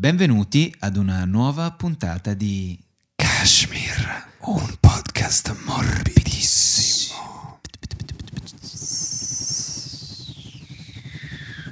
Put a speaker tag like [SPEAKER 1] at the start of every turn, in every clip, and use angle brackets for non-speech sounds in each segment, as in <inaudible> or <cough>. [SPEAKER 1] Benvenuti ad una nuova puntata di
[SPEAKER 2] Kashmir, un podcast morbidissimo.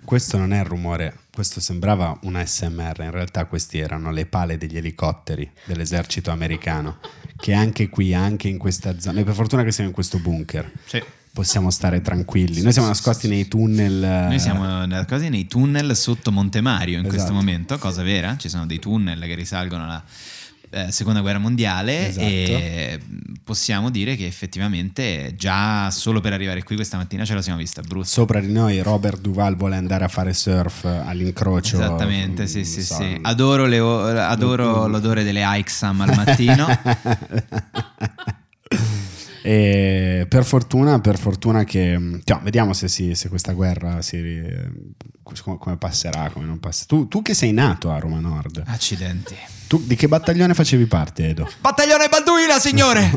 [SPEAKER 2] Questo non è il rumore, questo sembrava un SMR, in realtà questi erano le pale degli elicotteri dell'esercito americano, che anche qui, anche in questa zona, noi per fortuna che siamo in questo bunker,
[SPEAKER 1] Sì.
[SPEAKER 2] possiamo stare tranquilli. Noi siamo nascosti nei tunnel. eh,
[SPEAKER 1] Noi siamo eh, quasi nei tunnel sotto Monte Mario in questo
[SPEAKER 2] Esatto.
[SPEAKER 1] momento, cosa vera, ci sono dei tunnel che risalgono alla eh, Seconda Guerra Mondiale
[SPEAKER 2] Esatto.
[SPEAKER 1] e possiamo dire che effettivamente già solo per arrivare qui questa mattina ce la siamo vista brutta.
[SPEAKER 2] Sopra di noi Robert Duval vuole andare a fare surf all'incrocio.
[SPEAKER 1] Esattamente,
[SPEAKER 2] mm,
[SPEAKER 1] sì, sì,
[SPEAKER 2] so,
[SPEAKER 1] sì. Adoro, le o- adoro l'odore delle Aixam al mattino.
[SPEAKER 2] <laughs> E per fortuna, per fortuna che... cioè, vediamo se, si- se questa guerra si, ri- come, come passerà, come non passa. Tu, tu che sei nato a Roma Nord,
[SPEAKER 1] <laughs> Accidenti.
[SPEAKER 2] tu di che battaglione facevi parte, Edo?
[SPEAKER 1] Battaglione Balduina, signore!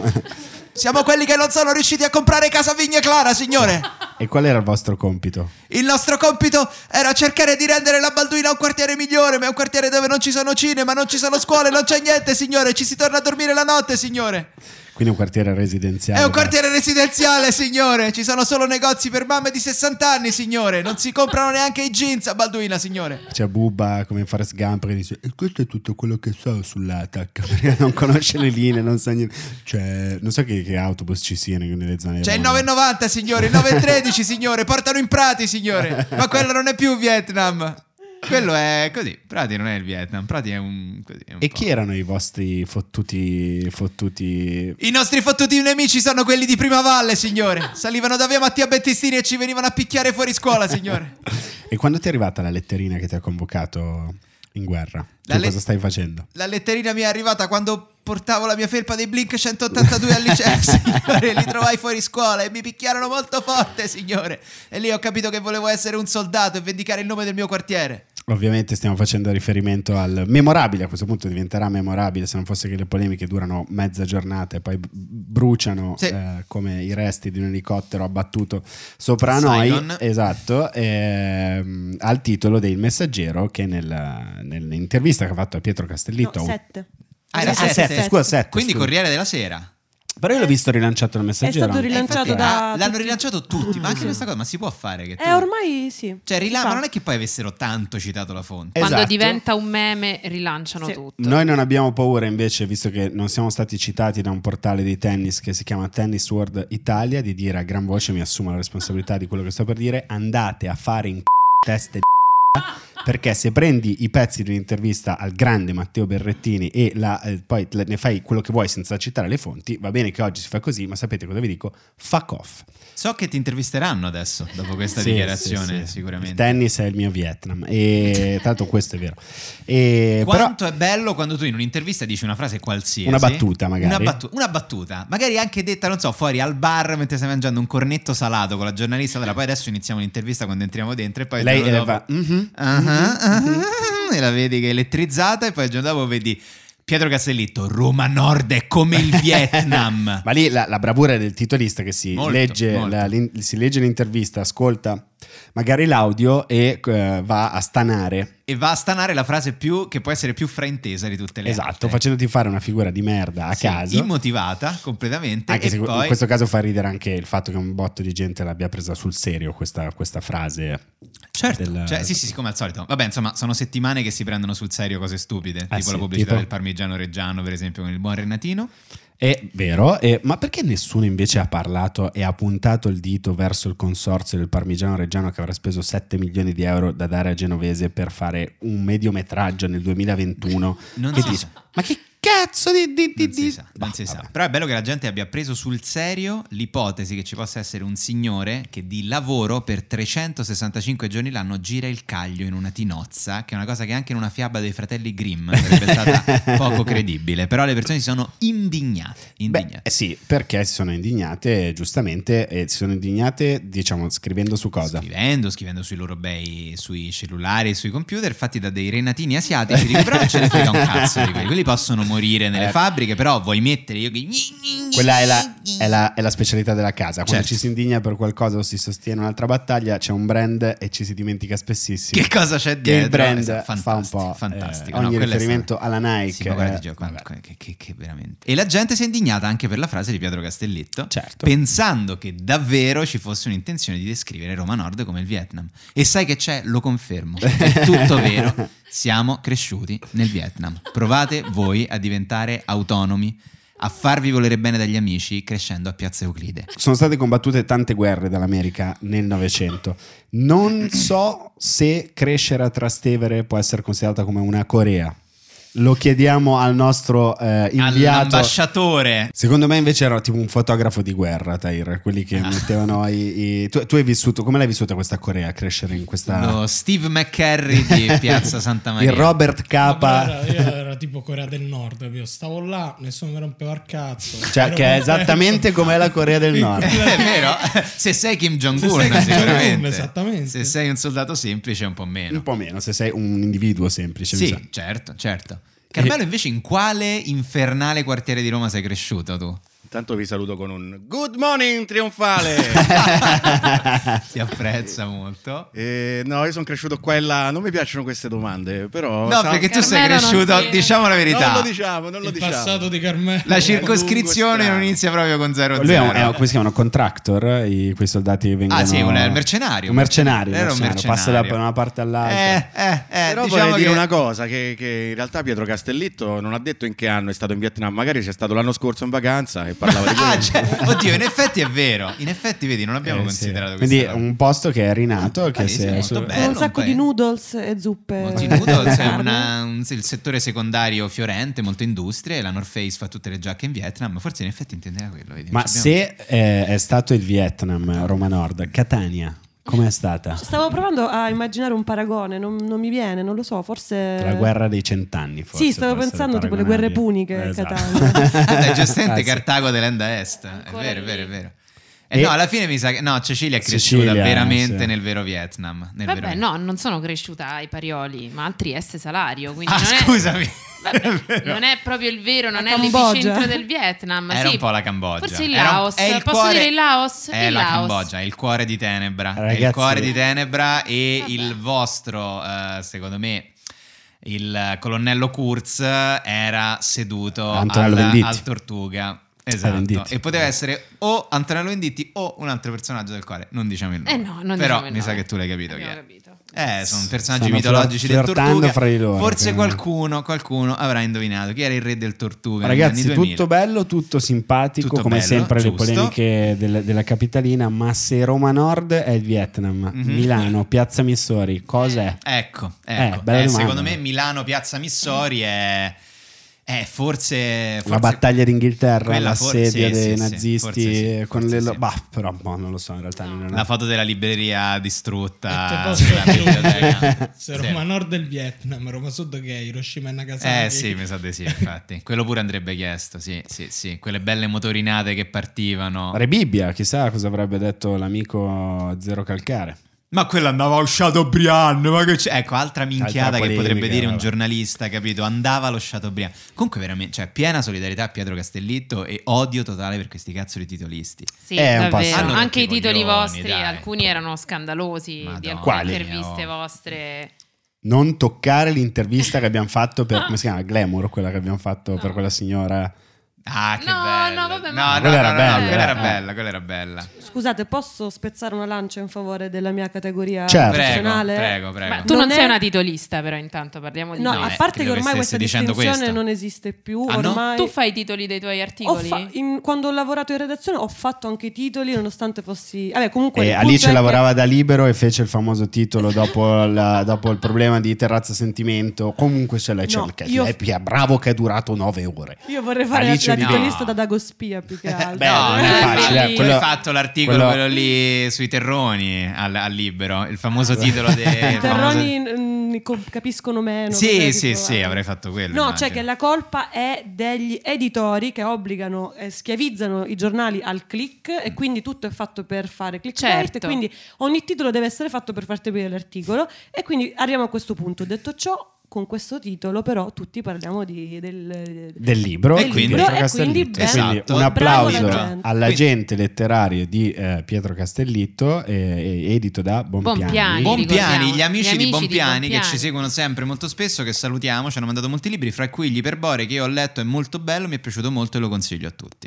[SPEAKER 1] Siamo quelli che non sono riusciti a comprare casa Vigna Clara, signore!
[SPEAKER 2] E qual era il vostro compito?
[SPEAKER 1] Il nostro compito era cercare di rendere la Balduina un quartiere migliore, ma è un quartiere dove non ci sono cinema, non ci sono scuole, non c'è niente, signore. Ci si torna a dormire la notte, signore.
[SPEAKER 2] Quindi un quartiere residenziale.
[SPEAKER 1] È un quartiere residenziale, signore. Ci sono solo negozi per mamme di 60 anni, signore. Non si comprano neanche i jeans a Balduina, signore.
[SPEAKER 2] C'è Bubba come in Forrest Gump che dice e questo è tutto quello che so sull'attack <laughs> perché non conosce le linee, non sa niente. Cioè, non so che, che autobus ci siano nelle zone. di
[SPEAKER 1] C'è il
[SPEAKER 2] Roma.
[SPEAKER 1] 9,90, signore, il 9,13, signore. Portano in prati, signore. Ma quello non è più Vietnam. Quello è così. Prati non è il Vietnam, Prati è un. Così, è un
[SPEAKER 2] E
[SPEAKER 1] po'.
[SPEAKER 2] chi erano i vostri fottuti fottuti
[SPEAKER 1] I nostri fottuti nemici sono quelli di Prima Valle, signore. Salivano da via Mattia Bettistini e ci venivano a picchiare fuori scuola, signore.
[SPEAKER 2] E quando ti è arrivata la letterina che ti ha convocato in guerra?
[SPEAKER 1] La
[SPEAKER 2] Tu
[SPEAKER 1] le-
[SPEAKER 2] cosa stai facendo?
[SPEAKER 1] La letterina mi è arrivata quando portavo la mia felpa dei Blink 182 al liceo, signore. Li trovai fuori scuola e mi picchiarono molto forte, signore. E lì ho capito che volevo essere un soldato e vendicare il nome del mio quartiere.
[SPEAKER 2] Ovviamente stiamo facendo riferimento al memorabile, a questo punto diventerà memorabile se non fosse che le polemiche durano mezza giornata e poi b- bruciano
[SPEAKER 1] Sì.
[SPEAKER 2] eh, come i resti di un elicottero abbattuto sopra
[SPEAKER 1] Saigon.
[SPEAKER 2] noi. Esatto, ehm, al titolo del messaggero che nella- nell'intervista che ha fatto a Pietro Castellitto...
[SPEAKER 3] No,
[SPEAKER 2] un-
[SPEAKER 3] sette.
[SPEAKER 1] Ah, era
[SPEAKER 2] Ah,
[SPEAKER 1] sette.
[SPEAKER 2] sette, scusa, sette,
[SPEAKER 1] Quindi
[SPEAKER 2] scusa.
[SPEAKER 1] Corriere della Sera.
[SPEAKER 2] Però io l'ho visto rilanciato il
[SPEAKER 3] È
[SPEAKER 2] messaggero.
[SPEAKER 3] stato
[SPEAKER 2] anche.
[SPEAKER 3] rilanciato
[SPEAKER 2] Eh,
[SPEAKER 3] da...
[SPEAKER 1] Ah, l'hanno
[SPEAKER 3] tutti.
[SPEAKER 1] rilanciato tutti, ma anche questa cosa, ma si può fare che tu...
[SPEAKER 3] Eh, ormai sì.
[SPEAKER 1] Cioè, rila-
[SPEAKER 3] Si
[SPEAKER 1] ma
[SPEAKER 3] fa.
[SPEAKER 1] non è che poi avessero tanto citato la fonte.
[SPEAKER 4] Quando
[SPEAKER 2] esatto.
[SPEAKER 4] diventa un meme rilanciano
[SPEAKER 3] Sì.
[SPEAKER 4] tutto.
[SPEAKER 2] Noi non abbiamo paura invece, visto che non siamo stati citati da un portale di tennis che si chiama Tennis World Italia, di dire a gran voce, mi assumo la responsabilità di quello che sto per dire, andate a fare in <laughs> c***o teste di c***o, perché se prendi i pezzi di un'intervista al grande Matteo Berrettini e la- eh, poi te- ne fai quello che vuoi senza citare le fonti, va bene che oggi si fa così, ma sapete cosa vi dico? Fuck off.
[SPEAKER 1] So che ti intervisteranno adesso, dopo questa
[SPEAKER 2] Sì,
[SPEAKER 1] dichiarazione,
[SPEAKER 2] sì, sì. Il
[SPEAKER 1] sicuramente.
[SPEAKER 2] tennis è il mio Vietnam, e tanto questo è vero. E, però,
[SPEAKER 1] Quanto è bello quando tu in un'intervista dici una frase qualsiasi.
[SPEAKER 2] Una battuta, magari.
[SPEAKER 1] Una, battu- una battuta, magari anche detta, non so, fuori al bar mentre stai mangiando un cornetto salato con la giornalista. Allora, poi adesso iniziamo l'intervista quando entriamo dentro e poi... il
[SPEAKER 2] Lei
[SPEAKER 1] giorno
[SPEAKER 2] eh,
[SPEAKER 1] dopo-
[SPEAKER 2] va, "Mhm,
[SPEAKER 1] Ah,
[SPEAKER 2] mhm,
[SPEAKER 1] ah,
[SPEAKER 2] mhm".
[SPEAKER 1] ah, E la vedi che è elettrizzata e poi il giorno dopo vedi Pietro Castellitto, Roma Nord è come
[SPEAKER 2] <laughs>
[SPEAKER 1] il Vietnam.
[SPEAKER 2] Ma lì la, la bravura è del titolista che si,
[SPEAKER 1] Molto,
[SPEAKER 2] legge,
[SPEAKER 1] molto.
[SPEAKER 2] la- l'in- si legge l'intervista, ascolta magari l'audio e eh, va a stanare.
[SPEAKER 1] e va a stanare la frase più, che può essere più fraintesa di tutte le
[SPEAKER 2] Esatto,
[SPEAKER 1] altre.
[SPEAKER 2] facendoti fare una figura di merda a
[SPEAKER 1] Sì,
[SPEAKER 2] caso.
[SPEAKER 1] Immotivata completamente.
[SPEAKER 2] anche
[SPEAKER 1] e
[SPEAKER 2] se in
[SPEAKER 1] poi...
[SPEAKER 2] questo caso fa ridere anche il fatto che un botto di gente l'abbia presa sul serio questa, questa frase.
[SPEAKER 1] Certo,
[SPEAKER 2] del-
[SPEAKER 1] cioè, sì, sì, sì, come al solito. Vabbè, insomma, sono settimane che si prendono sul serio cose stupide, tipo
[SPEAKER 2] Ah, sì,
[SPEAKER 1] la pubblicità
[SPEAKER 2] tipo-
[SPEAKER 1] del parmigiano reggiano, per esempio, con il buon Renatino.
[SPEAKER 2] È vero, e- ma perché nessuno invece ha parlato e ha puntato il dito verso il consorzio del Parmigiano Reggiano che avrà speso 7 milioni di euro da dare a Genovese per fare un mediometraggio nel 2021?
[SPEAKER 1] Non
[SPEAKER 2] che
[SPEAKER 1] si
[SPEAKER 2] dice,
[SPEAKER 1] sa.
[SPEAKER 2] ma che cazzo di... di, di,
[SPEAKER 1] Non si
[SPEAKER 2] di-"
[SPEAKER 1] sa, non
[SPEAKER 2] Bah,
[SPEAKER 1] si sa.
[SPEAKER 2] vabbè.
[SPEAKER 1] Però è bello che la gente abbia preso sul serio l'ipotesi che ci possa essere un signore che di lavoro per 365 giorni l'anno gira il caglio in una tinozza, che è una cosa che anche in una fiaba dei fratelli Grimm
[SPEAKER 2] <laughs>
[SPEAKER 1] sarebbe stata poco credibile. Però le persone si sono indignate.
[SPEAKER 2] Beh,
[SPEAKER 1] indignate.
[SPEAKER 2] eh sì, perché si sono indignate, eh, giustamente, e si sono indignate, diciamo, scrivendo su cosa?
[SPEAKER 1] Scrivendo, scrivendo sui loro bei, sui cellulari, sui computer, fatti da dei renatini asiatici, dico, però non ce ne frega un cazzo di quelli, quelli possono pulire nelle
[SPEAKER 2] Eh.
[SPEAKER 1] fabbriche, però vuoi mettere io che...
[SPEAKER 2] Quella è la, è la- è la specialità della casa. Quando
[SPEAKER 1] Certo.
[SPEAKER 2] ci si indigna per qualcosa o si sostiene un'altra battaglia, c'è un brand e ci si dimentica spessissimo.
[SPEAKER 1] Che cosa c'è
[SPEAKER 2] Che
[SPEAKER 1] dietro?
[SPEAKER 2] il brand
[SPEAKER 1] Esatto,
[SPEAKER 2] fa un
[SPEAKER 1] fantastico,
[SPEAKER 2] po' eh,
[SPEAKER 1] fantastico. No,
[SPEAKER 2] ogni
[SPEAKER 1] quella è
[SPEAKER 2] riferimento
[SPEAKER 1] stata-
[SPEAKER 2] alla Nike.
[SPEAKER 1] Sì, ma guarda,
[SPEAKER 2] eh,
[SPEAKER 1] ti gioco,
[SPEAKER 2] vabbè.
[SPEAKER 1] che, che- che veramente. E la gente si è indignata anche per la frase di Pietro Castelletto,
[SPEAKER 2] Certo.
[SPEAKER 1] pensando che davvero ci fosse un'intenzione di descrivere Roma Nord come il Vietnam. E sai che c'è? Lo confermo, è tutto
[SPEAKER 2] <laughs>
[SPEAKER 1] vero. Siamo cresciuti nel Vietnam. Provate voi a diventare autonomi, a farvi volere bene dagli amici crescendo a Piazza Euclide.
[SPEAKER 2] Sono state combattute tante guerre dall'America nel Novecento. Non so se crescere a Trastevere può essere considerata come una Corea. Lo chiediamo al nostro eh, inviato.
[SPEAKER 1] All'ambasciatore.
[SPEAKER 2] Secondo me invece ero tipo un fotografo di guerra, Tair, quelli che
[SPEAKER 1] Ah.
[SPEAKER 2] mettevano i... i- Tu, tu hai vissuto, come l'hai vissuta questa Corea, crescere in questa...
[SPEAKER 1] Lo Steve McCarry di Piazza Santa
[SPEAKER 2] <laughs>
[SPEAKER 1] Maria.
[SPEAKER 2] Il Robert Capa,
[SPEAKER 3] Vabbè, era- io ero tipo Corea del Nord, capito? stavo là, nessuno mi rompeva il cazzo.
[SPEAKER 2] cioè
[SPEAKER 3] Ero
[SPEAKER 2] che è
[SPEAKER 3] contento.
[SPEAKER 2] esattamente come la Corea del Nord.
[SPEAKER 1] Eh, È vero? Se sei
[SPEAKER 3] Se sei
[SPEAKER 1] Kim Jong-un,
[SPEAKER 3] Kim Jong-un,
[SPEAKER 1] sicuramente.
[SPEAKER 3] esattamente.
[SPEAKER 1] Se sei un soldato semplice, un po' meno.
[SPEAKER 2] Eh, Un po' meno, se sei un individuo semplice. mi sa.
[SPEAKER 1] Sì, certo, certo.
[SPEAKER 2] Eh.
[SPEAKER 1] Carmelo, invece, in quale infernale quartiere di Roma sei
[SPEAKER 2] <laughs>
[SPEAKER 1] cresciuto tu?
[SPEAKER 5] Intanto vi saluto con un good morning
[SPEAKER 1] <laughs>
[SPEAKER 5] trionfale.
[SPEAKER 1] Ti apprezza molto.
[SPEAKER 5] Eh, no, io sono cresciuto qua e là. Non mi piacciono queste domande, però.
[SPEAKER 1] No,
[SPEAKER 5] sa-
[SPEAKER 1] perché tu sei
[SPEAKER 4] Carmelo non
[SPEAKER 1] cresciuto,
[SPEAKER 4] tiene.
[SPEAKER 1] diciamo la
[SPEAKER 5] Non lo
[SPEAKER 1] verità.
[SPEAKER 5] diciamo, non lo
[SPEAKER 3] Il
[SPEAKER 5] diciamo.
[SPEAKER 3] passato di Carmelo.
[SPEAKER 1] La circoscrizione
[SPEAKER 5] lungo e
[SPEAKER 1] non inizia proprio con 0
[SPEAKER 2] Eh, Lui è un, è un- come si chiamano? Contractor, i- quei soldati che vengono...
[SPEAKER 1] Ah, sì, un- è un mercenario.
[SPEAKER 2] Un mercenario,
[SPEAKER 1] Era un
[SPEAKER 2] mercenario,
[SPEAKER 1] mercenario.
[SPEAKER 2] Passa da da una parte all'altra.
[SPEAKER 1] Eh, eh, eh,
[SPEAKER 5] Però
[SPEAKER 1] diciamo
[SPEAKER 5] vorrei dire
[SPEAKER 1] che-
[SPEAKER 5] una cosa: che, che in realtà Pietro Castellitto non ha detto in che anno è stato in Vietnam. Magari sia stato l'anno scorso in vacanza e parlava di
[SPEAKER 1] <laughs> Ah,
[SPEAKER 5] quello.
[SPEAKER 1] cioè, oddio, in effetti è vero. In effetti, vedi, non abbiamo
[SPEAKER 2] Eh, sì.
[SPEAKER 1] considerato questo.
[SPEAKER 2] Quindi è un posto che è rinato, che
[SPEAKER 1] Eh,
[SPEAKER 2] si
[SPEAKER 1] sì,
[SPEAKER 2] è
[SPEAKER 1] molto
[SPEAKER 2] assolut-
[SPEAKER 1] bello.
[SPEAKER 6] Con un sacco
[SPEAKER 1] paese.
[SPEAKER 6] di noodles e zuppe.
[SPEAKER 2] Eh,
[SPEAKER 1] Monti Noodles
[SPEAKER 2] <laughs>
[SPEAKER 1] è
[SPEAKER 6] carne.
[SPEAKER 1] <laughs> una- un- il settore secondario fiorente, molto industria, e la North Face fa tutte le giacche in Vietnam, forse in effetti intendeva quello. vedi,
[SPEAKER 2] Ma
[SPEAKER 1] non ci abbiamo-
[SPEAKER 2] se eh, è stato il Vietnam, Roma Nord, Catania, com'è stata?
[SPEAKER 6] Stavo provando a immaginare un paragone, non, non mi viene, non lo so, forse...
[SPEAKER 2] La guerra dei cent'anni, forse.
[SPEAKER 6] Eh. Sì, stavo
[SPEAKER 2] può essere
[SPEAKER 6] pensando tipo le guerre
[SPEAKER 2] paragonabile.
[SPEAKER 6] puniche,
[SPEAKER 2] Esatto. <laughs>
[SPEAKER 1] <laughs>
[SPEAKER 6] Catania.
[SPEAKER 1] Ah, dai, giustamente
[SPEAKER 2] Ah, sì.
[SPEAKER 1] Cartago dell'Enda Est, è
[SPEAKER 4] Ancora
[SPEAKER 1] vero, è
[SPEAKER 4] lì.
[SPEAKER 1] vero, è vero. Eh,
[SPEAKER 2] E-
[SPEAKER 1] no, alla fine mi sa che... No, Cecilia è cresciuta
[SPEAKER 2] Cecilia,
[SPEAKER 1] veramente
[SPEAKER 2] sì.
[SPEAKER 1] nel vero Vietnam. nel vero
[SPEAKER 4] Vabbè,
[SPEAKER 1] Vietnam.
[SPEAKER 4] no, non sono cresciuta ai Parioli, ma al Trieste Salario. Quindi
[SPEAKER 1] Ah,
[SPEAKER 4] non è-
[SPEAKER 1] scusami.
[SPEAKER 4] <laughs> Vabbè,
[SPEAKER 1] <laughs> È vero.
[SPEAKER 4] non è proprio il vero, non
[SPEAKER 6] La
[SPEAKER 4] è
[SPEAKER 6] Cambogia.
[SPEAKER 4] l'epicentro del Vietnam.
[SPEAKER 1] Era
[SPEAKER 4] sì.
[SPEAKER 1] un po' la Cambogia.
[SPEAKER 4] Forse il
[SPEAKER 1] Era un-
[SPEAKER 4] Laos.
[SPEAKER 1] è il
[SPEAKER 4] Posso
[SPEAKER 1] cuore-
[SPEAKER 4] dire il Laos?
[SPEAKER 1] È
[SPEAKER 4] il
[SPEAKER 1] la
[SPEAKER 4] Laos.
[SPEAKER 1] Cambogia, è il cuore di Tenebra. è il
[SPEAKER 2] Ragazzi.
[SPEAKER 1] cuore di Tenebra e
[SPEAKER 4] Vabbè.
[SPEAKER 1] il vostro, eh, secondo me, il eh, colonnello Kurz era seduto
[SPEAKER 2] Antonello
[SPEAKER 1] alla-
[SPEAKER 2] Venditti. Eh,
[SPEAKER 1] al Tortuga. Esatto.
[SPEAKER 2] Venditti.
[SPEAKER 1] E poteva essere o Antonello Venditti o un altro personaggio del quale non diciamo il nome.
[SPEAKER 4] Eh no, non
[SPEAKER 1] Però
[SPEAKER 4] diciamo il
[SPEAKER 1] mi sa
[SPEAKER 4] nome.
[SPEAKER 1] che tu l'hai capito chi
[SPEAKER 4] Abbiamo
[SPEAKER 1] è.
[SPEAKER 4] capito.
[SPEAKER 1] Eh, sono personaggi
[SPEAKER 2] Stanno
[SPEAKER 1] mitologici del
[SPEAKER 2] flirtando
[SPEAKER 1] Tortuga.
[SPEAKER 2] fra di loro,
[SPEAKER 1] Forse
[SPEAKER 2] quindi.
[SPEAKER 1] qualcuno, qualcuno avrà indovinato chi era il re del Tortuga. negli
[SPEAKER 2] Ragazzi,
[SPEAKER 1] anni 2000.
[SPEAKER 2] tutto bello, tutto simpatico,
[SPEAKER 1] Tutto
[SPEAKER 2] come
[SPEAKER 1] bello,
[SPEAKER 2] sempre
[SPEAKER 1] giusto.
[SPEAKER 2] le polemiche del- della capitalina, ma se Roma Nord è il Vietnam,
[SPEAKER 1] Mhm.
[SPEAKER 2] Milano, Piazza Missori, cos'è?
[SPEAKER 1] Ecco,
[SPEAKER 2] Eh,
[SPEAKER 1] ecco.
[SPEAKER 2] bella
[SPEAKER 1] Eh,
[SPEAKER 2] domanda.
[SPEAKER 1] secondo me Milano Piazza Missori è, è forse, forse
[SPEAKER 2] la battaglia d'Inghilterra,
[SPEAKER 1] quella for-
[SPEAKER 2] l'assedio
[SPEAKER 1] sì, sì,
[SPEAKER 2] dei
[SPEAKER 1] sì,
[SPEAKER 2] nazisti,
[SPEAKER 1] forse sì,
[SPEAKER 2] eh, con
[SPEAKER 1] forse
[SPEAKER 2] le
[SPEAKER 1] sì.
[SPEAKER 2] lo- bah, però boh, non lo so in realtà. non-
[SPEAKER 1] la foto della libreria
[SPEAKER 3] E te
[SPEAKER 1] distrutta
[SPEAKER 3] posso
[SPEAKER 1] della Ah, biblioteca.
[SPEAKER 3] aggiungere, se
[SPEAKER 1] Sì.
[SPEAKER 3] Roma Nord del Vietnam, Roma Sud che è Hiroshima e Nagasaki.
[SPEAKER 1] Eh sì, mi sa di sì, infatti. Quello pure andrebbe chiesto, sì, sì, sì. Quelle belle motorinate che partivano.
[SPEAKER 2] Rebibbia, chissà cosa avrebbe detto l'amico Zero Calcare.
[SPEAKER 1] Ma quello andava allo Chateaubriand, ma che c'è? Ecco, altra minchiata
[SPEAKER 2] Altra
[SPEAKER 1] che
[SPEAKER 2] polemica,
[SPEAKER 1] potrebbe dire un
[SPEAKER 2] vabbè.
[SPEAKER 1] giornalista, capito? Andava allo Chateaubriand. Comunque veramente, cioè, piena solidarietà a Pietro Castellitto e odio totale per questi cazzo di titolisti.
[SPEAKER 4] Sì,
[SPEAKER 2] È un
[SPEAKER 4] davvero.
[SPEAKER 2] passaggio.
[SPEAKER 4] Anche i
[SPEAKER 1] Hanno
[SPEAKER 4] titoli
[SPEAKER 1] rotto i coglioni,
[SPEAKER 4] vostri,
[SPEAKER 1] dai.
[SPEAKER 4] alcuni erano scandalosi di
[SPEAKER 1] Madonna.
[SPEAKER 4] alcune
[SPEAKER 1] Quali?
[SPEAKER 4] interviste
[SPEAKER 1] Oh.
[SPEAKER 4] vostre.
[SPEAKER 2] Non toccare l'intervista che abbiamo fatto
[SPEAKER 1] <laughs>
[SPEAKER 2] per, come si chiama, Glamour, quella che abbiamo fatto per quella signora.
[SPEAKER 1] Ah, che
[SPEAKER 4] No,
[SPEAKER 1] bello.
[SPEAKER 4] no, vabbè,
[SPEAKER 1] no,
[SPEAKER 4] ma-
[SPEAKER 1] no,
[SPEAKER 2] Quella
[SPEAKER 1] no,
[SPEAKER 2] era
[SPEAKER 1] no,
[SPEAKER 2] bella, Certo.
[SPEAKER 1] quella era
[SPEAKER 2] eh.
[SPEAKER 1] bella, quella era bella.
[SPEAKER 6] Scusate, posso spezzare una lancia in favore della mia categoria
[SPEAKER 2] Certo.
[SPEAKER 1] Prego,
[SPEAKER 6] personale?
[SPEAKER 1] prego, prego.
[SPEAKER 4] Ma tu non
[SPEAKER 6] Non è-
[SPEAKER 4] sei una titolista, però intanto parliamo di
[SPEAKER 6] No, a
[SPEAKER 1] No, eh,
[SPEAKER 6] parte che
[SPEAKER 1] credo che
[SPEAKER 6] ormai
[SPEAKER 1] stessi
[SPEAKER 6] questa
[SPEAKER 1] dicendo
[SPEAKER 6] distinzione
[SPEAKER 1] questo.
[SPEAKER 6] non esiste più,
[SPEAKER 1] Ah, no?
[SPEAKER 6] ormai...
[SPEAKER 4] Tu fai i titoli dei tuoi
[SPEAKER 6] Ho
[SPEAKER 4] articoli?
[SPEAKER 6] fa- in- quando ho lavorato in redazione ho fatto anche i titoli nonostante fossi... Vabbè, comunque...
[SPEAKER 2] E
[SPEAKER 6] il punto è
[SPEAKER 2] Alice
[SPEAKER 6] che-
[SPEAKER 2] lavorava da libero e fece il famoso titolo dopo, la- dopo il problema di terrazza sentimento. Comunque ce l'hai,
[SPEAKER 6] No,
[SPEAKER 2] c'è
[SPEAKER 6] io-
[SPEAKER 2] il che è bravo che è durato nove ore.
[SPEAKER 6] Io vorrei fare
[SPEAKER 2] Alice
[SPEAKER 6] la
[SPEAKER 2] di-
[SPEAKER 6] titolista
[SPEAKER 1] No.
[SPEAKER 6] da Dagospia più che altro.
[SPEAKER 2] Beh,
[SPEAKER 1] no,
[SPEAKER 2] non
[SPEAKER 1] è
[SPEAKER 2] è
[SPEAKER 1] facile.
[SPEAKER 2] facile, eh,
[SPEAKER 1] Tu
[SPEAKER 2] quello-
[SPEAKER 1] hai fatto l'articolo quello...
[SPEAKER 2] quello-
[SPEAKER 1] lì sui terroni al, al libero, il famoso titolo
[SPEAKER 2] <laughs>
[SPEAKER 1] dei
[SPEAKER 2] eh,
[SPEAKER 6] I terroni mm, co- capiscono meno. cose
[SPEAKER 1] eh, Sì, sì,
[SPEAKER 6] tipo-
[SPEAKER 1] sì,
[SPEAKER 2] eh.
[SPEAKER 1] avrei fatto quello.
[SPEAKER 6] No,
[SPEAKER 1] immagino.
[SPEAKER 6] cioè che la colpa è degli editori che obbligano, eh, schiavizzano i giornali al click e quindi tutto è fatto per fare clickbait
[SPEAKER 4] Certo.
[SPEAKER 6] e quindi ogni titolo deve essere fatto per farti aprire l'articolo e quindi arriviamo a questo punto. Detto ciò, con questo titolo però tutti parliamo di- del,
[SPEAKER 2] del libro
[SPEAKER 6] Del
[SPEAKER 2] e quindi,
[SPEAKER 1] libro,
[SPEAKER 2] Pietro
[SPEAKER 6] e
[SPEAKER 2] Castellitto.
[SPEAKER 6] quindi
[SPEAKER 2] E quindi
[SPEAKER 1] Esatto.
[SPEAKER 2] un applauso
[SPEAKER 6] Bravo la gente.
[SPEAKER 2] alla
[SPEAKER 1] Quindi-
[SPEAKER 2] gente letteraria di eh, Pietro Castellitto, eh, eh, edito da Bompiani.
[SPEAKER 4] Bompiani. Bom-
[SPEAKER 1] Bompiani,
[SPEAKER 4] ricordiamo.
[SPEAKER 1] gli amici,
[SPEAKER 4] Gli amici
[SPEAKER 1] di
[SPEAKER 4] di
[SPEAKER 1] Bompiani che
[SPEAKER 4] Bompiani.
[SPEAKER 1] ci seguono sempre molto spesso, che salutiamo, ci hanno mandato molti libri, fra cui Gli Iperbore che io ho letto, è molto bello, mi è piaciuto molto e lo consiglio a tutti.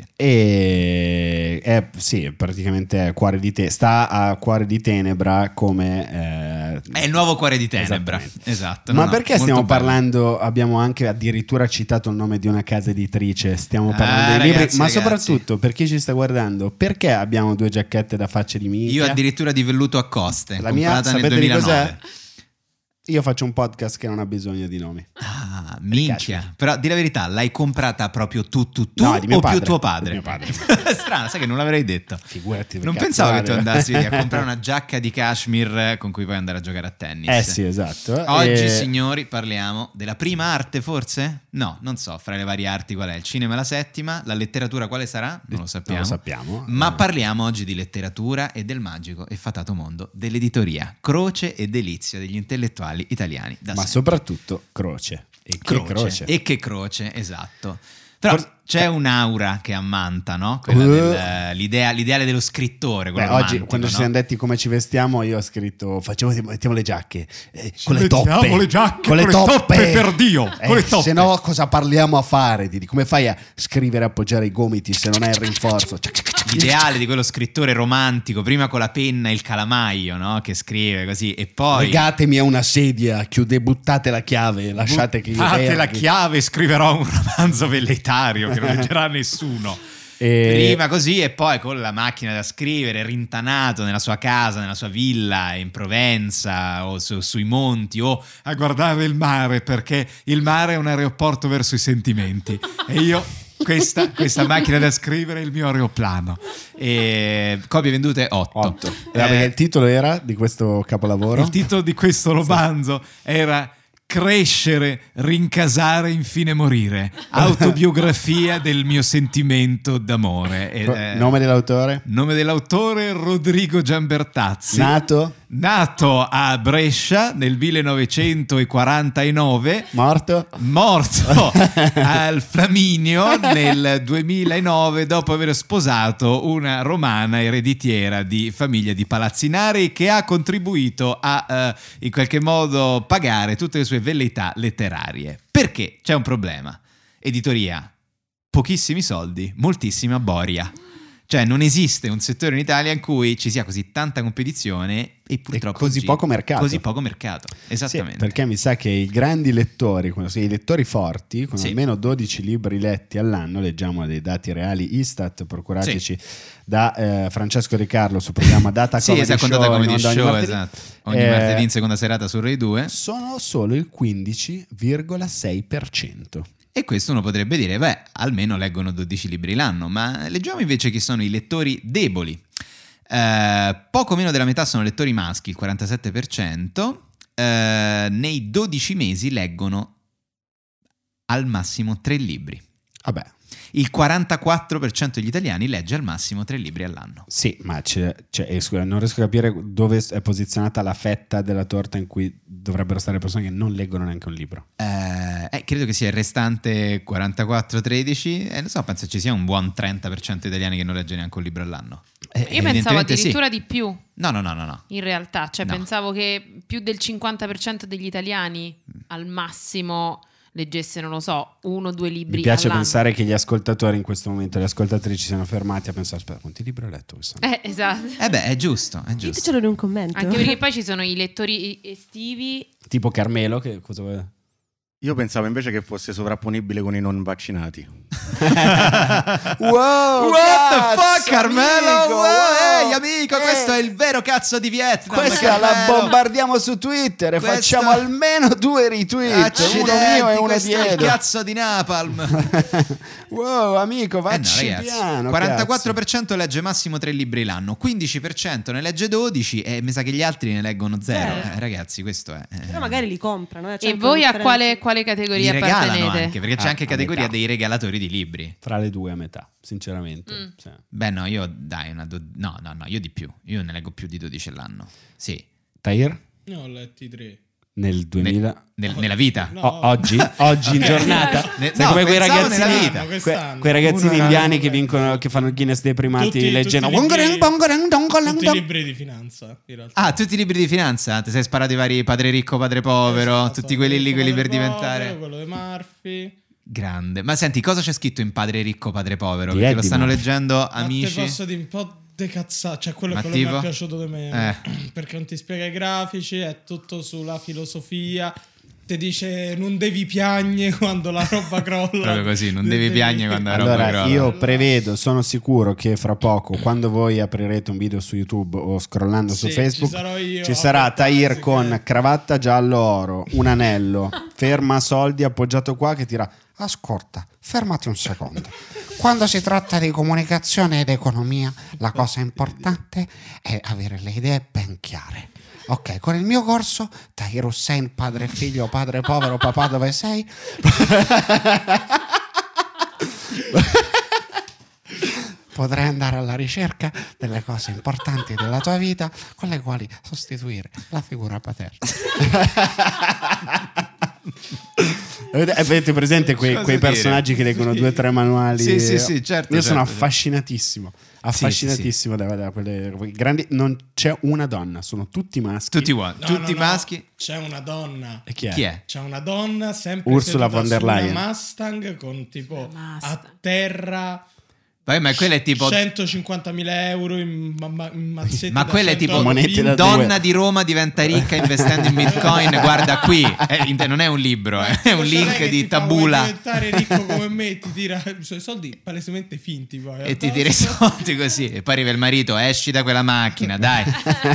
[SPEAKER 2] E è, sì, praticamente è cuore di te, sta a cuore di tenebra come... eh,
[SPEAKER 1] È il nuovo Cuore di Tenebra.
[SPEAKER 2] Esattamente.
[SPEAKER 1] Esatto.
[SPEAKER 2] Ma
[SPEAKER 1] no, no,
[SPEAKER 2] perché
[SPEAKER 1] molto
[SPEAKER 2] stiamo
[SPEAKER 1] bello.
[SPEAKER 2] parlando? Abbiamo anche addirittura citato il nome di una casa editrice. Stiamo
[SPEAKER 1] Ah,
[SPEAKER 2] parlando dei libri,
[SPEAKER 1] ragazzi,
[SPEAKER 2] ma
[SPEAKER 1] ragazzi.
[SPEAKER 2] soprattutto per chi ci sta guardando, perché abbiamo due giacchette da facce di minchia?
[SPEAKER 1] Io addirittura di velluto a coste,
[SPEAKER 2] La mia,
[SPEAKER 1] comprata nel
[SPEAKER 2] sapete di
[SPEAKER 1] 2009.
[SPEAKER 2] cos'è? Io faccio un podcast che non ha bisogno di nomi.
[SPEAKER 1] Ah, minchia. Però di la verità, l'hai comprata proprio tu, tu, tu
[SPEAKER 2] No, di mio
[SPEAKER 1] o
[SPEAKER 2] padre.
[SPEAKER 1] più tuo padre?
[SPEAKER 2] Di mio padre.
[SPEAKER 1] <laughs> Strano, sai che non l'avrei detto.
[SPEAKER 2] Figurati.
[SPEAKER 1] Non
[SPEAKER 2] cazzo,
[SPEAKER 1] pensavo che tu
[SPEAKER 2] guarda.
[SPEAKER 1] andassi a
[SPEAKER 2] <laughs>
[SPEAKER 1] comprare una giacca di cashmere eh, con cui puoi andare a giocare a tennis.
[SPEAKER 2] Eh sì, esatto.
[SPEAKER 1] Oggi,
[SPEAKER 2] E-
[SPEAKER 1] signori, parliamo della prima arte, forse? No, non so, fra le varie arti qual è. Il cinema è la settima, la letteratura quale sarà? Non lo sappiamo.
[SPEAKER 2] Non lo sappiamo.
[SPEAKER 1] Ma
[SPEAKER 2] Eh,
[SPEAKER 1] parliamo oggi di letteratura e del magico e fatato mondo dell'editoria, croce e delizia degli intellettuali italiani. Da
[SPEAKER 2] ma
[SPEAKER 1] sempre.
[SPEAKER 2] soprattutto croce. E che croce.
[SPEAKER 1] E che croce, esatto. Però
[SPEAKER 2] For-
[SPEAKER 1] c'è un'aura che ammanta, no? Quella
[SPEAKER 2] Uh.
[SPEAKER 1] del- l'idea- l'ideale dello scrittore.
[SPEAKER 2] Beh,
[SPEAKER 1] quello
[SPEAKER 2] oggi
[SPEAKER 1] romantico,
[SPEAKER 2] quando ci
[SPEAKER 1] no?
[SPEAKER 2] siamo detti come ci vestiamo io ho scritto facciamo mettiamo le giacche eh, con le
[SPEAKER 7] mettiamo
[SPEAKER 2] toppe
[SPEAKER 7] le giacche, con le toppe, per Dio,
[SPEAKER 2] Eh,
[SPEAKER 7] con le toppe.
[SPEAKER 2] se no cosa parliamo a fare Didi? come fai a scrivere e appoggiare i gomiti se non hai il rinforzo Cioè,
[SPEAKER 1] L'ideale di quello scrittore romantico, prima con la penna e il calamaio, no? Che scrive così, e poi.
[SPEAKER 2] legatemi a una sedia chiude buttate la chiave lasciate che io
[SPEAKER 7] Fate la
[SPEAKER 2] perdi.
[SPEAKER 7] chiave e scriverò un romanzo velleitario che non
[SPEAKER 2] <laughs>
[SPEAKER 7] leggerà nessuno.
[SPEAKER 2] E-
[SPEAKER 1] Prima così e poi con la macchina da scrivere rintanato nella sua casa, nella sua villa in Provenza o su- sui monti o
[SPEAKER 7] A guardare il mare perché il mare è un aeroporto verso i sentimenti. E io, questa, questa macchina da scrivere è il mio aeroplano.
[SPEAKER 1] e copie vendute 8.
[SPEAKER 2] Otto. Eh, vabbè, il titolo era di questo capolavoro
[SPEAKER 7] Il titolo di questo romanzo era Crescere, rincasare,
[SPEAKER 2] <laughs>
[SPEAKER 7] infine morire. Autobiografia del mio sentimento d'amore. Ed
[SPEAKER 2] Pro-
[SPEAKER 7] è-
[SPEAKER 1] eh.
[SPEAKER 2] nome dell'autore
[SPEAKER 7] nome dell'autore Rodrigo Giambertazzi.
[SPEAKER 2] nato
[SPEAKER 7] Nato a Brescia nel 1949,
[SPEAKER 2] morto <laughs>
[SPEAKER 7] morto al Flaminio nel 2009 dopo aver sposato una romana ereditiera di famiglia di palazzinari che ha contribuito a eh, in qualche modo pagare tutte le sue velleità letterarie. Perché c'è un problema. Editoria, pochissimi soldi, moltissima boria.
[SPEAKER 1] Cioè non esiste un settore in Italia in cui ci sia così tanta competizione e purtroppo
[SPEAKER 2] così
[SPEAKER 1] oggi-
[SPEAKER 2] poco mercato.
[SPEAKER 1] Così poco mercato,
[SPEAKER 2] Sì,
[SPEAKER 1] esattamente.
[SPEAKER 2] perché mi sa che i grandi lettori, quando sei i lettori forti, con
[SPEAKER 1] Sì.
[SPEAKER 2] almeno 12 libri letti all'anno, leggiamo dei dati reali Istat, procurateci da eh, Francesco Di Carlo sul programma Data
[SPEAKER 1] <laughs> Sì,
[SPEAKER 2] Comedy
[SPEAKER 1] esatto, con
[SPEAKER 2] Show, in
[SPEAKER 1] Data Comedy
[SPEAKER 2] onda ogni
[SPEAKER 1] Show,
[SPEAKER 2] martedì,
[SPEAKER 1] esatto. Ogni
[SPEAKER 2] eh,
[SPEAKER 1] martedì in seconda serata su Rai 2.
[SPEAKER 2] sono solo il 15,6%.
[SPEAKER 1] E questo uno potrebbe dire, beh, almeno leggono 12 libri l'anno, ma leggiamo invece chi sono i lettori deboli. Eh, poco meno della metà sono lettori maschi, il 47%, eh, nei 12 mesi leggono al massimo 3 libri.
[SPEAKER 2] Vabbè,
[SPEAKER 1] Il 44% degli italiani legge al massimo 3 libri all'anno.
[SPEAKER 2] sì, ma c'è- c'è- eh, scusa, non riesco a capire dove è posizionata la fetta della torta in cui dovrebbero stare persone che non leggono neanche un libro.
[SPEAKER 1] Eh, eh, credo che sia il restante 44-13, eh, non so, penso ci sia un buon 30% italiani che non legge neanche un libro all'anno. Eh,
[SPEAKER 4] Io pensavo
[SPEAKER 1] evidentemente sì.
[SPEAKER 4] addirittura di più,
[SPEAKER 1] No, no, no, no, no.
[SPEAKER 4] in realtà. Cioè,
[SPEAKER 1] No.
[SPEAKER 4] pensavo che più del 50% degli italiani
[SPEAKER 1] Mm.
[SPEAKER 4] al massimo leggesse, non lo so, uno o due libri
[SPEAKER 2] Mi piace
[SPEAKER 4] all'anno.
[SPEAKER 2] pensare che gli ascoltatori in questo momento, le ascoltatrici, siano fermati a pensare: aspetta, quanti libri ho letto quest'anno?
[SPEAKER 4] <laughs> Eh, esatto.
[SPEAKER 1] Eh beh, è giusto, è giusto.
[SPEAKER 6] Ditecelo in un commento.
[SPEAKER 4] Anche perché poi ci sono i lettori estivi.
[SPEAKER 2] Tipo Carmelo, che cosa vuole?
[SPEAKER 5] Io pensavo invece che fosse sovrapponibile con i non vaccinati.
[SPEAKER 2] <laughs>
[SPEAKER 1] <laughs>
[SPEAKER 2] wow,
[SPEAKER 1] What the fuck, Carmelo? Ehi, amico, questo è il vero cazzo di Vietnam.
[SPEAKER 2] Questa Eh, la
[SPEAKER 1] Carmelo.
[SPEAKER 2] bombardiamo su Twitter e
[SPEAKER 1] Questo-
[SPEAKER 2] facciamo almeno due retweet,
[SPEAKER 1] Accidenti,
[SPEAKER 2] uno mio e uno
[SPEAKER 1] questo è il
[SPEAKER 2] dietro.
[SPEAKER 1] cazzo di Napalm.
[SPEAKER 2] wow, amico,
[SPEAKER 1] Eh no,
[SPEAKER 2] vacci
[SPEAKER 1] ragazzi,
[SPEAKER 2] piano.
[SPEAKER 1] 44% legge massimo 3 libri l'anno, 15% ne legge 12 e mi sa che gli altri ne leggono 0.
[SPEAKER 6] Zero.
[SPEAKER 1] ragazzi, questo è. eh.
[SPEAKER 6] Però magari li comprano. eh, c'è
[SPEAKER 4] E
[SPEAKER 6] anche
[SPEAKER 4] voi
[SPEAKER 6] una
[SPEAKER 4] a quale,
[SPEAKER 6] differenza.
[SPEAKER 4] quale
[SPEAKER 1] Li
[SPEAKER 4] categoria
[SPEAKER 1] regalano
[SPEAKER 4] appartenete?
[SPEAKER 1] anche, perché c'è
[SPEAKER 2] Ah,
[SPEAKER 1] anche
[SPEAKER 2] a
[SPEAKER 1] categoria
[SPEAKER 2] metà.
[SPEAKER 1] dei regalatori di libri.
[SPEAKER 2] Tra le due a metà, sinceramente. Cioè,
[SPEAKER 4] Mm.
[SPEAKER 2] Sì.
[SPEAKER 1] Beh, no, io dai, una do- no, no, no, io di più. Io ne leggo più di 12 l'anno. Sì.
[SPEAKER 2] Tahir?
[SPEAKER 3] Ne ho letti tre.
[SPEAKER 2] nel 2000.
[SPEAKER 1] Nel- nella vita.
[SPEAKER 3] No.
[SPEAKER 2] O- oggi? Oggi in
[SPEAKER 1] Ok.
[SPEAKER 2] giornata?
[SPEAKER 1] <laughs> Ne-
[SPEAKER 2] Sai
[SPEAKER 1] no,
[SPEAKER 2] come quei
[SPEAKER 1] pensavo
[SPEAKER 2] ragazzini,
[SPEAKER 1] nella vita.
[SPEAKER 2] que-
[SPEAKER 3] Quest'anno.
[SPEAKER 2] quei ragazzini
[SPEAKER 3] Una-
[SPEAKER 2] indiani che vincono, che fanno il Guinness dei primati
[SPEAKER 3] Tutti-
[SPEAKER 2] leggendo.
[SPEAKER 3] tutti i libri-
[SPEAKER 2] "Wongoreng, bongoreng, dongoreng,
[SPEAKER 3] Tutti i
[SPEAKER 2] dong".
[SPEAKER 3] libri di finanza, in realtà.
[SPEAKER 1] Ah, tutti i libri di finanza? Ti sei sparato i vari padre ricco, padre povero,
[SPEAKER 3] Esatto,
[SPEAKER 1] tutti quelli lì, quelli per
[SPEAKER 3] quello del
[SPEAKER 1] diventare.
[SPEAKER 3] povero, Quello di Murphy.
[SPEAKER 1] Grande. Ma senti, cosa c'è scritto in padre ricco, padre povero?
[SPEAKER 2] Di
[SPEAKER 1] Perché lo
[SPEAKER 2] Eddie
[SPEAKER 1] stanno
[SPEAKER 2] Murphy.
[SPEAKER 1] leggendo
[SPEAKER 3] Ma
[SPEAKER 1] amici.
[SPEAKER 3] Te posso dire un po' de cazzate, cioè quello
[SPEAKER 1] Ma
[SPEAKER 3] che non mi
[SPEAKER 1] tipo?
[SPEAKER 3] è piaciuto di me,
[SPEAKER 1] Eh.
[SPEAKER 3] <clears throat> perché non ti spiega i grafici, è tutto sulla filosofia. Ti dice non devi piagne <laughs> quando la roba crolla.
[SPEAKER 1] Proprio così, non devi piagne quando la roba
[SPEAKER 2] Allora,
[SPEAKER 1] crolla.
[SPEAKER 2] io prevedo, sono sicuro che fra poco, quando voi aprirete un video su YouTube o scrollando su
[SPEAKER 3] Sì,
[SPEAKER 2] Facebook,
[SPEAKER 3] ci sarò io eh.
[SPEAKER 2] ci
[SPEAKER 3] a
[SPEAKER 2] sarà
[SPEAKER 3] portare
[SPEAKER 2] Tahir
[SPEAKER 3] musica.
[SPEAKER 2] con cravatta giallo oro,
[SPEAKER 3] <laughs>
[SPEAKER 2] un anello, ferma soldi appoggiato qua che tira.
[SPEAKER 8] Ascolta, fermati un secondo. Quando si tratta di comunicazione ed economia, la cosa importante è avere le idee ben chiare. Ok, con il mio corso, Tahir Hussein, padre figlio, padre povero, papà dove sei? Potrai andare alla ricerca delle cose importanti della tua vita con le quali sostituire la figura paterna.
[SPEAKER 2] <laughs> Avete avete presente quei,
[SPEAKER 1] Cosa
[SPEAKER 2] quei
[SPEAKER 1] dire?
[SPEAKER 2] personaggi che leggono
[SPEAKER 1] Sì.
[SPEAKER 2] due o tre manuali?
[SPEAKER 1] Sì, sì, sì, certo,
[SPEAKER 2] Io sono
[SPEAKER 1] certo, sì.
[SPEAKER 2] affascinatissimo. Affascinatissimo da, da quelle quelle grandi. Non c'è una donna, sono tutti maschi.
[SPEAKER 1] Tutti uguali,
[SPEAKER 3] No,
[SPEAKER 1] tutti
[SPEAKER 3] no, no,
[SPEAKER 1] maschi.
[SPEAKER 3] C'è una donna.
[SPEAKER 2] E chi è?
[SPEAKER 1] Chi è?
[SPEAKER 3] C'è una donna sempre
[SPEAKER 2] Ursula
[SPEAKER 3] seduta
[SPEAKER 2] von der
[SPEAKER 3] su una
[SPEAKER 2] Leyen.
[SPEAKER 3] Mustang con tipo
[SPEAKER 4] Mustang.
[SPEAKER 3] a terra
[SPEAKER 1] Vabbè, ma quella è tipo
[SPEAKER 3] 150.000 euro in, ma- ma- in mazzetti
[SPEAKER 1] Ma
[SPEAKER 3] da
[SPEAKER 1] quella è
[SPEAKER 3] 100
[SPEAKER 1] tipo
[SPEAKER 2] Monete da
[SPEAKER 1] donna
[SPEAKER 2] due.
[SPEAKER 1] di
[SPEAKER 2] <laughs>
[SPEAKER 1] Roma diventa ricca investendo in bitcoin, guarda qui, Eh, in- non è un libro, eh, è un
[SPEAKER 3] Cioè, non
[SPEAKER 1] link
[SPEAKER 3] che
[SPEAKER 1] di
[SPEAKER 3] ti fa,
[SPEAKER 1] tabula
[SPEAKER 3] vuoi diventare ricco come me ti tira i suoi soldi palesemente finti poi. eh.
[SPEAKER 1] e ti tira i soldi così e poi arriva il marito, esci da quella
[SPEAKER 2] <laughs>
[SPEAKER 1] macchina, dai,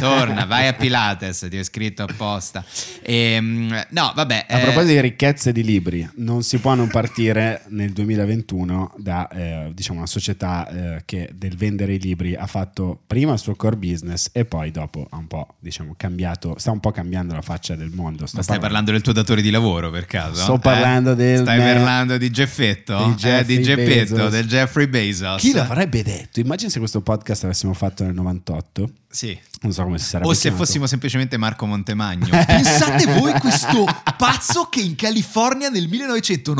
[SPEAKER 1] torna, vai a Pilates, ti ho scritto apposta. Ehm, no, vabbè,
[SPEAKER 2] A
[SPEAKER 1] eh,
[SPEAKER 2] proposito di ricchezze di libri, non si può non partire nel 2021 da eh, diciamo una società eh, che del vendere i libri ha fatto prima il suo core business e poi dopo ha un po' diciamo cambiato, sta un po' cambiando la faccia del mondo. Sto
[SPEAKER 1] ma stai parlando del tuo datore di lavoro per caso?
[SPEAKER 2] Sto
[SPEAKER 1] Eh?
[SPEAKER 2] parlando del
[SPEAKER 1] Stai
[SPEAKER 2] me-
[SPEAKER 1] parlando di
[SPEAKER 2] Di
[SPEAKER 1] Geffetto? Di, eh, di
[SPEAKER 2] Jeffrey
[SPEAKER 1] Geppetto,
[SPEAKER 2] Bezos.
[SPEAKER 1] del Jeffrey Bezos.
[SPEAKER 2] Chi l'avrebbe detto? Immagina se questo podcast l'avessimo fatto nel 98.
[SPEAKER 1] Sì.
[SPEAKER 2] Non so come si sarebbe
[SPEAKER 1] O se
[SPEAKER 2] chiamato.
[SPEAKER 1] fossimo semplicemente Marco
[SPEAKER 7] <laughs>
[SPEAKER 1] Montemagno. Pensate voi questo pazzo che in California nel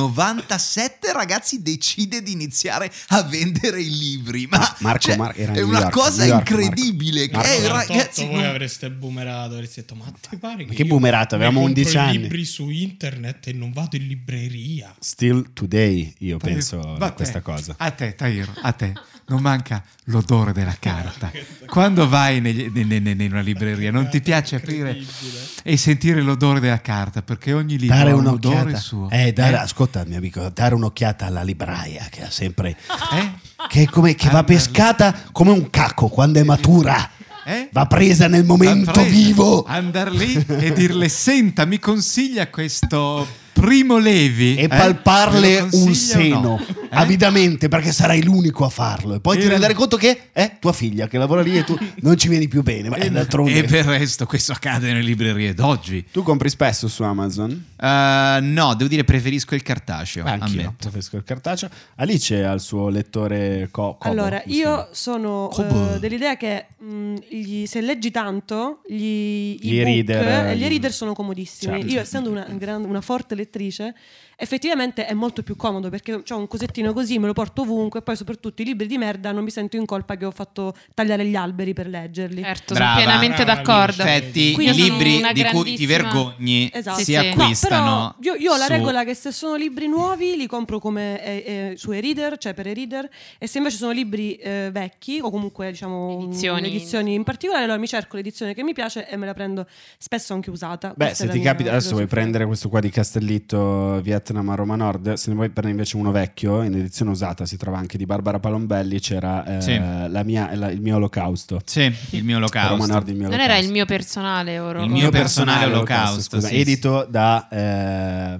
[SPEAKER 1] 1997 ragazzi decide di iniziare a vendere i libri. Ma
[SPEAKER 2] Ah, Marco,
[SPEAKER 1] cioè,
[SPEAKER 2] Mar- era
[SPEAKER 1] è
[SPEAKER 2] New
[SPEAKER 1] una
[SPEAKER 2] York,
[SPEAKER 1] cosa
[SPEAKER 2] New York,
[SPEAKER 1] incredibile.
[SPEAKER 3] Marco,
[SPEAKER 1] che, eh,
[SPEAKER 3] 98
[SPEAKER 1] ragazzi,
[SPEAKER 3] voi
[SPEAKER 1] non-
[SPEAKER 3] avreste boomerato, avreste detto ma ti pare
[SPEAKER 2] Ma
[SPEAKER 3] che
[SPEAKER 2] che
[SPEAKER 3] io
[SPEAKER 2] boomerato,
[SPEAKER 3] mi
[SPEAKER 2] avevamo 11
[SPEAKER 3] compro i
[SPEAKER 2] anni."
[SPEAKER 3] libri su internet e non vado in libreria.
[SPEAKER 1] Ah,
[SPEAKER 2] Still today, io penso
[SPEAKER 7] Va a
[SPEAKER 2] a
[SPEAKER 7] te,
[SPEAKER 2] questa cosa.
[SPEAKER 7] A te, Tairo, a te. Non manca l'odore della carta. Quando vai negli- ne- ne- ne- in una libreria, non ti piace aprire
[SPEAKER 3] Incredibile.
[SPEAKER 7] e sentire l'odore della carta, perché ogni libro
[SPEAKER 2] dare
[SPEAKER 7] ha un odore
[SPEAKER 2] un'occhiata.
[SPEAKER 7] suo.
[SPEAKER 2] Eh, dare,
[SPEAKER 7] Eh?
[SPEAKER 2] ascolta, mio amico, dare un'occhiata alla libraia che ha sempre.
[SPEAKER 7] Eh?
[SPEAKER 2] Che, è come, che va
[SPEAKER 7] Alla-
[SPEAKER 2] pescata come un caco quando è matura.
[SPEAKER 7] Eh?
[SPEAKER 2] Va presa nel
[SPEAKER 7] Ma
[SPEAKER 2] momento
[SPEAKER 7] prego,
[SPEAKER 2] vivo.
[SPEAKER 7] Andar lì e dirle: Senta, mi consiglia questo primo Levi?
[SPEAKER 2] E
[SPEAKER 7] eh? Me
[SPEAKER 2] palparle
[SPEAKER 7] lo
[SPEAKER 2] un
[SPEAKER 7] consiglia o
[SPEAKER 2] seno
[SPEAKER 7] no? Eh?
[SPEAKER 2] avidamente perché sarai l'unico a farlo. E poi ti
[SPEAKER 7] E-
[SPEAKER 2] rendere conto che è tua figlia che lavora lì e
[SPEAKER 7] <laughs>
[SPEAKER 2] tu non ci vieni più bene. Ma è d'altronde.
[SPEAKER 7] E Eh, per il resto, questo accade nelle librerie d'oggi.
[SPEAKER 2] Tu compri spesso su Amazon?
[SPEAKER 1] Eh, no, devo dire preferisco il cartaceo.
[SPEAKER 2] Anch'io,
[SPEAKER 1] ammetto.
[SPEAKER 2] preferisco il cartaceo. Alice ha il suo lettore co- Kobo,
[SPEAKER 6] Allora,
[SPEAKER 2] come si
[SPEAKER 6] io
[SPEAKER 2] chiama?
[SPEAKER 6] sono eh,
[SPEAKER 2] Kobo.
[SPEAKER 6] dell'idea che mh, gli- se leggi tanto, gli,
[SPEAKER 2] Gli
[SPEAKER 6] ebook,
[SPEAKER 2] reader,
[SPEAKER 6] eh, gli
[SPEAKER 2] gli-
[SPEAKER 6] reader sono comodissimi.
[SPEAKER 2] Certo.
[SPEAKER 6] Io, essendo una, gran- una forte lettrice, effettivamente è molto più comodo perché ho un cosettino così, me lo porto ovunque e poi soprattutto i libri di merda non mi sento in colpa che ho fatto tagliare gli alberi per leggerli.
[SPEAKER 4] Certo,
[SPEAKER 1] Brava.
[SPEAKER 4] sono pienamente
[SPEAKER 3] Brava,
[SPEAKER 4] d'accordo.
[SPEAKER 3] Alice.
[SPEAKER 1] Infatti,
[SPEAKER 6] Quindi
[SPEAKER 1] i
[SPEAKER 6] sono
[SPEAKER 1] libri
[SPEAKER 4] una
[SPEAKER 1] di cui ti
[SPEAKER 4] grandissima-
[SPEAKER 1] vergogni
[SPEAKER 6] Esatto.
[SPEAKER 1] si
[SPEAKER 4] Sì, sì. No, però
[SPEAKER 1] acquistano.
[SPEAKER 6] No, però io, io ho la
[SPEAKER 1] su-
[SPEAKER 6] regola che se sono libri nuovi li compro come eh, eh, su e-reader, cioè per e-reader, e se invece sono libri eh, vecchi o comunque diciamo un-
[SPEAKER 4] Edizioni.
[SPEAKER 6] edizioni in particolare, allora mi cerco l'edizione che mi piace e me la prendo spesso anche usata.
[SPEAKER 2] Beh,
[SPEAKER 6] Questa è
[SPEAKER 2] se
[SPEAKER 6] la
[SPEAKER 2] ti
[SPEAKER 6] mia
[SPEAKER 2] capita, adesso vuoi
[SPEAKER 6] filosofia.
[SPEAKER 2] prendere questo qua di Castellitto Vietnam a Roma Nord, se ne vuoi prendere invece uno vecchio, in edizione usata, si trova anche di Barbara Palombelli, c'era eh,
[SPEAKER 1] Sì.
[SPEAKER 2] la mia- la- il mio olocausto.
[SPEAKER 1] Sì, il mio
[SPEAKER 2] A Roma
[SPEAKER 1] locale.
[SPEAKER 2] Nord il mio
[SPEAKER 4] Non
[SPEAKER 2] olocausto.
[SPEAKER 4] era il mio personale, oro.
[SPEAKER 1] Il mio personale olocausto,
[SPEAKER 2] scusa,
[SPEAKER 1] sì, sì.
[SPEAKER 2] edito da... eh,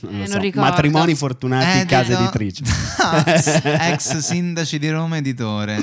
[SPEAKER 2] non
[SPEAKER 4] non
[SPEAKER 2] so,
[SPEAKER 4] ricordo.
[SPEAKER 2] matrimoni fortunati,
[SPEAKER 1] Eh,
[SPEAKER 2] casa
[SPEAKER 1] no. <laughs>
[SPEAKER 2] editrice.
[SPEAKER 1] Ex sindaci di Roma editore.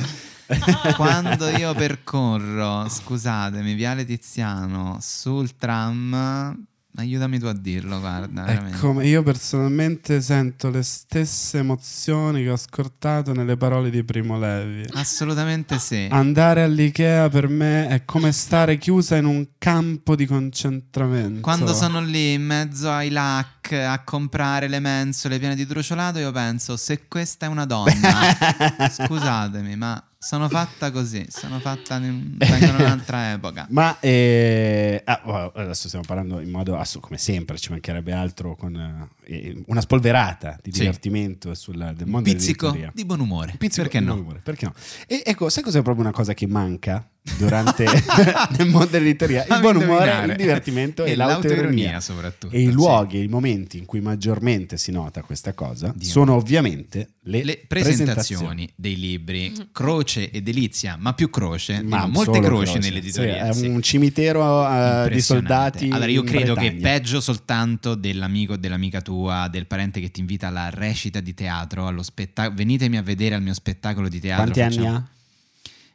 [SPEAKER 1] Quando io percorro, scusatemi, Viale Tiziano sul tram Aiutami tu a dirlo, guarda. veramente.
[SPEAKER 2] Ecco, io personalmente sento le stesse emozioni che ho ascoltato nelle parole di Primo Levi.
[SPEAKER 1] Assolutamente sì.
[SPEAKER 2] Andare all'IKEA per me è come stare chiusa in un campo di concentramento.
[SPEAKER 1] Quando
[SPEAKER 2] <laughs>
[SPEAKER 1] sono lì in mezzo ai lac a comprare le mensole piene di truciolato, io penso se questa è
[SPEAKER 2] <laughs>
[SPEAKER 1] una donna, scusatemi, ma sono fatta così, sono
[SPEAKER 2] <laughs>
[SPEAKER 1] fatta in vengo da un'altra epoca.
[SPEAKER 2] Ma eh, ah, oh, adesso stiamo parlando in modo ass- come sempre, ci mancherebbe altro con eh, una spolverata di
[SPEAKER 1] Sì.
[SPEAKER 2] divertimento sul del mondo
[SPEAKER 1] Pizzico
[SPEAKER 2] dell'editoria.
[SPEAKER 1] di buon umore.
[SPEAKER 2] Pizzico
[SPEAKER 1] Perché
[SPEAKER 2] di
[SPEAKER 1] no?
[SPEAKER 2] rumore, perché no? E ecco, sai cos'è proprio una cosa che manca durante <laughs> nel mondo dell'editoria? Il
[SPEAKER 1] Fammi
[SPEAKER 2] buon umore,
[SPEAKER 1] indovinare.
[SPEAKER 2] il divertimento e,
[SPEAKER 1] E
[SPEAKER 2] l'autoironia
[SPEAKER 1] l'autoironia soprattutto,
[SPEAKER 2] E i
[SPEAKER 1] sì.
[SPEAKER 2] luoghi e i momenti in cui maggiormente si nota questa cosa
[SPEAKER 1] Dio.
[SPEAKER 2] sono ovviamente le,
[SPEAKER 1] Le presentazioni dei libri, croce e delizia, ma più croce, ma Eh, molte
[SPEAKER 2] solo
[SPEAKER 1] croci
[SPEAKER 2] croce.
[SPEAKER 1] nell'editoria.
[SPEAKER 2] Sì,
[SPEAKER 1] sì.
[SPEAKER 2] è un cimitero eh, di
[SPEAKER 1] Impressionante.
[SPEAKER 2] soldati.
[SPEAKER 1] Allora, io
[SPEAKER 2] in
[SPEAKER 1] credo che
[SPEAKER 2] Bretagna.
[SPEAKER 1] peggio soltanto dell'amico o dell'amica tua, del parente che ti invita alla recita di teatro, allo spetta- Venitemi a vedere al mio spettacolo di teatro.
[SPEAKER 2] Quanti anni
[SPEAKER 1] facciamo-
[SPEAKER 2] ha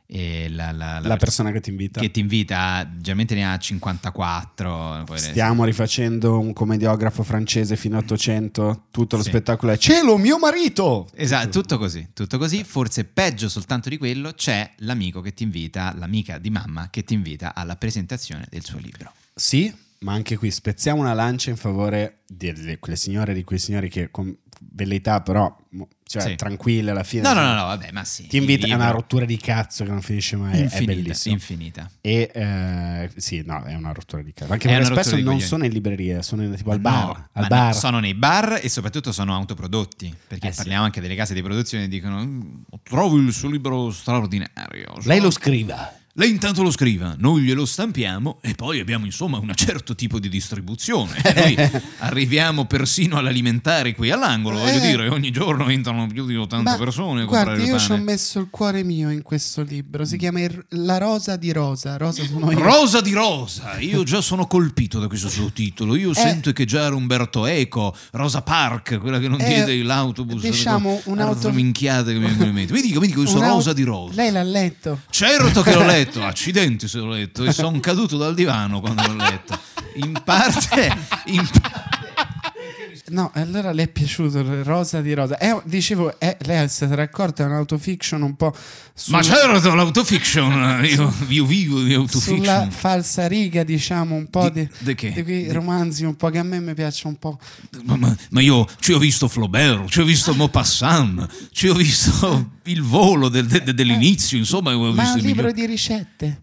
[SPEAKER 1] E la, la- la
[SPEAKER 2] la
[SPEAKER 1] pers-
[SPEAKER 2] persona che ti invita?
[SPEAKER 1] che ti invita, generalmente ne ha 54. poi-
[SPEAKER 2] Stiamo rifacendo un commediografo francese fino all'Ottocento. Tutto lo
[SPEAKER 1] Sì.
[SPEAKER 2] spettacolo è Cielo, mio marito!
[SPEAKER 1] Esatto, tutto così, tutto così, forse peggio soltanto di quello c'è l'amico che ti invita, l'amica di mamma che ti invita alla presentazione del suo libro.
[SPEAKER 2] Sì, ma anche qui spezziamo una lancia in favore di, di quelle signore, di quei signori che con velleità però, mo- cioè
[SPEAKER 1] Sì.
[SPEAKER 2] tranquille alla fine.
[SPEAKER 1] No, no, no, no, vabbè, ma sì.
[SPEAKER 2] Ti invita
[SPEAKER 1] il
[SPEAKER 2] a una
[SPEAKER 1] libro-
[SPEAKER 2] rottura di cazzo che non finisce mai, è
[SPEAKER 1] infinita,
[SPEAKER 2] bellissimo.
[SPEAKER 1] infinita.
[SPEAKER 2] e eh, sì, no, è una rottura di cazzo. Anche
[SPEAKER 1] È
[SPEAKER 2] perché
[SPEAKER 1] una rottura
[SPEAKER 2] spesso
[SPEAKER 1] di
[SPEAKER 2] non
[SPEAKER 1] coglioni.
[SPEAKER 2] sono in libreria, sono in- tipo al
[SPEAKER 1] Ma
[SPEAKER 2] bar.
[SPEAKER 1] no, ma
[SPEAKER 2] al
[SPEAKER 1] no,
[SPEAKER 2] bar.
[SPEAKER 1] sono nei bar e soprattutto sono autoprodotti, perché
[SPEAKER 2] Eh sì.
[SPEAKER 1] parliamo anche delle case di produzione che dicono "Mm, trovo il suo libro straordinario.
[SPEAKER 2] Lei lo scriva.
[SPEAKER 1] Lei intanto lo scriva, noi glielo stampiamo e poi abbiamo insomma un certo tipo di
[SPEAKER 8] <laughs>
[SPEAKER 1] distribuzione. Noi arriviamo persino all'alimentare qui all'angolo, voglio
[SPEAKER 8] Eh.
[SPEAKER 1] dire, ogni giorno entrano più di 80
[SPEAKER 8] Ma
[SPEAKER 1] persone a comprare
[SPEAKER 8] Guardi,
[SPEAKER 1] il
[SPEAKER 8] io
[SPEAKER 1] pane. Mm.
[SPEAKER 8] ci ho messo il cuore mio in questo libro. Si chiama il- La rosa di Rosa. Rosa sono io.
[SPEAKER 1] Rosa di Rosa, io già sono colpito da questo suo titolo.
[SPEAKER 8] Eh.
[SPEAKER 1] Io sento che già era Umberto Eco, Rosa Park, quella che non
[SPEAKER 8] Eh,
[SPEAKER 1] diede l'autobus.
[SPEAKER 8] diciamo un'auto-
[SPEAKER 1] minchiata che mi viene in mente. Mi dica, mi dica, questo
[SPEAKER 8] Una-
[SPEAKER 1] Rosa di Rosa.
[SPEAKER 8] Lei l'ha letto.
[SPEAKER 1] Certo che l'ho letto, accidenti se l'ho letto, e sono caduto dal divano quando l'ho letto. In parte, in
[SPEAKER 8] No, e allora le è piaciuto il Rosa di Rosa. Eh, dicevo, eh, lei si sarà accorta, è un'autofiction un po'. su-
[SPEAKER 1] Ma certo, l'autofiction, io, io vivo di
[SPEAKER 8] Sulla
[SPEAKER 1] autofiction.
[SPEAKER 8] falsa riga, diciamo, un po'
[SPEAKER 1] Di-
[SPEAKER 8] di,
[SPEAKER 1] di che?
[SPEAKER 8] quei
[SPEAKER 1] Di-
[SPEAKER 8] romanzi un po' che a me mi piacciono un po'.
[SPEAKER 1] Ma, ma- ma io ci ho visto Flaubert, ci ho visto Maupassant, ci ho visto il volo del- de- dell'inizio, insomma, ho
[SPEAKER 8] Ma è
[SPEAKER 1] visto
[SPEAKER 8] un
[SPEAKER 1] il
[SPEAKER 8] libro
[SPEAKER 1] miglior-
[SPEAKER 8] di ricette.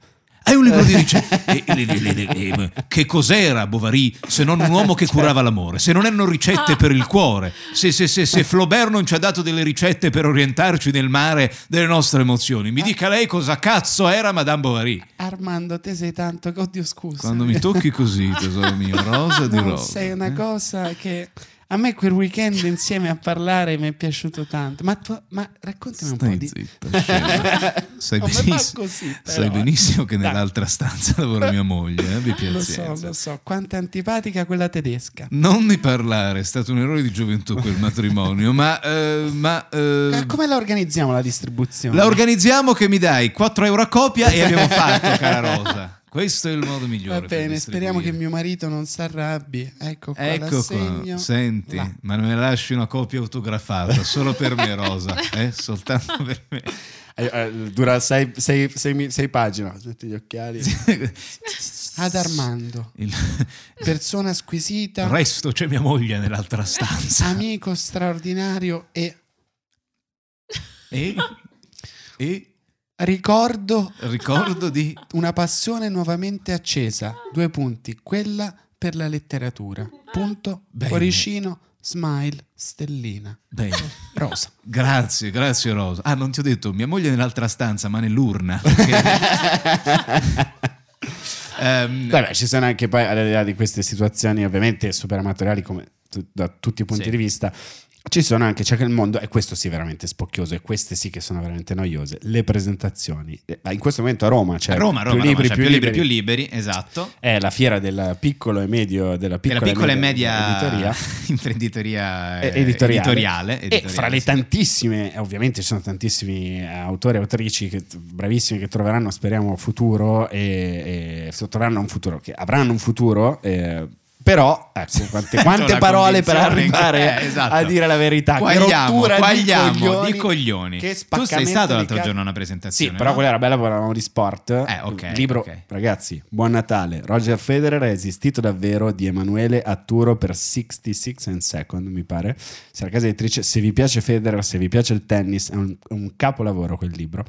[SPEAKER 1] È un <laughs> libro di ricette. E- e- e- e- e- e- che cos'era Bovary se non un uomo che curava l'amore? Se non erano ricette per il cuore, se, se- se- se Flaubert non ci ha dato delle ricette per orientarci nel mare delle nostre emozioni, mi dica lei cosa cazzo era Madame Bovary.
[SPEAKER 8] Armando, te sei tanto. Oddio, scusa.
[SPEAKER 1] Quando mi tocchi così, tesoro <laughs> mio, rosa di
[SPEAKER 8] No,
[SPEAKER 1] rosa. eh?
[SPEAKER 8] Sei una cosa che a me quel weekend insieme a parlare mi è piaciuto tanto. Ma, tu, ma raccontami un po'
[SPEAKER 1] Stai
[SPEAKER 8] di.
[SPEAKER 1] zitta, scema. <laughs> sai,
[SPEAKER 8] Come fa
[SPEAKER 1] benissimo,
[SPEAKER 8] così, però,
[SPEAKER 1] sai
[SPEAKER 8] eh.
[SPEAKER 1] benissimo che
[SPEAKER 8] Dai.
[SPEAKER 1] nell'altra stanza lavora mia moglie, eh? abbi
[SPEAKER 8] Lo
[SPEAKER 1] pazienza.
[SPEAKER 8] so, lo so. Quanto è antipatica quella tedesca.
[SPEAKER 1] Non ne parlare, è stato un errore di gioventù quel matrimonio, ma... eh, ma eh,
[SPEAKER 8] Eh, Come la organizziamo la distribuzione?
[SPEAKER 1] la organizziamo che mi dai 4 euro a copia
[SPEAKER 8] <laughs>
[SPEAKER 1] e abbiamo fatto, cara Rosa. Questo è il modo migliore.
[SPEAKER 8] Va
[SPEAKER 1] per
[SPEAKER 8] bene, speriamo che
[SPEAKER 1] distribuire.
[SPEAKER 8] mio marito non si arrabbi. Ecco qua,
[SPEAKER 1] Ecco qua,
[SPEAKER 8] l'assegno.
[SPEAKER 1] senti,
[SPEAKER 8] Là.
[SPEAKER 1] ma me lasci una copia autografata solo per me, Rosa,
[SPEAKER 8] <laughs>
[SPEAKER 1] eh? soltanto per me.
[SPEAKER 2] Eh, eh, Dura sei, sei- sei mi- sei pagine. Ho Tutti gli occhiali.
[SPEAKER 8] Ad Armando,
[SPEAKER 1] Il
[SPEAKER 8] persona squisita,
[SPEAKER 1] resto c'è mia moglie nell'altra
[SPEAKER 8] <laughs>
[SPEAKER 1] stanza.
[SPEAKER 8] amico straordinario e
[SPEAKER 1] E, e
[SPEAKER 8] ricordo
[SPEAKER 1] ricordo di
[SPEAKER 8] una passione nuovamente accesa. Due punti, quella per la letteratura. Punto,
[SPEAKER 1] Bene.
[SPEAKER 8] cuoricino, smile, stellina,
[SPEAKER 1] Bene.
[SPEAKER 8] rosa.
[SPEAKER 1] Grazie, grazie Rosa. Ah, non ti ho detto, mia moglie è nell'altra stanza, ma nell'urna.
[SPEAKER 2] <laughs>
[SPEAKER 1] perché- <laughs> Ehm,
[SPEAKER 2] Vabbè, ci sono anche poi, al di là di queste situazioni ovviamente super amatoriali come tu- da tutti i punti
[SPEAKER 1] Sì.
[SPEAKER 2] di vista, ci sono anche, c'è che il mondo, e questo sì veramente spocchioso, e queste sì che sono veramente noiose, le presentazioni. Eh, In questo momento a Roma c'è
[SPEAKER 1] a Roma, a Roma,
[SPEAKER 2] più
[SPEAKER 1] a Roma,
[SPEAKER 2] libri,
[SPEAKER 1] cioè,
[SPEAKER 2] più, libri,
[SPEAKER 1] più liberi, esatto.
[SPEAKER 2] È la fiera del piccolo e medio, della
[SPEAKER 1] Della
[SPEAKER 2] piccola,
[SPEAKER 1] piccola e
[SPEAKER 2] media
[SPEAKER 1] media
[SPEAKER 2] editoria.
[SPEAKER 1] <laughs> imprenditoria
[SPEAKER 2] Eh, editoriale.
[SPEAKER 1] eh, editoriale,
[SPEAKER 2] e
[SPEAKER 1] editoriale,
[SPEAKER 2] fra le
[SPEAKER 1] sì. <laughs>
[SPEAKER 2] tantissime, eh, ovviamente ci sono tantissimi eh, autori e autrici che, bravissimi che troveranno, speriamo, futuro e, e se troveranno un futuro, che avranno un futuro. eh, Però, ecco,
[SPEAKER 1] <laughs>
[SPEAKER 2] quante, quante
[SPEAKER 1] La
[SPEAKER 2] parole per
[SPEAKER 1] convinzione che-
[SPEAKER 2] arrivare
[SPEAKER 1] <laughs> eh, esatto.
[SPEAKER 2] a dire la verità. che
[SPEAKER 1] Quagliamo,
[SPEAKER 2] rottura
[SPEAKER 1] quagliamo
[SPEAKER 2] di coglioni.
[SPEAKER 1] Che
[SPEAKER 2] Che
[SPEAKER 1] tu sei
[SPEAKER 2] spaccamento
[SPEAKER 1] stato
[SPEAKER 2] di
[SPEAKER 1] l'altro
[SPEAKER 2] ca-
[SPEAKER 1] giorno a una presentazione.
[SPEAKER 2] Sì, però
[SPEAKER 1] no? Eh,
[SPEAKER 2] quella era bella, parlavamo di sport.
[SPEAKER 1] ok,
[SPEAKER 2] Libro,
[SPEAKER 1] ok.
[SPEAKER 2] ragazzi, Buon Natale. Roger Federer è esistito davvero di Emanuele Atturo per 66 and Second, mi pare. Se la casa editrice, se vi piace Federer, se vi piace il tennis, è un, è un capolavoro quel libro.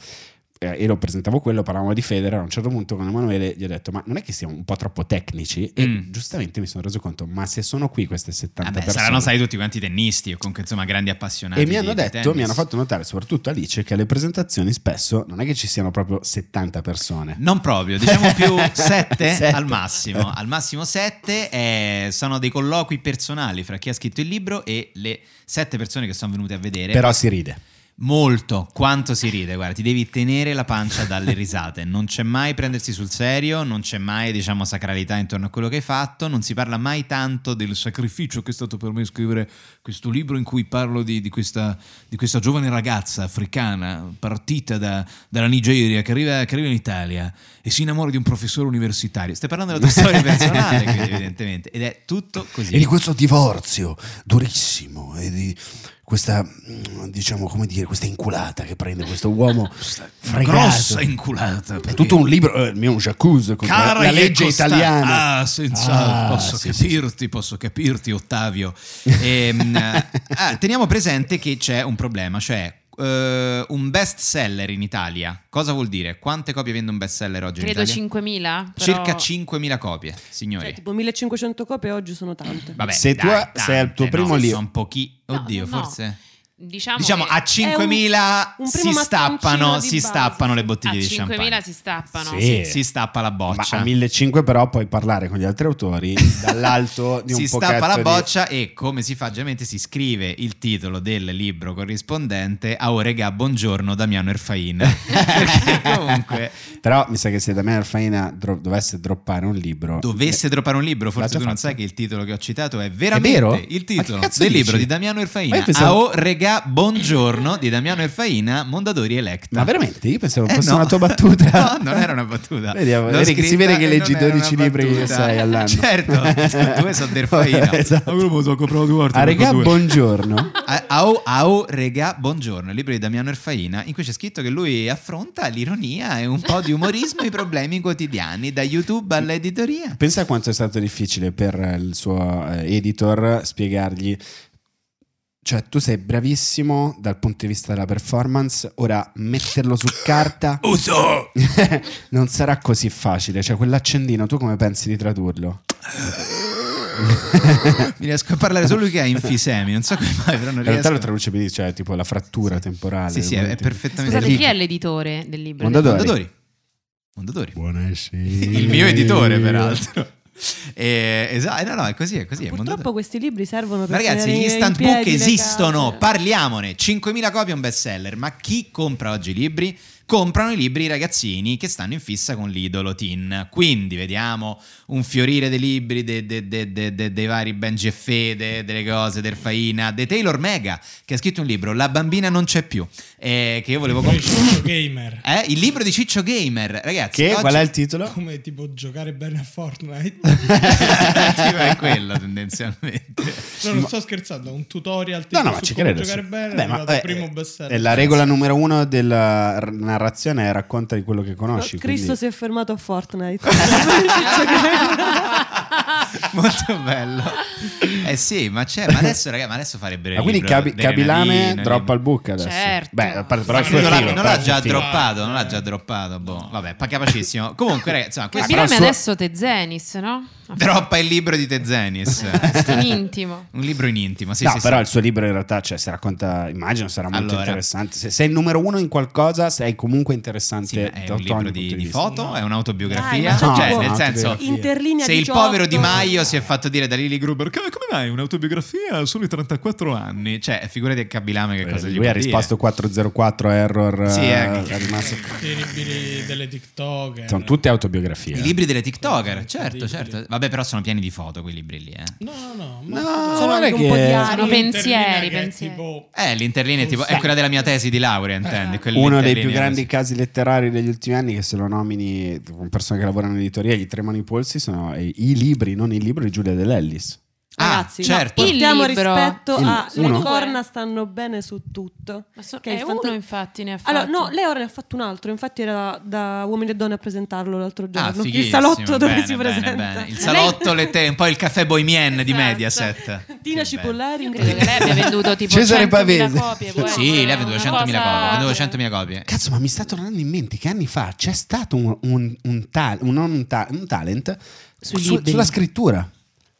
[SPEAKER 2] Eh, E lo presentavo quello, parlavamo di Federer. A un certo punto con Emanuele gli ho detto: Ma non è che siamo un po' troppo tecnici? E
[SPEAKER 1] Mm.
[SPEAKER 2] giustamente mi sono reso conto: Ma se sono qui queste 70
[SPEAKER 1] Vabbè,
[SPEAKER 2] persone,
[SPEAKER 1] saranno stati tutti quanti tennisti o comunque insomma grandi appassionati.
[SPEAKER 2] e mi hanno
[SPEAKER 1] di- di
[SPEAKER 2] detto,
[SPEAKER 1] tennis.
[SPEAKER 2] mi hanno fatto notare, soprattutto Alice, che alle presentazioni spesso non è che ci siano proprio 70 persone.
[SPEAKER 1] Non proprio, diciamo
[SPEAKER 2] <laughs>
[SPEAKER 1] più 7
[SPEAKER 2] Sette.
[SPEAKER 1] al massimo. Al massimo 7 sono dei colloqui personali fra chi ha scritto il libro e le 7 persone che sono venute a vedere.
[SPEAKER 2] Però si ride.
[SPEAKER 1] Molto, quanto si ride, guarda, ti devi tenere la pancia
[SPEAKER 9] <laughs>
[SPEAKER 1] dalle risate, non c'è mai prendersi sul serio, non c'è mai, diciamo, sacralità intorno a quello che hai fatto, non si parla mai tanto del sacrificio che è stato per me scrivere questo libro in cui parlo di, di questa, di questa giovane ragazza africana partita da- dalla Nigeria che arriva, che arriva in Italia e si innamora di un professore universitario. Stai parlando della tua
[SPEAKER 9] <laughs>
[SPEAKER 1] storia personale, quindi, evidentemente, ed è tutto così.
[SPEAKER 9] E di questo divorzio durissimo e di questa, mm, diciamo, come dire, questa inculata che prende
[SPEAKER 1] <laughs>
[SPEAKER 9] questo uomo fregato.
[SPEAKER 1] Grossa inculata.
[SPEAKER 9] È
[SPEAKER 1] perché-
[SPEAKER 9] tutto un libro, eh, il mio è un jacuzzi con la,
[SPEAKER 1] Cara
[SPEAKER 9] la legge
[SPEAKER 1] Iacosta-
[SPEAKER 9] italiana.
[SPEAKER 1] Ah, senz'altro,
[SPEAKER 9] Ah,
[SPEAKER 1] posso
[SPEAKER 9] sì, sì,
[SPEAKER 1] capirti, posso capirti, Ottavio. Ehm, ah, teniamo presente che c'è un problema, cioè eh, un best seller in Italia. Cosa vuol dire? Quante copie vende un best seller oggi
[SPEAKER 4] Credo
[SPEAKER 1] in Italia?
[SPEAKER 4] 5.000. però- Certo.
[SPEAKER 1] Circa 5.000 copie, signori.
[SPEAKER 6] Cioè, tipo 1500 copie oggi sono tante.
[SPEAKER 1] Vabbè,
[SPEAKER 2] Se
[SPEAKER 1] dai,
[SPEAKER 2] tu ha-
[SPEAKER 1] tante,
[SPEAKER 2] se è il tuo
[SPEAKER 1] no,
[SPEAKER 2] primo libro-
[SPEAKER 1] sono pochi.
[SPEAKER 4] No,
[SPEAKER 1] Oddio,
[SPEAKER 4] no, no.
[SPEAKER 1] forse.
[SPEAKER 4] Diciamo,
[SPEAKER 1] Diciamo
[SPEAKER 4] che
[SPEAKER 1] a 5.000
[SPEAKER 6] un primo
[SPEAKER 1] si stappano,
[SPEAKER 6] mattoncino di
[SPEAKER 1] si
[SPEAKER 6] base,
[SPEAKER 1] stappano le
[SPEAKER 6] sì.
[SPEAKER 4] a
[SPEAKER 1] bottiglie di
[SPEAKER 4] 5.000
[SPEAKER 1] champagne.
[SPEAKER 4] si stappano.
[SPEAKER 2] Sì.
[SPEAKER 1] Si stappa la
[SPEAKER 2] Ma
[SPEAKER 1] boccia.
[SPEAKER 2] a 1500 però puoi parlare con gli altri autori dall'alto
[SPEAKER 1] <laughs>
[SPEAKER 2] di un
[SPEAKER 1] si
[SPEAKER 2] pochetto
[SPEAKER 1] stappa la
[SPEAKER 2] di-
[SPEAKER 1] boccia e come si fa generalmente si scrive il titolo del libro corrispondente a Oh regà buongiorno
[SPEAKER 2] <laughs>
[SPEAKER 1] Damiano Erfain perché comunque
[SPEAKER 2] Però mi sa che se da me Alfaina dro- dovesse droppare un libro...
[SPEAKER 1] dovesse droppare un libro
[SPEAKER 2] L'ha
[SPEAKER 1] forse
[SPEAKER 2] già
[SPEAKER 1] tu non
[SPEAKER 2] fatto.
[SPEAKER 1] sai che il titolo che ho citato è
[SPEAKER 2] È
[SPEAKER 1] veramente
[SPEAKER 2] vero?
[SPEAKER 1] il
[SPEAKER 2] Ma
[SPEAKER 1] titolo
[SPEAKER 2] che cazzo
[SPEAKER 1] del
[SPEAKER 2] dici?
[SPEAKER 1] libro di Damiano
[SPEAKER 2] Ma
[SPEAKER 1] Erfaina
[SPEAKER 2] io pensavo-
[SPEAKER 1] a Oh regà buongiorno di Damiano Erfaina Mondadori Electa
[SPEAKER 2] Ma veramente? Io pensavo
[SPEAKER 1] Eh,
[SPEAKER 2] fosse
[SPEAKER 1] no.
[SPEAKER 2] una tua battuta.
[SPEAKER 1] <laughs> No, non era una battuta.
[SPEAKER 2] Vedi,
[SPEAKER 1] L'ho
[SPEAKER 2] vedi che si
[SPEAKER 1] scritta
[SPEAKER 2] vede che
[SPEAKER 1] e
[SPEAKER 2] leggi
[SPEAKER 1] non era
[SPEAKER 2] 12
[SPEAKER 1] una
[SPEAKER 2] libri che
[SPEAKER 1] battuta.
[SPEAKER 2] sai all'anno. <laughs>
[SPEAKER 1] Certo, due sono del Faina.
[SPEAKER 2] Esatto.
[SPEAKER 1] Ma quello me lo sono comprato due volte,
[SPEAKER 2] Ah,
[SPEAKER 1] me lo
[SPEAKER 2] regà,
[SPEAKER 1] sono due.
[SPEAKER 2] buongiorno.
[SPEAKER 1] A- Ao, ao, regà, buongiorno, il libro di Damiano Erfaina, in cui c'è scritto che lui affronta l'ironia e un po' di umorismo e i problemi quotidiani, da YouTube all'editoria.
[SPEAKER 2] Pensa quanto è stato difficile per il suo eh, editor spiegargli. Cioè, tu sei bravissimo dal punto di vista della performance, ora metterlo su carta
[SPEAKER 1] Uso!
[SPEAKER 2] non sarà così facile. Cioè, quell'accendino, tu come pensi di tradurlo?
[SPEAKER 1] Mi riesco a parlare solo che ha infisemi, non so come mai, però non
[SPEAKER 2] In realtà
[SPEAKER 1] riesco.
[SPEAKER 2] lo traduce benissimo, cioè, tipo la frattura temporale.
[SPEAKER 1] Sì, sì, è, è perfettamente...
[SPEAKER 4] Scusate,
[SPEAKER 2] Enrico.
[SPEAKER 4] chi è l'editore del libro?
[SPEAKER 2] Mondadori.
[SPEAKER 4] <laughs>
[SPEAKER 1] Mondadori. Mondadori.
[SPEAKER 2] Buonasera.
[SPEAKER 1] Il mio editore, peraltro. <laughs> Esatto, no, no, è così, è così. è
[SPEAKER 6] Purtroppo
[SPEAKER 1] Mondadori.
[SPEAKER 6] questi libri servono per
[SPEAKER 1] Ma ragazzi,
[SPEAKER 6] tenere
[SPEAKER 1] gli
[SPEAKER 6] in
[SPEAKER 1] instant
[SPEAKER 6] piedi
[SPEAKER 1] book
[SPEAKER 6] le
[SPEAKER 1] esistono,
[SPEAKER 6] case.
[SPEAKER 1] parliamone. 5.000 copie è un best seller, ma chi compra oggi i libri? Comprano i libri i ragazzini che stanno in fissa con l'idolo teen. Quindi vediamo un fiorire dei libri de- de- de- de- de- dei vari Benji e Fede, delle cose, del Faina, de Taylor Mega, che ha scritto un libro, La bambina non c'è più, eh, che io volevo
[SPEAKER 3] Poi
[SPEAKER 1] comprare.
[SPEAKER 3] c'è il gamer.
[SPEAKER 1] Eh, il libro di Ciccio Gamer, ragazzi.
[SPEAKER 2] Che?
[SPEAKER 1] oggi-
[SPEAKER 2] Qual è
[SPEAKER 1] <laughs>
[SPEAKER 2] il <laughs> titolo?
[SPEAKER 3] Come tipo giocare bene a
[SPEAKER 2] <laughs>
[SPEAKER 3] Fortnite.
[SPEAKER 1] tipo è quello tendenzialmente.
[SPEAKER 3] No, non sto scherzando, è un tutorial tipo
[SPEAKER 2] No, no, ma
[SPEAKER 3] su
[SPEAKER 2] ci
[SPEAKER 3] come
[SPEAKER 2] credo.
[SPEAKER 3] giocare
[SPEAKER 2] sì.
[SPEAKER 3] bene,
[SPEAKER 2] Beh,
[SPEAKER 3] è
[SPEAKER 2] ma,
[SPEAKER 3] arrivato
[SPEAKER 2] eh,
[SPEAKER 3] primo bestseller.
[SPEAKER 2] eh, la regola numero uno della r- narrazione è racconta di quello che
[SPEAKER 6] No,
[SPEAKER 2] conosci.
[SPEAKER 6] Cristo
[SPEAKER 2] quindi-
[SPEAKER 6] si è fermato a Fortnite.
[SPEAKER 1] <laughs> Molto bello. Eh sì, ma c'è, ma adesso, ragazzi, ma adesso farebbero
[SPEAKER 2] Ma quindi Cabi- Cabilame droppa il book adesso.
[SPEAKER 4] Certo.
[SPEAKER 2] Beh, a parte- però
[SPEAKER 3] Ma
[SPEAKER 2] il suo
[SPEAKER 1] non, l'ha,
[SPEAKER 2] figlio,
[SPEAKER 1] non
[SPEAKER 2] però
[SPEAKER 1] l'ha
[SPEAKER 2] il suo
[SPEAKER 1] già
[SPEAKER 2] figlio.
[SPEAKER 1] droppato, non l'ha già droppato. Boh, vabbè, pa- capacissimo. Comunque, ragazzi, insomma, questo
[SPEAKER 2] però
[SPEAKER 4] Capirai
[SPEAKER 2] il suo-
[SPEAKER 4] adesso Tezenis, no?
[SPEAKER 1] droppa il libro di Tezenis.
[SPEAKER 2] <laughs>
[SPEAKER 4] In intimo.
[SPEAKER 1] Un libro in intimo, sì,
[SPEAKER 2] no,
[SPEAKER 1] sì,
[SPEAKER 2] però
[SPEAKER 1] sì.
[SPEAKER 2] il suo libro in realtà, cioè, se racconta, immagino sarà molto
[SPEAKER 1] Allora.
[SPEAKER 2] interessante. Se sei il numero uno in qualcosa, sei comunque interessante.
[SPEAKER 1] Sì, ma è
[SPEAKER 2] da
[SPEAKER 1] un
[SPEAKER 2] ogni
[SPEAKER 1] libro
[SPEAKER 2] punto
[SPEAKER 1] di,
[SPEAKER 2] di
[SPEAKER 1] di
[SPEAKER 2] vista.
[SPEAKER 1] foto,
[SPEAKER 3] No.
[SPEAKER 1] è
[SPEAKER 6] Dai,
[SPEAKER 1] un'autobiografia.
[SPEAKER 6] ma c'è
[SPEAKER 2] No,
[SPEAKER 1] cioè,
[SPEAKER 2] no,
[SPEAKER 1] nel senso,
[SPEAKER 2] autobiografia.
[SPEAKER 6] Interlinea
[SPEAKER 1] se il
[SPEAKER 6] 18.
[SPEAKER 1] povero Di Maio si è fatto dire da Lily Gruber come, come mai un'autobiografia a soli 34 anni? Cioè, figurati a Cabilame che cosa
[SPEAKER 2] Eh,
[SPEAKER 1] gli
[SPEAKER 2] Lui
[SPEAKER 1] può
[SPEAKER 2] ha
[SPEAKER 1] dire.
[SPEAKER 2] risposto 404 error.
[SPEAKER 1] Sì,
[SPEAKER 2] eh,
[SPEAKER 1] eh, che-
[SPEAKER 2] è
[SPEAKER 1] <laughs>
[SPEAKER 2] rimasto-
[SPEAKER 3] Terribili delle TikToker.
[SPEAKER 2] Sono tutte autobiografie. eh.
[SPEAKER 1] I libri delle
[SPEAKER 6] Eh,
[SPEAKER 1] TikToker, certo,
[SPEAKER 3] Incredibile.
[SPEAKER 1] certo. Vabbè, però sono pieni di foto quei libri lì, eh.
[SPEAKER 3] No, no, no. Ma
[SPEAKER 2] No,
[SPEAKER 6] Sono
[SPEAKER 2] guarda
[SPEAKER 6] anche un po' di
[SPEAKER 2] che
[SPEAKER 4] Sono
[SPEAKER 6] aria.
[SPEAKER 4] pensieri,
[SPEAKER 3] Interlinea che è
[SPEAKER 4] pensieri.
[SPEAKER 1] <laughs>
[SPEAKER 3] tipo-
[SPEAKER 1] Eh, l'interlinea è tipo, è quella della mia tesi di laurea,
[SPEAKER 6] Eh.
[SPEAKER 1] intendi?
[SPEAKER 2] uno dei
[SPEAKER 1] quell'interlinea
[SPEAKER 2] più grandi
[SPEAKER 1] così.
[SPEAKER 2] casi letterari degli ultimi anni che se lo nomini con persone che lavorano in editoria gli tremano i polsi sono i, i libri, non il libro di Giulia De Lellis.
[SPEAKER 1] Ah,
[SPEAKER 6] Ragazzi,
[SPEAKER 1] certo.
[SPEAKER 6] no, portiamo
[SPEAKER 4] Il libro.
[SPEAKER 6] rispetto
[SPEAKER 2] Il-
[SPEAKER 6] a
[SPEAKER 2] uno.
[SPEAKER 6] le corna stanno bene su tutto.
[SPEAKER 4] Ma so-
[SPEAKER 6] Che è
[SPEAKER 4] è
[SPEAKER 6] il fanta-
[SPEAKER 4] uno, infatti, ne ha fatto.
[SPEAKER 6] Allora, no, lei ora ne ha fatto un altro, infatti era da Uomini e Donne a presentarlo l'altro
[SPEAKER 1] Ah,
[SPEAKER 6] giorno. il
[SPEAKER 1] fighissimo,
[SPEAKER 6] salotto dove
[SPEAKER 1] bene,
[SPEAKER 6] si
[SPEAKER 1] bene,
[SPEAKER 6] presenta.
[SPEAKER 1] bene. Il salotto, le te- un po' il caffè bohemian di
[SPEAKER 6] Esatto.
[SPEAKER 1] Mediaset.
[SPEAKER 6] <laughs> Tina
[SPEAKER 1] Che bello.
[SPEAKER 6] Cipollari, un
[SPEAKER 4] Credo che lei abbia venduto tipo
[SPEAKER 2] Cesare
[SPEAKER 4] 100.000
[SPEAKER 2] Pavese.
[SPEAKER 4] copie. può essere
[SPEAKER 1] Sì, lei ha venduto
[SPEAKER 4] una
[SPEAKER 1] 100.000 copie, ha venduto
[SPEAKER 4] cosa-
[SPEAKER 1] 100.000 copie.
[SPEAKER 2] Cazzo, ma mi sta tornando in mente che anni fa c'è stato un, un- un tal- un- non un ta- un talent
[SPEAKER 4] Sui
[SPEAKER 2] su-
[SPEAKER 4] libri.
[SPEAKER 2] sulla scrittura.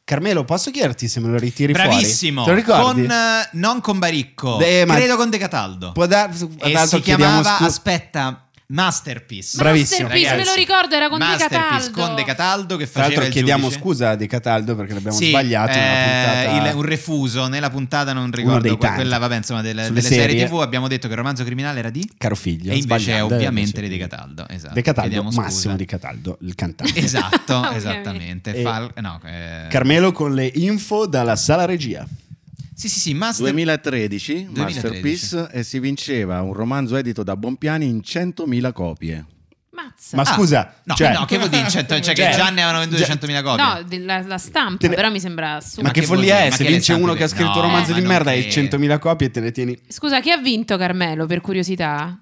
[SPEAKER 2] Carmelo, posso chiederti se me lo ritiri
[SPEAKER 1] Bravissimo,
[SPEAKER 2] fuori? Te lo ricordi?
[SPEAKER 1] Con, eh, non con Baricco,
[SPEAKER 2] Eh, ma-
[SPEAKER 1] credo con De Cataldo.
[SPEAKER 2] Può dar- ad
[SPEAKER 1] e
[SPEAKER 2] altro
[SPEAKER 1] si
[SPEAKER 2] chiediamo
[SPEAKER 1] chiamava,
[SPEAKER 2] scu-
[SPEAKER 1] aspetta, Masterpiece.
[SPEAKER 2] Bravissimo.
[SPEAKER 4] Masterpiece, me lo
[SPEAKER 1] Ragazzi,
[SPEAKER 4] ricordo, era con De
[SPEAKER 1] Masterpiece
[SPEAKER 4] Cataldo.
[SPEAKER 1] con De Cataldo che
[SPEAKER 2] Tra
[SPEAKER 1] faceva
[SPEAKER 2] l'altro
[SPEAKER 1] il
[SPEAKER 2] chiediamo
[SPEAKER 1] giudice.
[SPEAKER 2] scusa a De Cataldo perché l'abbiamo
[SPEAKER 1] Sì,
[SPEAKER 2] sbagliato nella
[SPEAKER 1] eh,
[SPEAKER 2] puntata.
[SPEAKER 1] il- un refuso nella puntata non ricordo
[SPEAKER 2] dei
[SPEAKER 1] que-
[SPEAKER 2] tanti.
[SPEAKER 1] quella vabbè insomma delle,
[SPEAKER 2] Sulle
[SPEAKER 1] delle serie.
[SPEAKER 2] serie.
[SPEAKER 1] tv abbiamo detto che il romanzo criminale era di
[SPEAKER 2] Caro figlio,
[SPEAKER 1] e invece è
[SPEAKER 2] sbagliato, eh,
[SPEAKER 1] ovviamente
[SPEAKER 2] invece-
[SPEAKER 1] di De Cataldo esatto.
[SPEAKER 2] De Cataldo,
[SPEAKER 1] Chiediamo scusa.
[SPEAKER 2] Massimo
[SPEAKER 1] <laughs>
[SPEAKER 2] Di Cataldo, il cantante.
[SPEAKER 1] esatto
[SPEAKER 4] <laughs> Ovviamente.
[SPEAKER 1] esattamente
[SPEAKER 2] E-
[SPEAKER 1] Fal- no, eh,
[SPEAKER 2] Carmelo con le info dalla sala regia.
[SPEAKER 1] sì sì sì Master
[SPEAKER 5] 2013,
[SPEAKER 1] 2013.
[SPEAKER 5] Masterpiece, e si vinceva un romanzo edito da Bompiani in 100.000 copie.
[SPEAKER 4] Mazza.
[SPEAKER 2] Ma
[SPEAKER 1] Ah,
[SPEAKER 2] scusa,
[SPEAKER 1] no,
[SPEAKER 2] cioè,
[SPEAKER 1] no che vuol dire cento- cioè che
[SPEAKER 2] Cioè-
[SPEAKER 1] già ne avevano venduto
[SPEAKER 2] Già-
[SPEAKER 1] 100.000 copie
[SPEAKER 4] No, de- la, la stampa,
[SPEAKER 2] Te ne-
[SPEAKER 4] però mi sembra assurdo.
[SPEAKER 2] ma che
[SPEAKER 1] vuol
[SPEAKER 2] follia
[SPEAKER 1] dire?
[SPEAKER 2] è
[SPEAKER 1] Ma
[SPEAKER 2] se
[SPEAKER 1] che le
[SPEAKER 2] vince
[SPEAKER 1] state
[SPEAKER 2] uno che ha
[SPEAKER 1] per-
[SPEAKER 2] scritto
[SPEAKER 1] no,
[SPEAKER 2] un romanzo
[SPEAKER 1] ma
[SPEAKER 2] di
[SPEAKER 1] non
[SPEAKER 2] merda e
[SPEAKER 1] credo.
[SPEAKER 2] 100.000 copie e te le tieni.
[SPEAKER 4] Scusa, chi ha vinto Carmelo, per curiosità?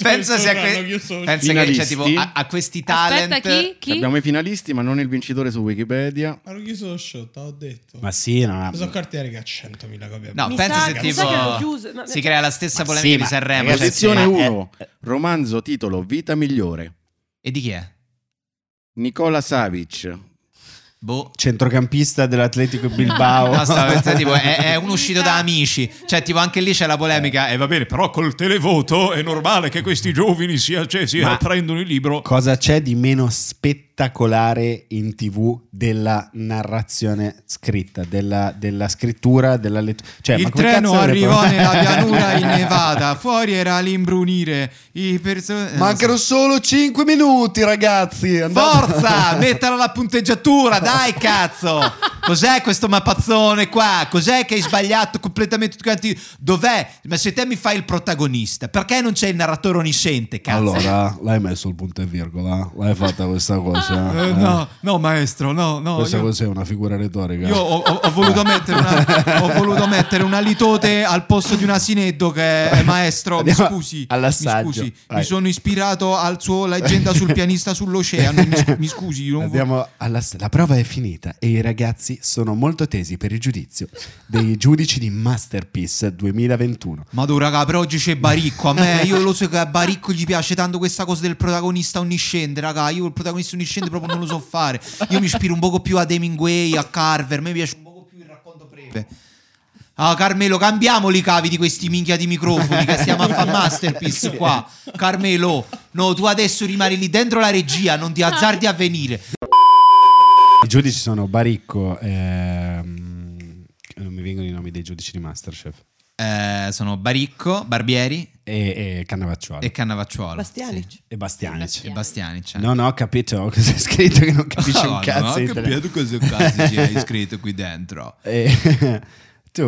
[SPEAKER 1] pensa se a, que- pensa che, cioè,
[SPEAKER 5] Finalisti.
[SPEAKER 1] tipo, a, a questi talent
[SPEAKER 4] Aspetta, chi? chi?
[SPEAKER 5] Abbiamo i finalisti, ma non il vincitore su Wikipedia.
[SPEAKER 3] Ma non chiuso lo show, te l'ho detto.
[SPEAKER 2] Ma sì, non ha...
[SPEAKER 3] Mi sono accorti che ha 100.000 copie.
[SPEAKER 1] no
[SPEAKER 6] Mi
[SPEAKER 1] pensa
[SPEAKER 6] sa-
[SPEAKER 1] se
[SPEAKER 6] mi sa che hanno
[SPEAKER 1] tipo
[SPEAKER 6] chiuso, ma-
[SPEAKER 1] si crea la stessa
[SPEAKER 2] Ma
[SPEAKER 1] polemica
[SPEAKER 2] sì,
[SPEAKER 1] di
[SPEAKER 2] ma-
[SPEAKER 1] Sanremo
[SPEAKER 2] ragazzi,
[SPEAKER 1] cioè,
[SPEAKER 5] Posizione
[SPEAKER 1] sì, ma-
[SPEAKER 5] 1, romanzo titolo Vita migliore,
[SPEAKER 1] eh, e di chi è?
[SPEAKER 5] Nicola Savic.
[SPEAKER 1] boh
[SPEAKER 2] Centrocampista <laughs> dell'Atletico Bilbao.
[SPEAKER 1] No, stavo pensando, tipo, è, è un uscito da amici. Cioè, tipo, anche lì c'è la
[SPEAKER 2] Eh.
[SPEAKER 1] polemica. E va bene, però col televoto è normale che questi giovani si, cioè, si
[SPEAKER 2] Ma-
[SPEAKER 1] prendono il libro.
[SPEAKER 2] Cosa c'è di meno spettacolare in tv della narrazione scritta, della, della scrittura, della lettura? Cioè, ma
[SPEAKER 1] il
[SPEAKER 2] come
[SPEAKER 1] treno
[SPEAKER 2] cazzo ne
[SPEAKER 1] arrivò
[SPEAKER 2] puoi-
[SPEAKER 1] nella pianura innevata, fuori era l'imbrunire. I perso-
[SPEAKER 2] <laughs> Mancano solo 5 minuti, ragazzi. Andate-
[SPEAKER 1] Forza, mettala alla punteggiatura, dai cazzo! Cos'è questo mappazzone qua? Cos'è che hai sbagliato completamente tutti quanti? Dov'è? Ma se te mi fai il protagonista, perché non c'è il narratore onnisciente, cazzo?
[SPEAKER 9] Allora, l'hai messo il punto e virgola? L'hai fatta questa cosa?
[SPEAKER 1] Eh,
[SPEAKER 9] eh?
[SPEAKER 1] no, no, maestro, no, no.
[SPEAKER 9] Questa
[SPEAKER 1] io-
[SPEAKER 9] cosa è una figura retorica.
[SPEAKER 1] Io ho, ho- ho voluto mettere una, ho voluto mettere una litote al posto di un asinetto che è maestro. Mi
[SPEAKER 2] Andiamo
[SPEAKER 1] scusi, mi,
[SPEAKER 2] all'assaggio,
[SPEAKER 1] scusi
[SPEAKER 2] vai.
[SPEAKER 1] mi sono ispirato al suo leggenda sul pianista sull'oceano. Mi, mi scusi, non vo-
[SPEAKER 2] Andiamo alla s- la prova è finita e i ragazzi sono molto tesi per il giudizio dei giudici di Masterpiece 2021.
[SPEAKER 1] Ma tu, raga, per oggi c'è Baricco. A me, io lo so che a Baricco gli piace tanto questa cosa del protagonista onnisciente, raga. Io il protagonista onnisciente proprio non lo so fare. Io mi ispiro un poco più a Hemingway, a Carver. A me piace un poco più il racconto breve. Ah, Carmelo, cambiamoli i cavi di questi minchia di microfoni che stiamo a fare masterpiece qua. Carmelo, no, tu adesso rimani lì dentro la regia, non ti azzardi a venire.
[SPEAKER 2] I giudici sono Baricco, ehm, non mi vengono i nomi dei giudici di Masterchef,
[SPEAKER 1] Eh, sono Baricco, Barbieri
[SPEAKER 2] e, e Cannavacciuolo e,
[SPEAKER 1] Cannavacciuolo.
[SPEAKER 6] Bastianic.
[SPEAKER 2] Bastianic.
[SPEAKER 4] Bastianic.
[SPEAKER 1] Bastianic. eh.
[SPEAKER 2] Non ho capito cosa è scritto che non
[SPEAKER 1] <laughs>
[SPEAKER 2] capisce un cazzo. di
[SPEAKER 1] Non ho
[SPEAKER 2] italiano.
[SPEAKER 1] capito cosa
[SPEAKER 2] <laughs>
[SPEAKER 1] cazzo ci hai scritto qui dentro.
[SPEAKER 2] E- <laughs> tu,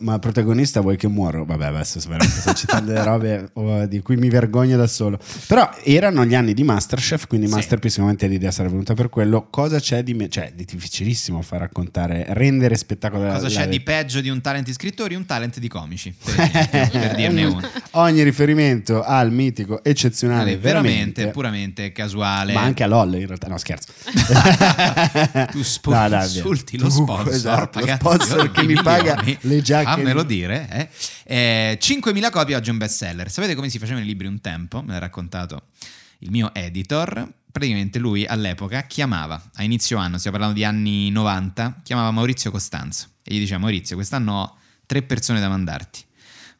[SPEAKER 2] ma protagonista vuoi che muoro? Vabbè, adesso veramente sto citando delle robe oh, di cui mi vergogno da solo. Però erano gli anni di Masterchef, quindi
[SPEAKER 1] Sì.
[SPEAKER 2] Masterpiece sicuramente l'idea sarà venuta per quello. Cosa c'è di me? Cioè, è difficilissimo far raccontare, rendere spettacolare.
[SPEAKER 1] Cosa
[SPEAKER 2] la-
[SPEAKER 1] c'è di peggio di un talent di scrittori? Un talent di comici, per, esempio, <laughs>
[SPEAKER 2] <laughs>
[SPEAKER 1] per
[SPEAKER 2] Eh,
[SPEAKER 1] dirne uno.
[SPEAKER 2] Ogni riferimento al mitico eccezionale,
[SPEAKER 1] Eh, Veramente,
[SPEAKER 2] veramente,
[SPEAKER 1] puramente casuale.
[SPEAKER 2] ma anche a LOL in realtà, <laughs> no
[SPEAKER 1] <laughs>
[SPEAKER 2] scherzo.
[SPEAKER 1] tu spo-
[SPEAKER 2] No, dai,
[SPEAKER 1] insulti
[SPEAKER 2] tu,
[SPEAKER 1] lo sponsor,
[SPEAKER 2] esatto, lo
[SPEAKER 1] pagati
[SPEAKER 2] sponsor che
[SPEAKER 1] dei
[SPEAKER 2] mi paga
[SPEAKER 1] milioni.
[SPEAKER 2] le giacche.
[SPEAKER 1] Fammelo
[SPEAKER 2] di-
[SPEAKER 1] dire, eh. Eh, 5.000 copie oggi è un best seller. Sapete come si facevano i libri un tempo? Me l'ha raccontato il mio editor. Praticamente lui all'epoca chiamava, a inizio anno, stiamo parlando di anni 90, chiamava Maurizio Costanzo e gli diceva Maurizio, quest'anno ho tre persone da mandarti.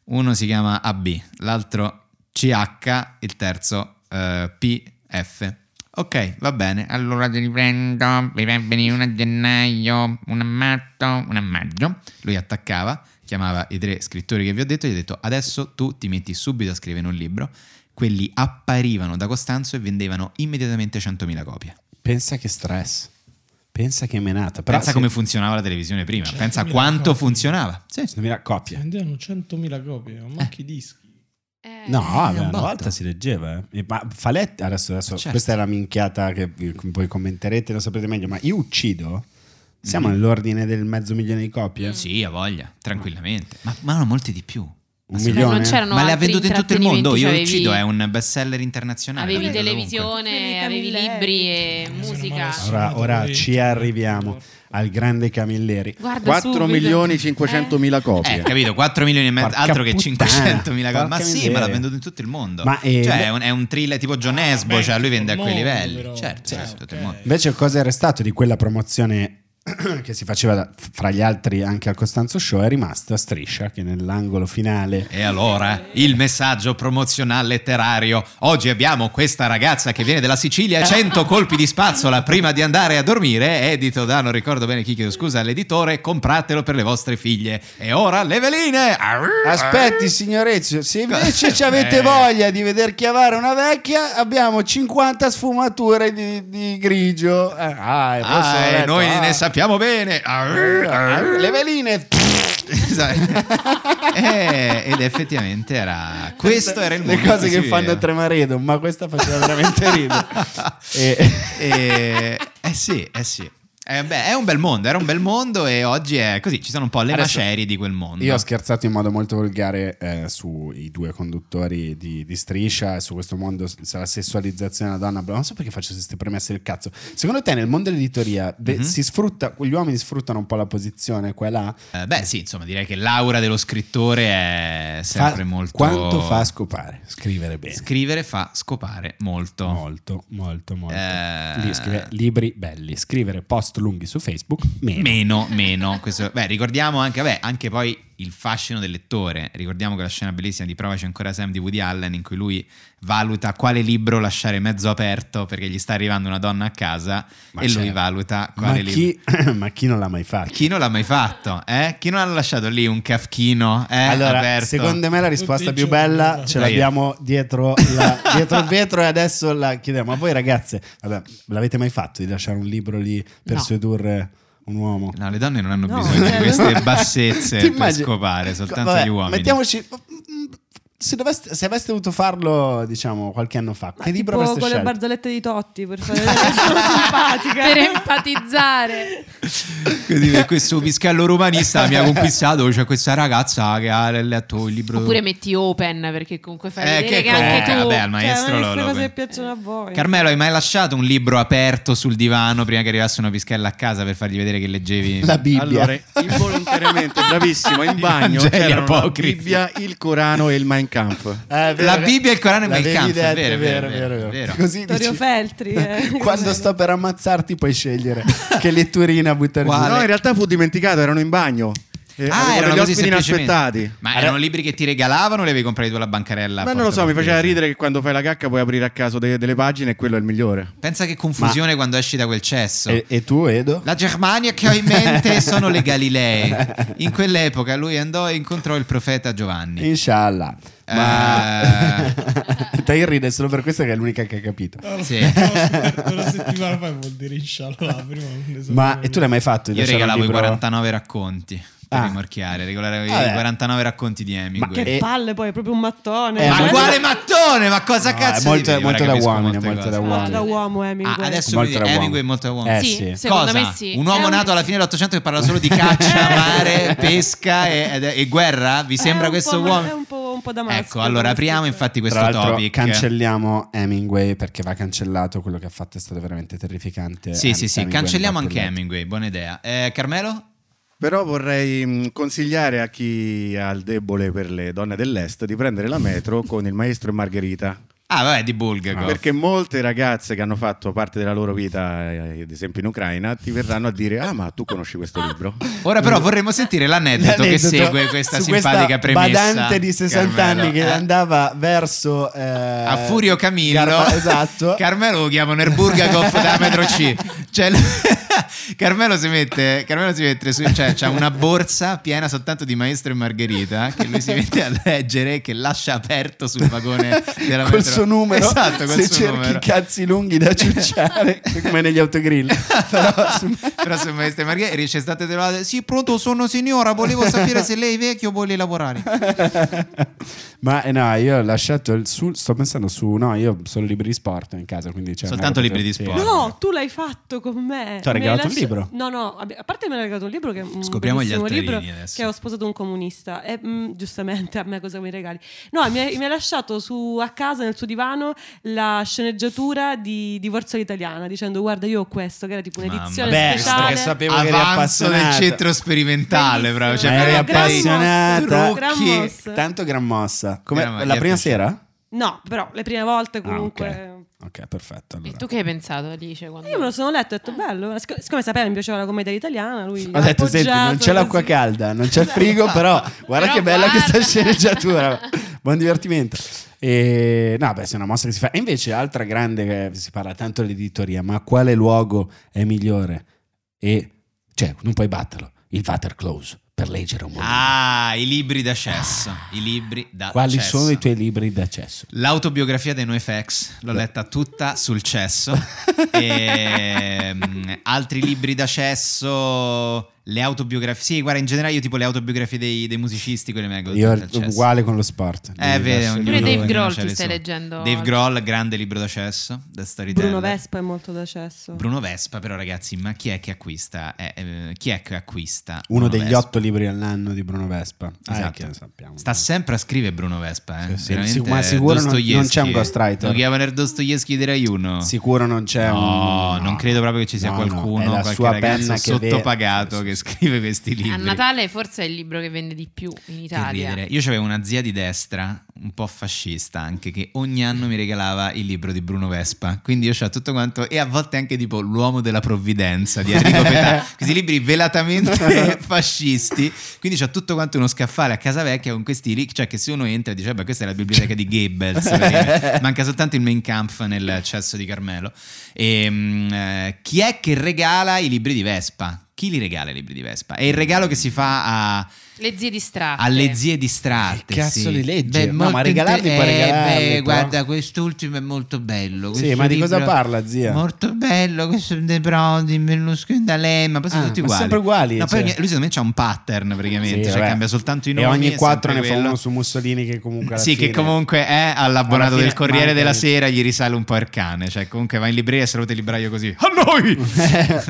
[SPEAKER 1] Uno si chiama AB, l'altro CH, il terzo eh, PF. Ok, va bene. Allora te li prendo, mi fai venire una a gennaio, una a marzo, una a maggio. Lui attaccava, chiamava i tre scrittori che vi ho detto e gli ha detto adesso tu ti metti subito a scrivere un libro. Quelli apparivano da Costanzo e vendevano immediatamente 100.000 copie.
[SPEAKER 2] Pensa che stress. Pensa che menata. Però
[SPEAKER 1] Pensa
[SPEAKER 2] se-
[SPEAKER 1] come funzionava la televisione prima, pensa
[SPEAKER 3] 100.000
[SPEAKER 1] quanto
[SPEAKER 3] copie.
[SPEAKER 1] funzionava. Sì.
[SPEAKER 2] se non mi raccopia.
[SPEAKER 6] Eh.
[SPEAKER 3] Vendevano 100.000 copie, ma che dischi.
[SPEAKER 4] Eh,
[SPEAKER 2] No, vabbè,
[SPEAKER 1] un
[SPEAKER 2] una
[SPEAKER 1] botto.
[SPEAKER 2] volta si leggeva. eh. E- Ma Faletti, adesso, adesso
[SPEAKER 1] Certo.
[SPEAKER 2] questa è la minchiata che voi commenterete, lo saprete meglio, ma io uccido. Siamo
[SPEAKER 1] Mm-hmm.
[SPEAKER 2] all'ordine del mezzo milione di copie?
[SPEAKER 1] Sì, ha voglia, tranquillamente. Ma, ma erano molti di più.
[SPEAKER 2] Un
[SPEAKER 4] però
[SPEAKER 2] milione?
[SPEAKER 4] non c'erano
[SPEAKER 1] ma le ha
[SPEAKER 4] altri
[SPEAKER 1] vendute in tutto il mondo. Io
[SPEAKER 4] intrattenimenti,
[SPEAKER 1] uccido, eh, è
[SPEAKER 4] cioè
[SPEAKER 1] un best seller internazionale.
[SPEAKER 4] Avevi,
[SPEAKER 1] lo
[SPEAKER 4] avevi
[SPEAKER 1] vedo ovunque.
[SPEAKER 4] televisione, avevi
[SPEAKER 6] Quindi Camilleri.
[SPEAKER 4] libri e musica.
[SPEAKER 3] male.
[SPEAKER 2] Ora, ora
[SPEAKER 3] Assolutamente.
[SPEAKER 2] ci arriviamo al grande Camilleri.
[SPEAKER 4] Guarda
[SPEAKER 5] 4
[SPEAKER 4] subito.
[SPEAKER 5] milioni 500 mila
[SPEAKER 1] Eh,
[SPEAKER 5] copie.
[SPEAKER 1] capito, 4 milioni e mezzo,
[SPEAKER 2] Porca
[SPEAKER 1] altro che
[SPEAKER 2] puttana,
[SPEAKER 1] 500 mila cose. Ma
[SPEAKER 2] porca
[SPEAKER 1] sì,
[SPEAKER 2] miseria.
[SPEAKER 1] ma l'ha venduto in tutto il mondo.
[SPEAKER 2] Ma, eh,
[SPEAKER 1] cioè,
[SPEAKER 2] le-
[SPEAKER 1] è un, è un thriller tipo John
[SPEAKER 3] Ah,
[SPEAKER 1] Esbo,
[SPEAKER 3] beh,
[SPEAKER 1] cioè lui vende a
[SPEAKER 3] tutto
[SPEAKER 1] quei
[SPEAKER 3] il mondo,
[SPEAKER 1] livelli.
[SPEAKER 3] però.
[SPEAKER 1] Certo,
[SPEAKER 3] Sì,
[SPEAKER 1] sì, tutto il
[SPEAKER 3] ok.
[SPEAKER 1] mondo.
[SPEAKER 2] Invece cosa è restato di quella promozione <clears throat> che si faceva da- fra gli altri anche al Costanzo Show è rimasta Striscia che nell'angolo finale
[SPEAKER 1] E allora il messaggio promozionale letterario. Oggi abbiamo questa ragazza che viene dalla Sicilia, 100 colpi di spazzola prima di andare a dormire, edito da non ricordo bene chi chiedo scusa all'editore, compratelo per le vostre figlie. E ora le veline! Arr!
[SPEAKER 9] Aspetti, signorezzo, se invece ci avete
[SPEAKER 1] Eh.
[SPEAKER 9] voglia di veder chiavare una vecchia, abbiamo 50 sfumature di, di grigio. Eh, Ah, e forse
[SPEAKER 1] Ah,
[SPEAKER 9] ho
[SPEAKER 1] e
[SPEAKER 2] eh,
[SPEAKER 9] letto,
[SPEAKER 1] noi
[SPEAKER 9] ah.
[SPEAKER 1] ne sappiamo bene. Arr, arr.
[SPEAKER 9] Le veline.
[SPEAKER 1] Esatto. <laughs> Eh, ed effettivamente era questo era il
[SPEAKER 9] Le
[SPEAKER 1] mondo in
[SPEAKER 9] cose
[SPEAKER 1] cui
[SPEAKER 9] che
[SPEAKER 1] si
[SPEAKER 9] fanno
[SPEAKER 1] viveva.
[SPEAKER 9] tremaredo, ma questa faceva veramente
[SPEAKER 1] <laughs>
[SPEAKER 9] ridere. E-
[SPEAKER 1] Eh, eh sì, eh sì. Eh beh, è un bel mondo, era un bel mondo e oggi è così, ci sono un po' le
[SPEAKER 2] Adesso-
[SPEAKER 1] macerie di quel mondo.
[SPEAKER 2] Io ho scherzato in modo molto volgare eh, sui due conduttori di, di Striscia, su questo mondo, sulla sessualizzazione della donna. bla, Non so perché faccio queste premesse del cazzo. Secondo te nel mondo dell'editoria de-
[SPEAKER 1] Mhm.
[SPEAKER 2] si sfrutta, gli uomini sfruttano un po' la posizione qua e là?
[SPEAKER 1] Eh, beh sì, insomma direi che l'aura dello scrittore è
[SPEAKER 2] Fa-
[SPEAKER 1] sempre molto...
[SPEAKER 2] Quanto fa a scopare? Scrivere bene.
[SPEAKER 1] Scrivere fa scopare molto.
[SPEAKER 2] Molto, molto, molto.
[SPEAKER 1] Eh.
[SPEAKER 2] Lì scrive libri belli, scrivere post lunghi su Facebook, meno.
[SPEAKER 1] Meno, meno. Questo- beh, ricordiamo anche, vabbè, anche poi il fascino del lettore. Ricordiamo quella scena bellissima di Provaci ancora Sam di Woody Allen in cui lui valuta quale libro lasciare mezzo aperto perché gli sta arrivando una donna a casa
[SPEAKER 2] Ma
[SPEAKER 1] e lui
[SPEAKER 2] certo.
[SPEAKER 1] valuta
[SPEAKER 2] ma,
[SPEAKER 1] quale libro.
[SPEAKER 2] chi, <coughs> ma chi non l'ha mai fatto?
[SPEAKER 1] Chi non l'ha mai fatto? Eh? Chi non ha lasciato lì un cafchino eh,
[SPEAKER 2] Allora,
[SPEAKER 1] aperto?
[SPEAKER 2] secondo me la risposta
[SPEAKER 3] Tutti i
[SPEAKER 2] più
[SPEAKER 3] eh. giorni,
[SPEAKER 2] bella
[SPEAKER 3] guarda.
[SPEAKER 2] ce
[SPEAKER 1] Dai.
[SPEAKER 2] l'abbiamo dietro,
[SPEAKER 6] <laughs>
[SPEAKER 2] la- dietro il vetro e adesso la chiediamo. A voi ragazze, vabbè, l'avete mai fatto di lasciare un libro lì per
[SPEAKER 4] No.
[SPEAKER 2] sedurre un uomo?
[SPEAKER 1] No, le donne non hanno
[SPEAKER 6] No,
[SPEAKER 1] bisogno di
[SPEAKER 6] eh,
[SPEAKER 1] queste
[SPEAKER 2] <laughs>
[SPEAKER 6] no.
[SPEAKER 1] bassezze
[SPEAKER 2] Ti
[SPEAKER 1] per
[SPEAKER 2] immagini-
[SPEAKER 1] scopare, soltanto
[SPEAKER 2] Vabbè,
[SPEAKER 1] gli uomini.
[SPEAKER 2] Mettiamoci... Se, doveste- se aveste dovuto farlo, diciamo, qualche anno fa,
[SPEAKER 6] Ma
[SPEAKER 2] che libro
[SPEAKER 6] tipo
[SPEAKER 2] avreste
[SPEAKER 6] con le
[SPEAKER 2] scelto?
[SPEAKER 6] barzellette di Totti per <laughs> fare
[SPEAKER 4] <laughs>
[SPEAKER 6] sono Cioè, simpatica.
[SPEAKER 4] Per empatizzare.
[SPEAKER 1] <laughs> Quindi per questo piscello romanista mi ha conquistato, c'è questa ragazza che ha letto il libro...
[SPEAKER 4] Oppure metti open perché comunque fai
[SPEAKER 1] Eh,
[SPEAKER 4] vedere che,
[SPEAKER 1] che
[SPEAKER 4] anche
[SPEAKER 1] comunque,
[SPEAKER 4] tu.
[SPEAKER 1] vabbè, al maestro
[SPEAKER 6] cioè, ma
[SPEAKER 1] lo-
[SPEAKER 6] queste
[SPEAKER 1] lo-
[SPEAKER 6] cose che piacciono a voi.
[SPEAKER 1] Carmelo, hai mai lasciato un libro aperto sul divano prima che arrivasse una pischella a casa per fargli vedere
[SPEAKER 5] <laughs>
[SPEAKER 1] che leggevi?
[SPEAKER 2] La Bibbia.
[SPEAKER 5] Allora, <laughs> involontariamente, bravissimo, in bagno
[SPEAKER 1] Vangeli
[SPEAKER 5] c'erano la
[SPEAKER 1] apocrifi.
[SPEAKER 5] Bibbia, il Corano e il Mein Kampf.
[SPEAKER 2] Eh, vero,
[SPEAKER 1] La
[SPEAKER 2] che-
[SPEAKER 1] Bibbia e il Corano e Mein
[SPEAKER 2] l'avevi
[SPEAKER 1] Kampf, è
[SPEAKER 2] detto,
[SPEAKER 1] vero, è vero, è vero.
[SPEAKER 2] Così
[SPEAKER 6] Vittorio
[SPEAKER 2] dici,
[SPEAKER 6] Feltri.
[SPEAKER 1] <laughs>
[SPEAKER 6] eh.
[SPEAKER 2] <laughs> quando sto per ammazzarti puoi scegliere che letturina buttare giù.
[SPEAKER 1] Quale?
[SPEAKER 5] No, in realtà fu dimenticato, erano in bagno. Eh, avevo
[SPEAKER 1] Ah, erano
[SPEAKER 5] degli
[SPEAKER 1] così
[SPEAKER 5] ospiti
[SPEAKER 1] semplicemente.
[SPEAKER 5] inaspettati. Eh,
[SPEAKER 1] Ma erano libri che ti regalavano o li avevi comprati tu alla bancarella? a
[SPEAKER 5] Ma non lo so, mi
[SPEAKER 1] Porta
[SPEAKER 5] faceva
[SPEAKER 1] Marchese?
[SPEAKER 5] ridere che quando fai la cacca puoi aprire a caso de- delle pagine e quello è il migliore.
[SPEAKER 1] Pensa che confusione quando esci da quel cesso.
[SPEAKER 5] Eh.
[SPEAKER 2] E, e tu, Edo?
[SPEAKER 1] La Germania che ho
[SPEAKER 5] <laughs>
[SPEAKER 1] in mente sono le Galilee. In quell'epoca lui andò e incontrò il profeta Giovanni.
[SPEAKER 2] Inshallah. Ma <laughs>
[SPEAKER 1] Eh.
[SPEAKER 2] Tahir ride solo per questo che è l'unica che ha capito.
[SPEAKER 1] Sì.
[SPEAKER 3] Una settimana fa vuol dire inshallah. Prima non ne so
[SPEAKER 2] Ma e tu l'hai mai fatto? di
[SPEAKER 1] Io
[SPEAKER 2] lasciare un
[SPEAKER 1] regalavo i
[SPEAKER 2] libro?
[SPEAKER 1] 49 racconti per
[SPEAKER 2] Ah.
[SPEAKER 1] rimorchiare, regalavo i
[SPEAKER 5] Ah,
[SPEAKER 2] Vabbè.
[SPEAKER 1] 49 racconti di Hemingway.
[SPEAKER 2] Ma
[SPEAKER 6] Che
[SPEAKER 2] Eh.
[SPEAKER 6] palle poi, è proprio un mattone.
[SPEAKER 2] Eh,
[SPEAKER 1] Ma
[SPEAKER 2] molto-
[SPEAKER 1] quale mattone? Ma cosa
[SPEAKER 2] No,
[SPEAKER 1] cazzo?
[SPEAKER 2] è molto-
[SPEAKER 1] dici?
[SPEAKER 2] è molto
[SPEAKER 1] Ora
[SPEAKER 2] da
[SPEAKER 1] capisco
[SPEAKER 2] uomini,
[SPEAKER 1] molte
[SPEAKER 2] è molto
[SPEAKER 1] cose.
[SPEAKER 2] da uomini.
[SPEAKER 6] Ah, da uomo
[SPEAKER 1] Ah,
[SPEAKER 6] Hemingway.
[SPEAKER 1] adesso
[SPEAKER 2] Molto
[SPEAKER 1] mi dici,
[SPEAKER 2] da uomo.
[SPEAKER 1] Hemingway è molto da uomo.
[SPEAKER 2] Eh,
[SPEAKER 4] sì,
[SPEAKER 2] sì.
[SPEAKER 4] secondo
[SPEAKER 1] Cosa?
[SPEAKER 4] me sì.
[SPEAKER 1] Un uomo
[SPEAKER 4] È un-
[SPEAKER 1] nato alla fine dell'Ottocento che parla
[SPEAKER 2] <laughs>
[SPEAKER 1] solo di
[SPEAKER 2] Eh.
[SPEAKER 1] caccia, mare, pesca e, e- e guerra? Vi
[SPEAKER 6] È
[SPEAKER 1] sembra
[SPEAKER 6] un
[SPEAKER 1] questo
[SPEAKER 6] po' ma-
[SPEAKER 1] uomo?
[SPEAKER 6] è un po'- un po' da maschio,
[SPEAKER 1] Ecco, allora
[SPEAKER 6] questo,
[SPEAKER 1] apriamo
[SPEAKER 6] cioè.
[SPEAKER 1] infatti
[SPEAKER 2] Tra
[SPEAKER 1] questo
[SPEAKER 2] l'altro,
[SPEAKER 1] topic.
[SPEAKER 2] cancelliamo Hemingway perché va cancellato quello che ha fatto, è stato veramente terrificante.
[SPEAKER 1] Sì, sì, sì,
[SPEAKER 2] Hemingway
[SPEAKER 1] cancelliamo
[SPEAKER 2] non va più
[SPEAKER 1] anche
[SPEAKER 2] letto.
[SPEAKER 1] Hemingway, buona idea. Eh, Carmelo?
[SPEAKER 5] Però vorrei mh, consigliare a chi ha il debole per le donne dell'est di prendere la metro con il maestro e Margherita.
[SPEAKER 1] Ah, vabbè, di Bulgakov.
[SPEAKER 5] Perché molte ragazze che hanno fatto parte della loro vita, eh, ad esempio in Ucraina, ti verranno a dire: Ah, ma tu conosci questo libro?
[SPEAKER 2] <laughs>
[SPEAKER 1] Ora però vorremmo sentire l'aneddoto, che
[SPEAKER 2] L'aneddoto
[SPEAKER 1] segue questa
[SPEAKER 2] su
[SPEAKER 1] simpatica
[SPEAKER 2] questa
[SPEAKER 1] premessa.
[SPEAKER 2] badante di 60
[SPEAKER 1] Carmelo.
[SPEAKER 2] anni che
[SPEAKER 1] Eh.
[SPEAKER 2] andava verso eh,
[SPEAKER 1] a Furio Camillo <laughs>
[SPEAKER 2] Garba- esatto
[SPEAKER 1] Carmelo lo chiamano il Burgakov da metro C cioè, <laughs> l- Carmelo si mette, Carmelo si mette su, cioè c'ha una borsa piena soltanto di maestro e margherita che lui si mette a leggere che lascia aperto sul vagone
[SPEAKER 2] <laughs>
[SPEAKER 1] della
[SPEAKER 9] col
[SPEAKER 1] metro.
[SPEAKER 9] suo numero
[SPEAKER 1] Esatto, col
[SPEAKER 9] se
[SPEAKER 1] suo
[SPEAKER 9] cerchi
[SPEAKER 1] numero.
[SPEAKER 9] cazzi lunghi
[SPEAKER 1] <laughs>
[SPEAKER 9] da ciucciare come negli autogrill però su-
[SPEAKER 1] Però se maestro e margherita riesce state trovate. Sì, pronto, sono signora, volevo sapere se lei è vecchio o vuole lavorare.
[SPEAKER 2] <laughs> Ma eh, no, io ho lasciato il sul. Sto pensando su. No, io sono libri di sport in casa. Quindi c'è una
[SPEAKER 1] Soltanto
[SPEAKER 2] roba
[SPEAKER 1] libri di
[SPEAKER 2] che-
[SPEAKER 1] sport.
[SPEAKER 6] No, tu l'hai fatto con me.
[SPEAKER 2] Ti ho
[SPEAKER 6] Mi hai
[SPEAKER 2] regalato un libro?
[SPEAKER 6] No, no, vabbè, a parte mi ha regalato un libro che è un
[SPEAKER 1] Scopriamo gli
[SPEAKER 6] bellissimo
[SPEAKER 1] altarini
[SPEAKER 6] libro
[SPEAKER 1] adesso.
[SPEAKER 6] che ho sposato un comunista. E, mm, giustamente a me cosa mi regali? No, mi hai- mi ha lasciato su, a casa nel suo divano la sceneggiatura di Divorzio all'italiana dicendo "Guarda, io ho questo", che era tipo
[SPEAKER 1] Mamma
[SPEAKER 6] un'edizione
[SPEAKER 1] mia.
[SPEAKER 2] Beh,
[SPEAKER 6] speciale.
[SPEAKER 2] perché sapevo che eri
[SPEAKER 1] Avanzo del
[SPEAKER 2] appassionato.
[SPEAKER 1] centro sperimentale,
[SPEAKER 6] Bellissimo.
[SPEAKER 1] bravo. Cioè,
[SPEAKER 2] Eri
[SPEAKER 1] proprio dei
[SPEAKER 2] appassionata.
[SPEAKER 1] trucchi.
[SPEAKER 6] Gran mossa.
[SPEAKER 2] Tanto gran mossa. Come
[SPEAKER 1] Gran- gli
[SPEAKER 2] la
[SPEAKER 1] è
[SPEAKER 2] prima
[SPEAKER 1] piaciuto.
[SPEAKER 2] sera?
[SPEAKER 6] No, però le prime volte
[SPEAKER 2] Ah,
[SPEAKER 6] comunque
[SPEAKER 2] ok. Ok, perfetto.
[SPEAKER 4] E
[SPEAKER 2] Allora.
[SPEAKER 4] tu che hai pensato, Alice? Quando...
[SPEAKER 6] Io me lo sono letto e ho detto bello, Sic- siccome sapeva mi piaceva la commedia italiana, lui
[SPEAKER 2] Ho detto, senti, non c'è l'acqua
[SPEAKER 6] che
[SPEAKER 2] calda, non c'è il frigo,
[SPEAKER 4] <laughs>
[SPEAKER 2] però guarda
[SPEAKER 4] Però
[SPEAKER 2] che bella
[SPEAKER 4] guarda. <laughs>
[SPEAKER 2] questa sceneggiatura. Buon divertimento. E, no, beh, è una mossa che si fa. E invece, altra grande, eh, si parla tanto dell'editoria, ma quale luogo è migliore? E, cioè, non puoi batterlo, il Water Close, per leggere un mondo.
[SPEAKER 1] Ah, i libri da cesso. I libri da
[SPEAKER 2] Ah. Quali
[SPEAKER 1] cesso.
[SPEAKER 2] sono i tuoi libri d'accesso?
[SPEAKER 1] L'autobiografia dei NoFX l'ho letta tutta
[SPEAKER 2] <laughs>
[SPEAKER 1] sul cesso. e, mm, altri libri da cesso. Le autobiografie. Sì, guarda, in generale io tipo le autobiografie dei, dei musicisti, quelle me le leggo
[SPEAKER 2] Io
[SPEAKER 1] tutte al cesso.
[SPEAKER 2] uguale con lo sport.
[SPEAKER 1] Eh, vero, ognuno
[SPEAKER 4] Pure Dave
[SPEAKER 1] ognuno
[SPEAKER 4] Grohl
[SPEAKER 1] c'ha
[SPEAKER 4] ti
[SPEAKER 1] le
[SPEAKER 4] stai
[SPEAKER 1] sue.
[SPEAKER 4] leggendo
[SPEAKER 1] Dave
[SPEAKER 4] oggi.
[SPEAKER 1] Grohl, grande libro da cesso, da storyteller.
[SPEAKER 6] Bruno Vespa è molto da cesso.
[SPEAKER 1] Bruno Vespa, però ragazzi, ma chi è che acquista? Eh, eh, chi è che acquista?
[SPEAKER 2] Uno
[SPEAKER 1] Bruno
[SPEAKER 2] degli
[SPEAKER 1] Vespa?
[SPEAKER 2] otto libri all'anno di Bruno Vespa. Ah,
[SPEAKER 1] Esatto.
[SPEAKER 2] che sappiamo.
[SPEAKER 1] Sta sempre a scrivere Bruno Vespa, eh?
[SPEAKER 2] Sì, sì,
[SPEAKER 1] Veramente,
[SPEAKER 2] sì, ma sicuro non-
[SPEAKER 1] Dostoevsky.
[SPEAKER 2] non c'è un ghostwriter.
[SPEAKER 1] Lo chiamano il Dostoevsky di Rai Uno.
[SPEAKER 2] Sicuro non c'è un.
[SPEAKER 1] no, non credo proprio che ci sia
[SPEAKER 2] No, no,
[SPEAKER 1] qualcuno,
[SPEAKER 2] è la
[SPEAKER 1] qualche
[SPEAKER 2] sua
[SPEAKER 1] ragazzo
[SPEAKER 2] penna che ve-
[SPEAKER 1] sottopagato che scrive questi libri.
[SPEAKER 4] A Natale forse è il libro che vende di più in
[SPEAKER 1] Che
[SPEAKER 4] Italia.
[SPEAKER 1] ridere. Io avevo una zia di destra, un po' fascista anche, che ogni anno mi regalava il libro di Bruno Vespa. Quindi io c'ho tutto quanto, e a volte anche tipo L'uomo della provvidenza di Enrico Petà. Questi libri velatamente fascisti. Quindi c'ho tutto quanto uno scaffale a casa vecchia con questi libri. Cioè, che se uno entra e dice, beh, questa è la biblioteca di Goebbels. perché Manca soltanto il main camp nel cesso di Carmelo. E, mm, eh, chi è che regala i libri di Vespa? Chi li regala i libri di Vespa? È il regalo che si fa a
[SPEAKER 4] Le zie distratte.
[SPEAKER 1] alle zie distratte.
[SPEAKER 2] Eh, Che cazzo
[SPEAKER 1] sì.
[SPEAKER 2] li legge? No,
[SPEAKER 1] molto
[SPEAKER 2] ma regalarli
[SPEAKER 1] inte-
[SPEAKER 2] puoi
[SPEAKER 1] eh,
[SPEAKER 2] regalarli, però.
[SPEAKER 1] guarda, quest'ultimo è molto bello.
[SPEAKER 2] Sì,
[SPEAKER 1] questo
[SPEAKER 2] ma di cosa
[SPEAKER 1] libro
[SPEAKER 2] parla, zia?
[SPEAKER 1] Molto bello, questo è De Brodi, Berlusconi, D'Alema, poi sono
[SPEAKER 2] Ah,
[SPEAKER 1] tutti
[SPEAKER 2] ma
[SPEAKER 1] uguali.
[SPEAKER 2] sempre uguali,
[SPEAKER 1] No, poi
[SPEAKER 2] cioè.
[SPEAKER 1] ogni- lui secondo me c'ha un pattern praticamente,
[SPEAKER 2] Sì,
[SPEAKER 1] cioè
[SPEAKER 2] vabbè.
[SPEAKER 1] cambia soltanto i nomi.
[SPEAKER 2] E ogni
[SPEAKER 1] è
[SPEAKER 2] quattro ne
[SPEAKER 1] sempre
[SPEAKER 2] fa
[SPEAKER 1] quello.
[SPEAKER 2] uno su Mussolini che comunque alla
[SPEAKER 1] Sì,
[SPEAKER 2] fine-
[SPEAKER 1] che
[SPEAKER 2] <laughs>
[SPEAKER 1] comunque è
[SPEAKER 2] Alla
[SPEAKER 1] all'abbonato
[SPEAKER 2] fine
[SPEAKER 1] del Corriere
[SPEAKER 2] manca
[SPEAKER 1] della
[SPEAKER 2] il-
[SPEAKER 1] Sera gli risale un po' il cane, cioè comunque va in libreria e saluta il libraio così. A
[SPEAKER 2] <laughs>
[SPEAKER 1] noi! <laughs>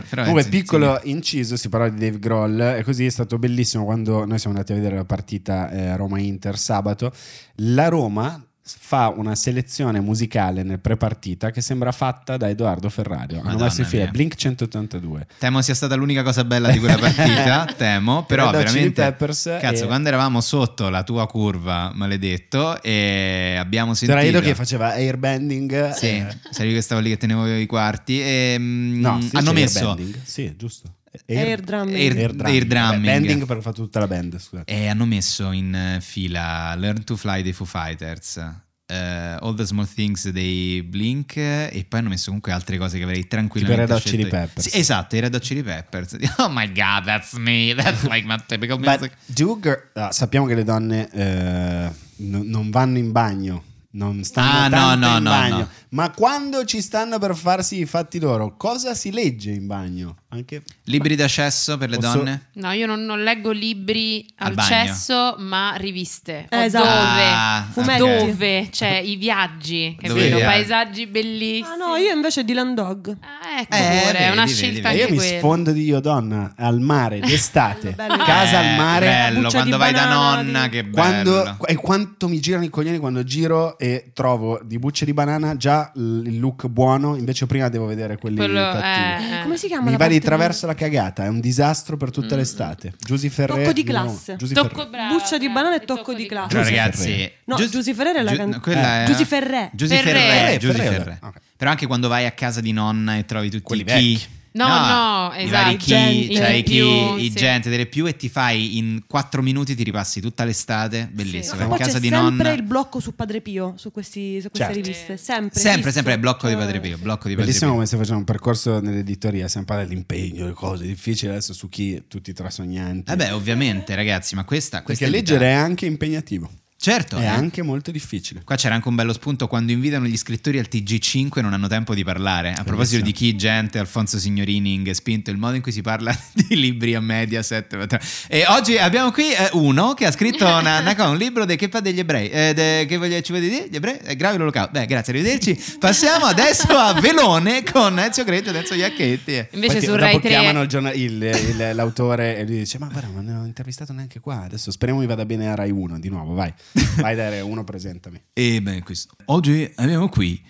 [SPEAKER 1] Però,
[SPEAKER 2] Comunque,
[SPEAKER 1] sì,
[SPEAKER 2] piccolo inciso, si parla di Dave Grohl e così è stato bellissimo quando noi siamo andati a vedere la partita eh, Roma-Inter sabato. La Roma fa una selezione musicale nel prepartita che sembra fatta da Edoardo Ferrario. Hanno
[SPEAKER 1] Madonna
[SPEAKER 2] messo in fila
[SPEAKER 1] mia.
[SPEAKER 2] Blink 182.
[SPEAKER 1] Temo sia stata l'unica cosa bella
[SPEAKER 2] <laughs>
[SPEAKER 1] di quella partita, temo, però
[SPEAKER 2] Red Hot Chili
[SPEAKER 1] veramente...
[SPEAKER 2] Peppers
[SPEAKER 1] cazzo,
[SPEAKER 2] e-
[SPEAKER 1] quando eravamo sotto la tua curva, maledetto, e abbiamo sentito...
[SPEAKER 2] C'era Edo che faceva airbending.
[SPEAKER 1] Sì, Mm,
[SPEAKER 2] eh,
[SPEAKER 1] sei io che stavo lì che tenevo i quarti e mm,
[SPEAKER 2] no, sì,
[SPEAKER 1] hanno
[SPEAKER 2] c'è
[SPEAKER 1] messo... Eh,
[SPEAKER 2] airbending. Sì, giusto.
[SPEAKER 6] Air drumming.
[SPEAKER 1] Air- air drumming.
[SPEAKER 2] Vabbè, Bending perché ho fatto tutta la band, scusate.
[SPEAKER 1] E hanno messo in eh, fila Learn to Fly dei Foo Fighters, eh, All the Small Things dei Blink eh, e poi hanno messo comunque altre cose che avrei tranquillamente
[SPEAKER 2] Red Hot
[SPEAKER 1] scelto
[SPEAKER 2] Chili
[SPEAKER 1] io.
[SPEAKER 2] Peppers.
[SPEAKER 1] Sì, esatto, i Red Hot Chili Peppers. <laughs> Oh my god, that's me, that's like my typical
[SPEAKER 2] But
[SPEAKER 1] music.
[SPEAKER 2] do gir- ah, sappiamo che le donne eh, no- non vanno in bagno, non stanno
[SPEAKER 1] Ah, no,
[SPEAKER 2] tanto
[SPEAKER 1] no,
[SPEAKER 2] in
[SPEAKER 1] no,
[SPEAKER 2] bagno.
[SPEAKER 1] no.
[SPEAKER 2] Ma quando ci stanno per farsi i fatti loro, cosa si legge in bagno? Anche
[SPEAKER 1] Libri d'accesso per le
[SPEAKER 2] Posso-
[SPEAKER 1] donne?
[SPEAKER 4] No, io non, non leggo libri
[SPEAKER 1] Al
[SPEAKER 4] al,
[SPEAKER 1] bagno.
[SPEAKER 4] cesso, ma riviste.
[SPEAKER 6] Eh,
[SPEAKER 4] O
[SPEAKER 6] esatto.
[SPEAKER 4] Dove?
[SPEAKER 1] Ah,
[SPEAKER 6] Fumetti.
[SPEAKER 4] Dove? Cioè, i viaggi,
[SPEAKER 1] Dove
[SPEAKER 4] capito?
[SPEAKER 1] viaggi?
[SPEAKER 4] Paesaggi bellissimi.
[SPEAKER 6] Ah no, io invece di Landog.
[SPEAKER 4] Ah, ecco
[SPEAKER 1] Eh,
[SPEAKER 4] pure, è una
[SPEAKER 1] vedi, vedi,
[SPEAKER 4] scelta
[SPEAKER 1] vedi.
[SPEAKER 4] anche
[SPEAKER 2] io mi
[SPEAKER 4] quella.
[SPEAKER 2] sfondo di io donna al
[SPEAKER 4] <laughs>
[SPEAKER 2] mare d'estate,
[SPEAKER 6] Bello, bello.
[SPEAKER 2] casa
[SPEAKER 1] Eh,
[SPEAKER 2] al mare.
[SPEAKER 1] bello,
[SPEAKER 6] buccia
[SPEAKER 1] quando
[SPEAKER 6] di
[SPEAKER 1] vai da
[SPEAKER 6] banane.
[SPEAKER 1] nonna, che bello.
[SPEAKER 2] Quando, e quanto mi girano i coglioni quando giro e trovo di bucce di banana già l- il look buono, invece prima devo vedere quelli
[SPEAKER 4] Quello,
[SPEAKER 2] cattivi.
[SPEAKER 4] eh, eh.
[SPEAKER 6] Come si chiama?
[SPEAKER 2] Mi
[SPEAKER 6] la
[SPEAKER 2] va di
[SPEAKER 6] parte
[SPEAKER 2] traverso la cagata, è un disastro per tutta l'estate. Giusi Ferré
[SPEAKER 6] Tocco di
[SPEAKER 2] Nuovo.
[SPEAKER 6] classe.
[SPEAKER 2] Giusy
[SPEAKER 4] Tocco,
[SPEAKER 2] Ferré.
[SPEAKER 4] brava,
[SPEAKER 6] Buccia di
[SPEAKER 4] brava,
[SPEAKER 6] banana e
[SPEAKER 4] il
[SPEAKER 6] tocco di
[SPEAKER 4] Ah.
[SPEAKER 6] classe.
[SPEAKER 1] Però
[SPEAKER 2] Giusy
[SPEAKER 1] ragazzi,
[SPEAKER 2] Ferré.
[SPEAKER 6] No,
[SPEAKER 1] Gius-
[SPEAKER 6] Giusy Ferré è la
[SPEAKER 1] Giu-
[SPEAKER 6] can-
[SPEAKER 1] no, quella
[SPEAKER 2] Eh.
[SPEAKER 1] è-
[SPEAKER 6] Giusy Ferré.
[SPEAKER 1] Giusy
[SPEAKER 4] Ferré.
[SPEAKER 1] Ferré,
[SPEAKER 2] Ferré,
[SPEAKER 1] Giusy
[SPEAKER 2] Ferré,
[SPEAKER 1] Ferré.
[SPEAKER 2] ok.
[SPEAKER 1] Però anche quando vai a casa di nonna e trovi tutti
[SPEAKER 2] Quelli
[SPEAKER 1] i chi.
[SPEAKER 2] vecchi.
[SPEAKER 4] No, no,
[SPEAKER 1] i
[SPEAKER 4] esatto.
[SPEAKER 1] vari
[SPEAKER 4] I
[SPEAKER 1] chi,
[SPEAKER 4] gente.
[SPEAKER 1] cioè
[SPEAKER 4] I
[SPEAKER 1] i chi,
[SPEAKER 4] più,
[SPEAKER 1] i
[SPEAKER 4] sì.
[SPEAKER 1] gente delle più e ti fai in quattro minuti ti ripassi tutta l'estate, bellissimo,
[SPEAKER 4] Sì.
[SPEAKER 1] in
[SPEAKER 6] Poi
[SPEAKER 1] casa
[SPEAKER 6] c'è
[SPEAKER 1] di
[SPEAKER 6] sempre
[SPEAKER 1] nonna.
[SPEAKER 6] il blocco su Padre Pio, su, questi- su queste
[SPEAKER 2] Certo.
[SPEAKER 6] riviste. Sempre,
[SPEAKER 1] Sempre,
[SPEAKER 6] fisso.
[SPEAKER 1] sempre blocco di
[SPEAKER 6] Cioè,
[SPEAKER 1] Padre Pio, blocco di Padre
[SPEAKER 2] Bellissimo
[SPEAKER 1] Pio.
[SPEAKER 2] come se facciamo un percorso nell'editoria, siamo parlando dell'impegno, le cose difficili adesso su chi tutti trasognanti.
[SPEAKER 1] Eh beh, ovviamente, ragazzi, ma questa, questa
[SPEAKER 2] Perché
[SPEAKER 1] è l'età.
[SPEAKER 2] leggere è anche impegnativo,
[SPEAKER 1] Certo,
[SPEAKER 2] è
[SPEAKER 1] eh.
[SPEAKER 2] anche molto difficile.
[SPEAKER 1] Qua c'era anche un bello spunto quando invitano gli scrittori al TG5 e non hanno tempo di parlare. A proposito di chi, gente, Alfonso Signorini, Inge Spinto, il modo in cui si parla <laughs> di libri a media, sette. E oggi abbiamo qui eh, uno che ha scritto una- una cosa, un libro de, che fa degli ebrei. Eh, de- che voglio, ci voglio dire? Gli ebrei? Eh, grave l'olocausto. Beh, grazie, arrivederci. Passiamo adesso a Velone con Ezio Greggio e Enzo Iacchetti.
[SPEAKER 4] Invece
[SPEAKER 2] Infatti,
[SPEAKER 4] su
[SPEAKER 2] dopo
[SPEAKER 4] Rai 3
[SPEAKER 2] chiamano il giorna- il- il- l'autore e lui dice: Ma guarda, ma non ho intervistato neanche qua. Adesso speriamo mi vada bene a Rai 1 di nuovo. Vai, vai, dai, Rai 1, presentami.
[SPEAKER 7] E beh, questo. Oggi abbiamo qui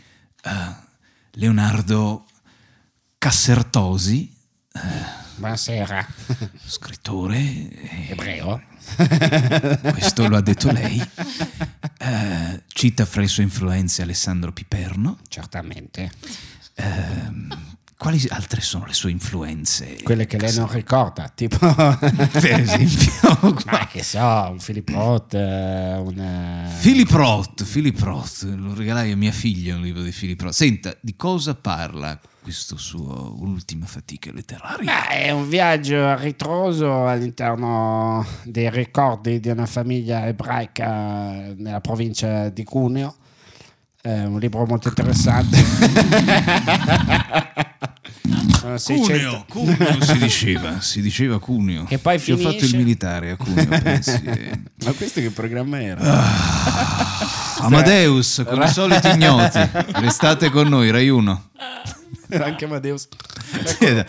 [SPEAKER 7] eh, Leonardo Cassertosi,
[SPEAKER 8] <laughs> Buonasera.
[SPEAKER 7] scrittore. eh,
[SPEAKER 2] <laughs>
[SPEAKER 8] Ebreo?
[SPEAKER 7] Questo lo ha detto lei. Eh, cita fra le sue influenze Alessandro Piperno.
[SPEAKER 8] Certamente.
[SPEAKER 7] Ehm, quali altre sono le sue influenze?
[SPEAKER 8] Quelle che lei non ricorda, <laughs> tipo...
[SPEAKER 7] <laughs> per esempio,
[SPEAKER 8] Ma che so, un Philip Roth, eh, un... eh,
[SPEAKER 7] Philip Roth, Philip Roth, lo regalai a mia figlia un libro di Philip Roth. Senta, di cosa parla questo suo ultima fatica letteraria?
[SPEAKER 8] Ma è un viaggio a ritroso all'interno dei ricordi di una famiglia ebraica eh, nella provincia di Cuneo. È un libro molto
[SPEAKER 7] <laughs>
[SPEAKER 8] interessante. Sono 600
[SPEAKER 7] Cuneo, Cuneo si diceva, si diceva Cuneo.
[SPEAKER 8] Eh, Che poi
[SPEAKER 7] Ci ho fatto il
[SPEAKER 8] finisce.
[SPEAKER 7] militare a Cuneo, pensi.
[SPEAKER 8] <laughs>
[SPEAKER 2] Ma questo che programma era?
[SPEAKER 1] Ah,
[SPEAKER 7] Amadeus, come i soliti ignoti, restate con noi, Rai 1.
[SPEAKER 2] Era anche Amadeus.
[SPEAKER 7] Ecco.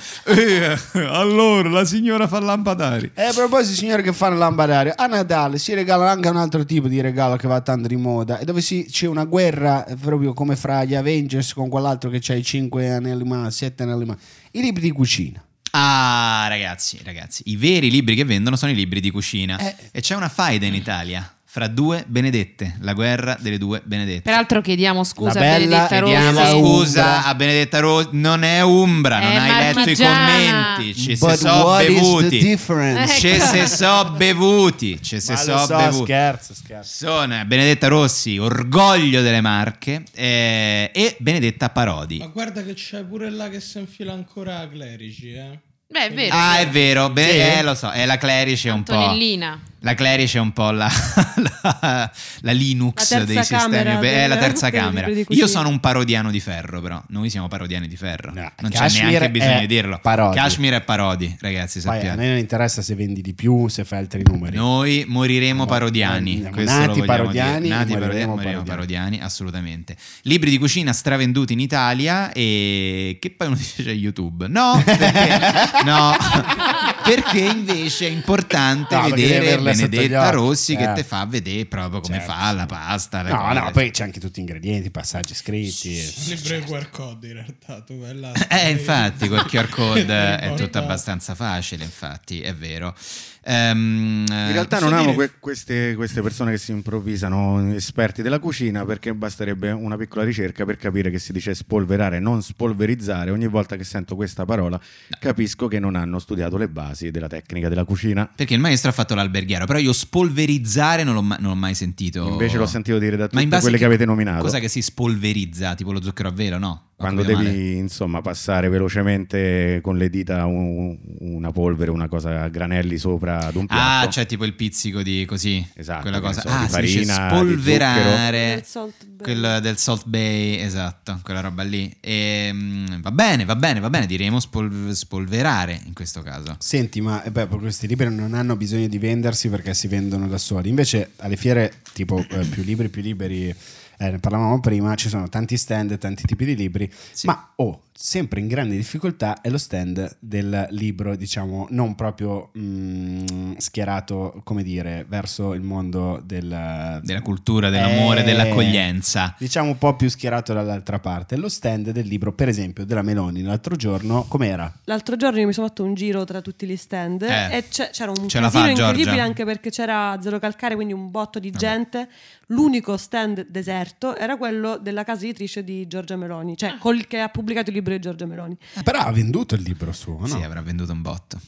[SPEAKER 7] allora, la signora fa lampadari.
[SPEAKER 2] E Eh, a proposito, signori che fanno lampadario, a Natale si regala anche un altro tipo di regalo che va tanto di moda, e dove si- c'è una guerra eh, proprio come fra gli Avengers con quell'altro che c'ha i 5 anelli ma 7 anelli ma i libri di cucina.
[SPEAKER 1] Ah, ragazzi, ragazzi, i veri libri che vendono sono i libri di cucina.
[SPEAKER 4] Eh.
[SPEAKER 1] E c'è una faida in Italia fra due benedette, la guerra delle due benedette.
[SPEAKER 4] Peraltro chiediamo scusa
[SPEAKER 2] La
[SPEAKER 4] a
[SPEAKER 2] bella
[SPEAKER 4] Benedetta
[SPEAKER 2] chiediamo
[SPEAKER 4] Rossi.
[SPEAKER 1] Scusa a Benedetta Rossi, non è Umbra, non
[SPEAKER 4] Eh,
[SPEAKER 1] hai
[SPEAKER 4] ma-
[SPEAKER 1] letto
[SPEAKER 4] ma
[SPEAKER 1] i
[SPEAKER 4] già.
[SPEAKER 1] commenti, ci se
[SPEAKER 2] But
[SPEAKER 1] so
[SPEAKER 2] what is the
[SPEAKER 1] bevuti.
[SPEAKER 2] difference?
[SPEAKER 4] Eh,
[SPEAKER 1] Ci
[SPEAKER 4] Ecco.
[SPEAKER 1] se so bevuti, ci se
[SPEAKER 2] Ma lo
[SPEAKER 1] so bevuti.
[SPEAKER 2] scherzo, scherzo.
[SPEAKER 1] Sono Benedetta Rossi, orgoglio delle Marche, eh, e Benedetta
[SPEAKER 3] Ma
[SPEAKER 1] Parodi.
[SPEAKER 3] guarda che c'è pure là che si infila ancora a Clerici, eh.
[SPEAKER 4] Beh, è vero.
[SPEAKER 1] Ah, è vero, Bene- eh, lo so, è la Clerice un po'.
[SPEAKER 4] Antonellina.
[SPEAKER 1] La Clerice è un po' la, <laughs> la- la Linux
[SPEAKER 6] La terza
[SPEAKER 1] dei sistemi,
[SPEAKER 6] camera
[SPEAKER 1] oper- è
[SPEAKER 6] del-
[SPEAKER 1] la terza
[SPEAKER 6] del
[SPEAKER 1] camera.
[SPEAKER 6] libro di
[SPEAKER 1] Io
[SPEAKER 6] cucina.
[SPEAKER 1] sono un parodiano di ferro, però noi siamo parodiani di ferro.
[SPEAKER 2] No,
[SPEAKER 1] non c'è
[SPEAKER 2] Kashmir
[SPEAKER 1] neanche bisogno
[SPEAKER 2] è
[SPEAKER 1] di dirlo.
[SPEAKER 2] parodi.
[SPEAKER 1] Kashmir è parodi, ragazzi,
[SPEAKER 2] Poi a
[SPEAKER 1] sappiate.
[SPEAKER 2] noi non interessa se vendi di più, se fai altri numeri.
[SPEAKER 1] Noi moriremo parodiani.
[SPEAKER 2] Siamo
[SPEAKER 1] questo lo
[SPEAKER 2] nati
[SPEAKER 1] vogliamo
[SPEAKER 2] parodiani
[SPEAKER 1] dire.
[SPEAKER 2] e
[SPEAKER 1] Nati
[SPEAKER 2] moriremo
[SPEAKER 1] parodiani, moriremo parodiani, assolutamente. Libri di cucina stravenduti in Italia e che poi uno <laughs> dice c'è YouTube.
[SPEAKER 2] <laughs>
[SPEAKER 1] No, perché, no, perché invece è importante
[SPEAKER 2] No, perché devi
[SPEAKER 1] vedere
[SPEAKER 2] averla sotto gli
[SPEAKER 1] Benedetta
[SPEAKER 2] occhi,
[SPEAKER 1] Rossi che
[SPEAKER 2] certo.
[SPEAKER 1] ti fa vedere proprio come
[SPEAKER 2] Certo,
[SPEAKER 1] fa la pasta. le
[SPEAKER 2] No,
[SPEAKER 1] cose.
[SPEAKER 2] no, poi c'è anche tutti gli ingredienti, passaggi scritti.
[SPEAKER 3] Libro di QR code in realtà, tu vai là.
[SPEAKER 1] <laughs> <laughs> Eh, infatti, col
[SPEAKER 3] <laughs>
[SPEAKER 1] QR
[SPEAKER 2] <laughs>
[SPEAKER 1] code
[SPEAKER 3] Libro
[SPEAKER 1] è
[SPEAKER 3] di
[SPEAKER 1] tutto abbastanza facile, infatti, è vero. Ehm,
[SPEAKER 5] In
[SPEAKER 1] eh,
[SPEAKER 5] realtà non
[SPEAKER 3] posso
[SPEAKER 5] amo
[SPEAKER 3] dire-
[SPEAKER 5] que- queste, queste persone che si improvvisano esperti della cucina perché basterebbe una piccola ricerca per capire che si dice spolverare, non spolverizzare. Ogni volta che sento questa parola capisco che non hanno studiato le basi della tecnica della cucina.
[SPEAKER 1] Perché il maestro ha fatto l'alberghiero, però io spolverizzare non l'ho, ma- non l'ho mai sentito.
[SPEAKER 5] Invece l'ho sentito dire da
[SPEAKER 1] Ma
[SPEAKER 5] tutte
[SPEAKER 1] in base
[SPEAKER 5] quelle che, avete nominato.
[SPEAKER 1] Cosa che si spolverizza, tipo lo zucchero a velo, no? Ho
[SPEAKER 5] Quando
[SPEAKER 1] capito
[SPEAKER 5] devi
[SPEAKER 1] male?
[SPEAKER 5] insomma passare velocemente con le dita un- una polvere, una cosa a granelli sopra ad un
[SPEAKER 1] Ah,
[SPEAKER 5] piatto.
[SPEAKER 1] c'è tipo il pizzico di così.
[SPEAKER 5] Esatto,
[SPEAKER 1] Quella
[SPEAKER 5] che
[SPEAKER 1] cosa.
[SPEAKER 5] ne so,
[SPEAKER 1] ah,
[SPEAKER 5] di
[SPEAKER 1] si dice
[SPEAKER 5] farina, di
[SPEAKER 1] spolverare.
[SPEAKER 6] Del Salt Bay.
[SPEAKER 1] Quella del Salt Bay, esatto, quella roba lì. E, mm, va bene, va bene, va bene, diremo spol- spolverare in questo caso.
[SPEAKER 2] Senti, ma eh beh, poi questi libri non hanno bisogno di vendersi perché si vendono da soli. Invece alle fiere, tipo eh, più libri, più liberi, eh, ne parlavamo prima, ci sono tanti stand, tanti tipi di libri,
[SPEAKER 1] Sì.
[SPEAKER 2] ma oh, sempre in grande difficoltà è lo stand del libro, diciamo, non proprio mm, schierato, come dire, verso il mondo del,
[SPEAKER 1] Della cultura, dell'amore,
[SPEAKER 2] Eh,
[SPEAKER 1] dell'accoglienza.
[SPEAKER 5] Eh,
[SPEAKER 2] Diciamo un po' più schierato dall'altra parte. Lo stand del libro, per esempio, della Meloni l'altro giorno, com'era?
[SPEAKER 6] L'altro giorno io mi sono fatto un giro tra tutti gli stand
[SPEAKER 1] Eh.
[SPEAKER 6] e c'è- c'era un
[SPEAKER 1] Ce la
[SPEAKER 6] casino
[SPEAKER 1] fa, Giorgia.
[SPEAKER 6] incredibile anche perché c'era zero calcare, quindi un botto di gente. l'unico stand deserto era quello della casa editrice di Giorgia Meloni, cioè col che ha pubblicato il libro di Giorgia Meloni.
[SPEAKER 2] Però ha venduto il libro suo, no?
[SPEAKER 1] Eh. Sì, avrà venduto un botto.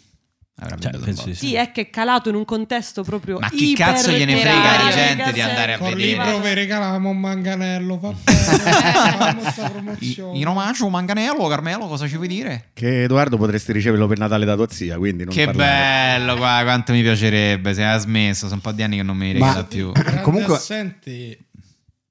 [SPEAKER 1] Avrà
[SPEAKER 2] Cioè,
[SPEAKER 1] venduto un
[SPEAKER 2] penso
[SPEAKER 1] botto.
[SPEAKER 2] di sì.
[SPEAKER 6] Sì, è che è calato in un contesto proprio
[SPEAKER 1] Ma chi
[SPEAKER 6] iper-
[SPEAKER 1] cazzo gliene frega
[SPEAKER 4] letterario,
[SPEAKER 1] alla gente
[SPEAKER 6] ragazzi,
[SPEAKER 1] di andare a
[SPEAKER 3] Col
[SPEAKER 1] vedere?
[SPEAKER 3] libro vi regalavamo un manganello,
[SPEAKER 1] <laughs>
[SPEAKER 3] va bene, facciamo sta promozione.
[SPEAKER 1] In omaggio, Manganello, Carmelo, cosa ci vuoi dire?
[SPEAKER 5] Che Edoardo potresti riceverlo per Natale da tua zia, quindi non
[SPEAKER 1] che
[SPEAKER 5] parlare.
[SPEAKER 1] bello, guarda, quanto mi piacerebbe. Se ha smesso, sono un po' di anni che non mi regala più.
[SPEAKER 3] Grande
[SPEAKER 2] Comunque-
[SPEAKER 3] assente,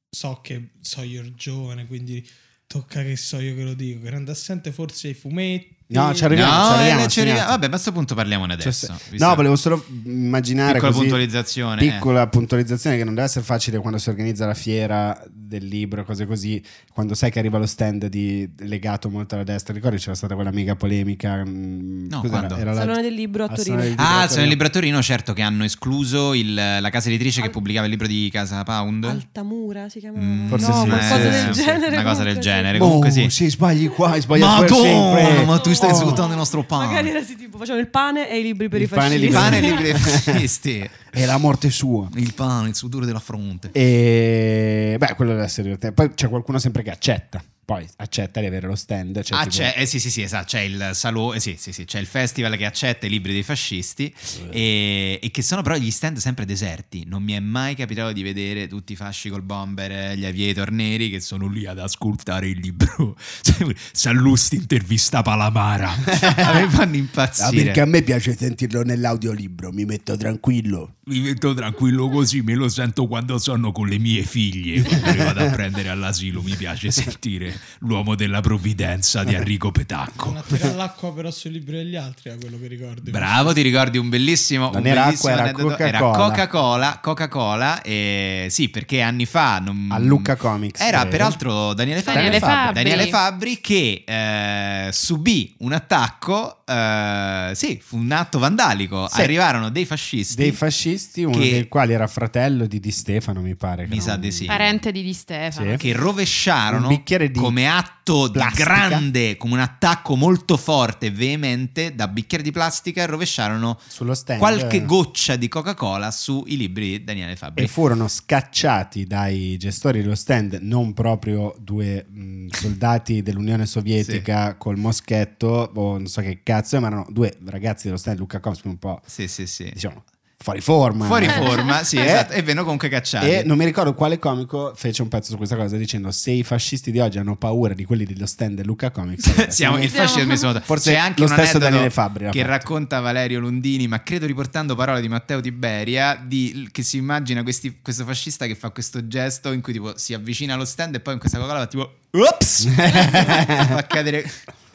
[SPEAKER 3] so che so io giovane, quindi tocca che so io che lo dico. Grande assente forse i fumetti.
[SPEAKER 2] No, ci
[SPEAKER 1] No,
[SPEAKER 2] arriviamo, ci arriviamo,
[SPEAKER 1] eh, ci arriviamo.
[SPEAKER 2] segnate.
[SPEAKER 1] Vabbè, ma a questo punto parliamone
[SPEAKER 2] Cioè,
[SPEAKER 1] adesso.
[SPEAKER 2] se-
[SPEAKER 1] visto-
[SPEAKER 2] no, volevo solo immaginare
[SPEAKER 1] Piccola
[SPEAKER 2] così-
[SPEAKER 1] puntualizzazione, eh.
[SPEAKER 2] Piccola puntualizzazione che non deve essere facile quando si organizza la fiera del libro, cose così, quando sai che arriva lo stand di- legato molto alla destra. Ricordi c'era stata quella mega polemica? mm,
[SPEAKER 1] No,
[SPEAKER 2] No,
[SPEAKER 1] quando?
[SPEAKER 6] Salone del libro a Torino.
[SPEAKER 1] Ah, sono il libro a Torino, certo, che hanno escluso il- la casa editrice che
[SPEAKER 6] Al-
[SPEAKER 1] pubblicava il libro di Casa Pound.
[SPEAKER 6] Altamura si chiamava.
[SPEAKER 1] Mm,
[SPEAKER 2] Forse
[SPEAKER 6] no,
[SPEAKER 2] sì,
[SPEAKER 6] qualcosa
[SPEAKER 2] eh,
[SPEAKER 6] del
[SPEAKER 1] sì,
[SPEAKER 6] genere.
[SPEAKER 1] Una cosa del
[SPEAKER 6] comunque, sì.
[SPEAKER 1] genere,
[SPEAKER 2] Oh,
[SPEAKER 1] comunque Boh, sì.
[SPEAKER 9] se sbagli qua, sbagli
[SPEAKER 1] Ma
[SPEAKER 9] qua
[SPEAKER 1] tu,
[SPEAKER 9] sempre.
[SPEAKER 1] ma tu stai
[SPEAKER 9] Oh.
[SPEAKER 1] svuotando il nostro pane.
[SPEAKER 6] Magari era sì, tipo facevano il pane e i libri per
[SPEAKER 2] Il
[SPEAKER 6] i
[SPEAKER 2] pane e i
[SPEAKER 6] fascisti.
[SPEAKER 1] il pane e
[SPEAKER 2] libri.
[SPEAKER 1] i libri dei fascisti.
[SPEAKER 9] È la morte sua.
[SPEAKER 1] Il pane, il sudore della fronte.
[SPEAKER 2] E beh, quello deve essere divertente. Poi c'è qualcuno sempre che accetta. Poi accetta di avere lo stand. Cioè
[SPEAKER 1] Ah,
[SPEAKER 2] tipo-
[SPEAKER 1] c'è, eh, sì, sì, sì, esatto, c'è il salone, eh, sì, sì, sì, c'è il festival che accetta i libri dei fascisti e, e che sono però gli stand sempre deserti. Non mi è mai capitato di vedere tutti i fasci col bomber, eh, gli aviator neri che sono lì ad ascoltare il libro. <laughs> Cioè, Sallusti intervista Palamara. A me fanno
[SPEAKER 9] Ah,
[SPEAKER 1] impazzire.
[SPEAKER 9] perché a me piace sentirlo nell'audiolibro, mi metto tranquillo.
[SPEAKER 1] Mi metto tranquillo così, me lo sento quando sono con le mie figlie, quando le vado a prendere all'asilo, mi piace sentire l'uomo della provvidenza di Enrico Petacco.
[SPEAKER 3] Non attirare l'acqua però sui libri degli altri, è quello che ricordo.
[SPEAKER 1] Bravo, ti ricordi un bellissimo.
[SPEAKER 2] Non
[SPEAKER 1] un
[SPEAKER 2] era
[SPEAKER 1] bellissimo
[SPEAKER 2] acqua, era
[SPEAKER 1] aneddoto?
[SPEAKER 2] Coca-Cola.
[SPEAKER 1] Coca-Cola. Coca-Cola, eh, sì, perché anni fa. non-
[SPEAKER 2] A Mm. Lucca Comics, Eh.
[SPEAKER 1] Era
[SPEAKER 2] credo.
[SPEAKER 1] peraltro Daniele Fabbri.
[SPEAKER 4] Daniele Fabbri.
[SPEAKER 1] Daniele Fabbri che eh, subì un attacco. eh, sì, fu un atto vandalico.
[SPEAKER 2] Sì.
[SPEAKER 1] Arrivarono dei fascisti.
[SPEAKER 2] Dei fascisti, uno
[SPEAKER 1] Che-
[SPEAKER 2] dei quali era fratello di Di Stefano, mi pare. che
[SPEAKER 1] Mi
[SPEAKER 2] non-
[SPEAKER 1] sa di sì.
[SPEAKER 4] Parente di Di Stefano.
[SPEAKER 2] Sì.
[SPEAKER 1] che rovesciarono
[SPEAKER 2] Un bicchiere di
[SPEAKER 1] come atto
[SPEAKER 2] plastica.
[SPEAKER 1] di grande, come un attacco molto forte e veemente da bicchiere di plastica, rovesciarono
[SPEAKER 2] Sullo stand.
[SPEAKER 1] qualche goccia di Coca-Cola sui libri di Daniele Fabbri.
[SPEAKER 2] eh. E furono scacciati dai gestori dello stand, non proprio due mh, soldati
[SPEAKER 1] <laughs>
[SPEAKER 2] dell'Unione Sovietica col moschetto, o non so che cazzo, ma erano due ragazzi dello stand, Luca Comics, un po'
[SPEAKER 1] Sì, sì, sì.
[SPEAKER 2] diciamo fuori forma. <laughs>
[SPEAKER 1] Fuori forma, sì,
[SPEAKER 2] Eh.
[SPEAKER 1] esatto. E vennero comunque cacciati.
[SPEAKER 2] E non mi ricordo quale comico fece un pezzo su questa cosa dicendo se i fascisti di oggi hanno paura di quelli dello stand del Luca Comics.
[SPEAKER 1] <laughs>
[SPEAKER 2] allora
[SPEAKER 1] <laughs> Siamo il
[SPEAKER 4] Siamo-
[SPEAKER 1] fascismo sono...
[SPEAKER 2] Forse
[SPEAKER 1] C'è anche
[SPEAKER 2] lo
[SPEAKER 1] un
[SPEAKER 2] stesso
[SPEAKER 1] aneddoto
[SPEAKER 2] Daniele Fabbri l'ha
[SPEAKER 1] che
[SPEAKER 2] fatto.
[SPEAKER 1] racconta Valerio Lundini, ma credo riportando parole di Matteo Tiberia, di- che si immagina questi- questo fascista che fa questo gesto in cui tipo si avvicina allo stand e poi in questa Coca-Cola fa tipo
[SPEAKER 2] <laughs>
[SPEAKER 1] "Ups!" fa cadere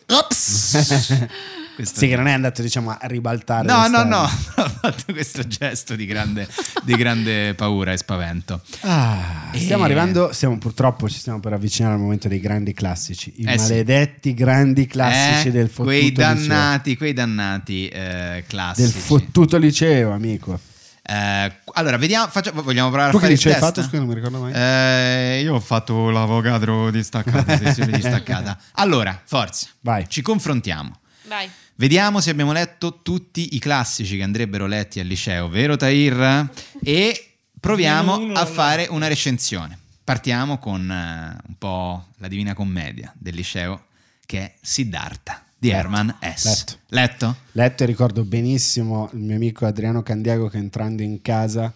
[SPEAKER 1] "Ups!" Questo
[SPEAKER 2] Sì, che non è andato diciamo a ribaltare.
[SPEAKER 1] No,
[SPEAKER 2] lo
[SPEAKER 1] no,
[SPEAKER 2] stand.
[SPEAKER 1] no, <laughs> ha fatto questo gesto di grande, di grande paura e spavento.
[SPEAKER 2] Ah, stiamo
[SPEAKER 1] Eh.
[SPEAKER 2] arrivando, stiamo, purtroppo ci stiamo per avvicinare al momento dei grandi classici, i
[SPEAKER 1] Eh sì.
[SPEAKER 2] maledetti grandi classici
[SPEAKER 1] Eh,
[SPEAKER 2] del fottuto
[SPEAKER 1] quei
[SPEAKER 2] liceo.
[SPEAKER 1] dannati, quei dannati eh, classici.
[SPEAKER 2] Del fottuto liceo, amico.
[SPEAKER 1] Eh, allora, vediamo, faccia- vogliamo provare
[SPEAKER 2] Tu
[SPEAKER 1] a
[SPEAKER 2] che
[SPEAKER 1] fare il
[SPEAKER 2] liceo hai
[SPEAKER 1] test?
[SPEAKER 2] fatto? Scusa, non mi ricordo mai.
[SPEAKER 1] Eh, io ho fatto l'avvocato
[SPEAKER 2] <laughs>
[SPEAKER 1] distaccato, sessione distaccata. Allora, forza.
[SPEAKER 2] Vai.
[SPEAKER 1] Ci confrontiamo.
[SPEAKER 4] Vai.
[SPEAKER 1] Vediamo se abbiamo letto tutti i classici che andrebbero letti al liceo, vero Tahir? E proviamo
[SPEAKER 3] Uno,
[SPEAKER 1] a
[SPEAKER 3] uno.
[SPEAKER 1] fare una recensione. Partiamo con eh, un po' la Divina Commedia del liceo, che è Siddhartha di
[SPEAKER 2] Letto.
[SPEAKER 1] Herman S.
[SPEAKER 2] Letto.
[SPEAKER 1] Letto?
[SPEAKER 2] Letto e ricordo benissimo il mio amico Adriano Candiago che entrando in casa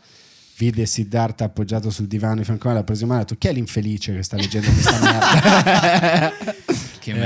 [SPEAKER 2] vide Siddhartha appoggiato sul divano di fianco a me, l'ha preso in mano e ha detto chi è l'infelice che sta leggendo
[SPEAKER 1] <laughs>
[SPEAKER 2] questa <laughs> merda? E ha detto,
[SPEAKER 1] Che
[SPEAKER 2] Sono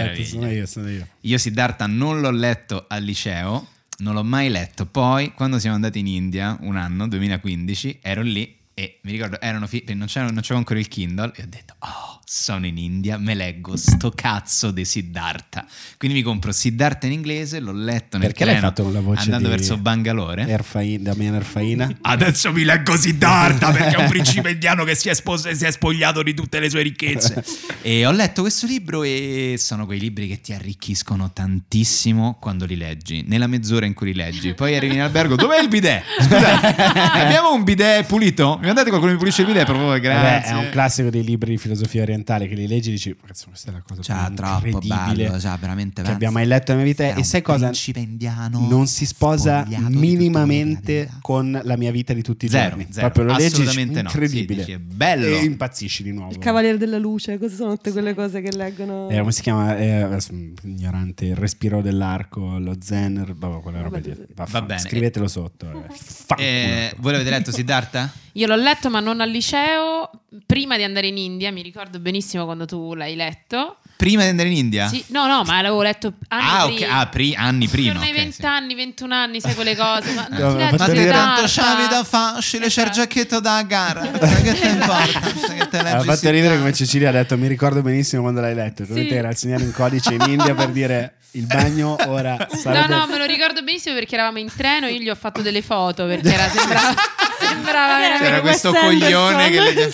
[SPEAKER 1] meraviglia.
[SPEAKER 2] io, sono io.
[SPEAKER 1] Io Siddhartha non l'ho letto al liceo, non l'ho mai letto. Poi, quando siamo andati in India, un anno, 2015, ero lì e mi ricordo, erano fi- non, c'era, non c'avevo ancora il Kindle e ho detto, oh, sono in India, me leggo sto cazzo di Siddhartha. Quindi mi compro Siddhartha in inglese, l'ho letto nel
[SPEAKER 2] Perché l'hai
[SPEAKER 1] treno
[SPEAKER 2] fatto con la voce
[SPEAKER 1] andando
[SPEAKER 2] di-
[SPEAKER 1] verso Bangalore.
[SPEAKER 2] Erfaina, Damiano Erfaina.
[SPEAKER 1] Adesso mi leggo Siddhartha <laughs> perché è un principe indiano che si è, spos- si è spogliato di tutte le sue ricchezze. e ho letto questo libro e sono quei libri che ti arricchiscono tantissimo quando li leggi, nella mezz'ora in cui li leggi. Poi arrivi in albergo, dov'è il bidet? Scusate, abbiamo un bidet pulito? Mi mandate qualcuno che mi pulisce il bidet? Proprio
[SPEAKER 2] Vabbè,
[SPEAKER 1] grazie.
[SPEAKER 2] è un classico dei libri di filosofia orientale che li leggi e dici, cazzo, questa è la cosa
[SPEAKER 1] Cioè,
[SPEAKER 2] più
[SPEAKER 1] troppo
[SPEAKER 2] incredibile
[SPEAKER 1] bello, cioè, veramente
[SPEAKER 2] che
[SPEAKER 1] pensa.
[SPEAKER 2] abbia mai letto nella mia vita.
[SPEAKER 1] Era
[SPEAKER 2] E
[SPEAKER 1] un
[SPEAKER 2] sai cosa?
[SPEAKER 1] principe indiano
[SPEAKER 2] non si sposa
[SPEAKER 1] spogliato di tutto quello che
[SPEAKER 2] minimamente
[SPEAKER 1] aveva.
[SPEAKER 2] con la mia vita di tutti i
[SPEAKER 1] Zero,
[SPEAKER 2] giorni.
[SPEAKER 1] zero,
[SPEAKER 2] Proprio lo leggi, dici,
[SPEAKER 1] assolutamente no. Sì,
[SPEAKER 2] incredibile.
[SPEAKER 1] dici, è bello.
[SPEAKER 2] E impazzisci di nuovo.
[SPEAKER 6] Il Cavaliere della Luce, queste sono tutte quelle cose che leggono.
[SPEAKER 2] Eh, come si chiama? Eh, adesso, mh, ignorante, il respiro dell'arco, lo zen, vabbè, quella roba
[SPEAKER 6] Vabbè,
[SPEAKER 2] lì.
[SPEAKER 6] sì.
[SPEAKER 2] Vaffanculo.
[SPEAKER 1] Va bene.
[SPEAKER 2] Scrivetelo sotto. vabbè. Fanculo.
[SPEAKER 1] Eh, voi l'avete letto Siddhartha?
[SPEAKER 4] Io l'ho letto, ma non al liceo. Prima di andare in India, mi ricordo benissimo quando tu l'hai letto.
[SPEAKER 1] Prima di andare in India?
[SPEAKER 4] Sì, no, no, ma l'avevo letto anni
[SPEAKER 1] ah, ok,
[SPEAKER 4] prima.
[SPEAKER 1] ah, pri- anni prima.
[SPEAKER 4] Torno ai
[SPEAKER 1] ok, sì.
[SPEAKER 4] 20 anni, 21 anni, sai quelle cose.
[SPEAKER 1] <laughs>
[SPEAKER 4] Ma,
[SPEAKER 2] Vabbè,
[SPEAKER 4] non ti
[SPEAKER 2] faccio
[SPEAKER 1] Ah. Ma
[SPEAKER 4] leggi
[SPEAKER 1] te
[SPEAKER 2] dire-
[SPEAKER 1] tanto
[SPEAKER 4] Siddhartha?
[SPEAKER 1] sciavi da facile, c'è il
[SPEAKER 4] Esatto.
[SPEAKER 1] giacchetto da gara.
[SPEAKER 4] <laughs>
[SPEAKER 1] che te importa? Se che
[SPEAKER 4] Eh,
[SPEAKER 1] te
[SPEAKER 2] Ha
[SPEAKER 1] leggi
[SPEAKER 2] fatto ridere
[SPEAKER 1] Siddhartha.
[SPEAKER 2] come Cecilia ha detto, mi ricordo benissimo quando l'hai letto.
[SPEAKER 4] Sì.
[SPEAKER 2] Dovete rassegnare un codice in India per dire il bagno ora
[SPEAKER 4] <laughs> No,
[SPEAKER 2] sarebbe...
[SPEAKER 4] no, me lo ricordo benissimo perché eravamo in treno. Io gli ho fatto delle foto perché
[SPEAKER 2] <laughs>
[SPEAKER 4] era, sembrava, sembrava veramente.
[SPEAKER 1] C'era questo
[SPEAKER 6] Wes Anderson.
[SPEAKER 1] coglione che le-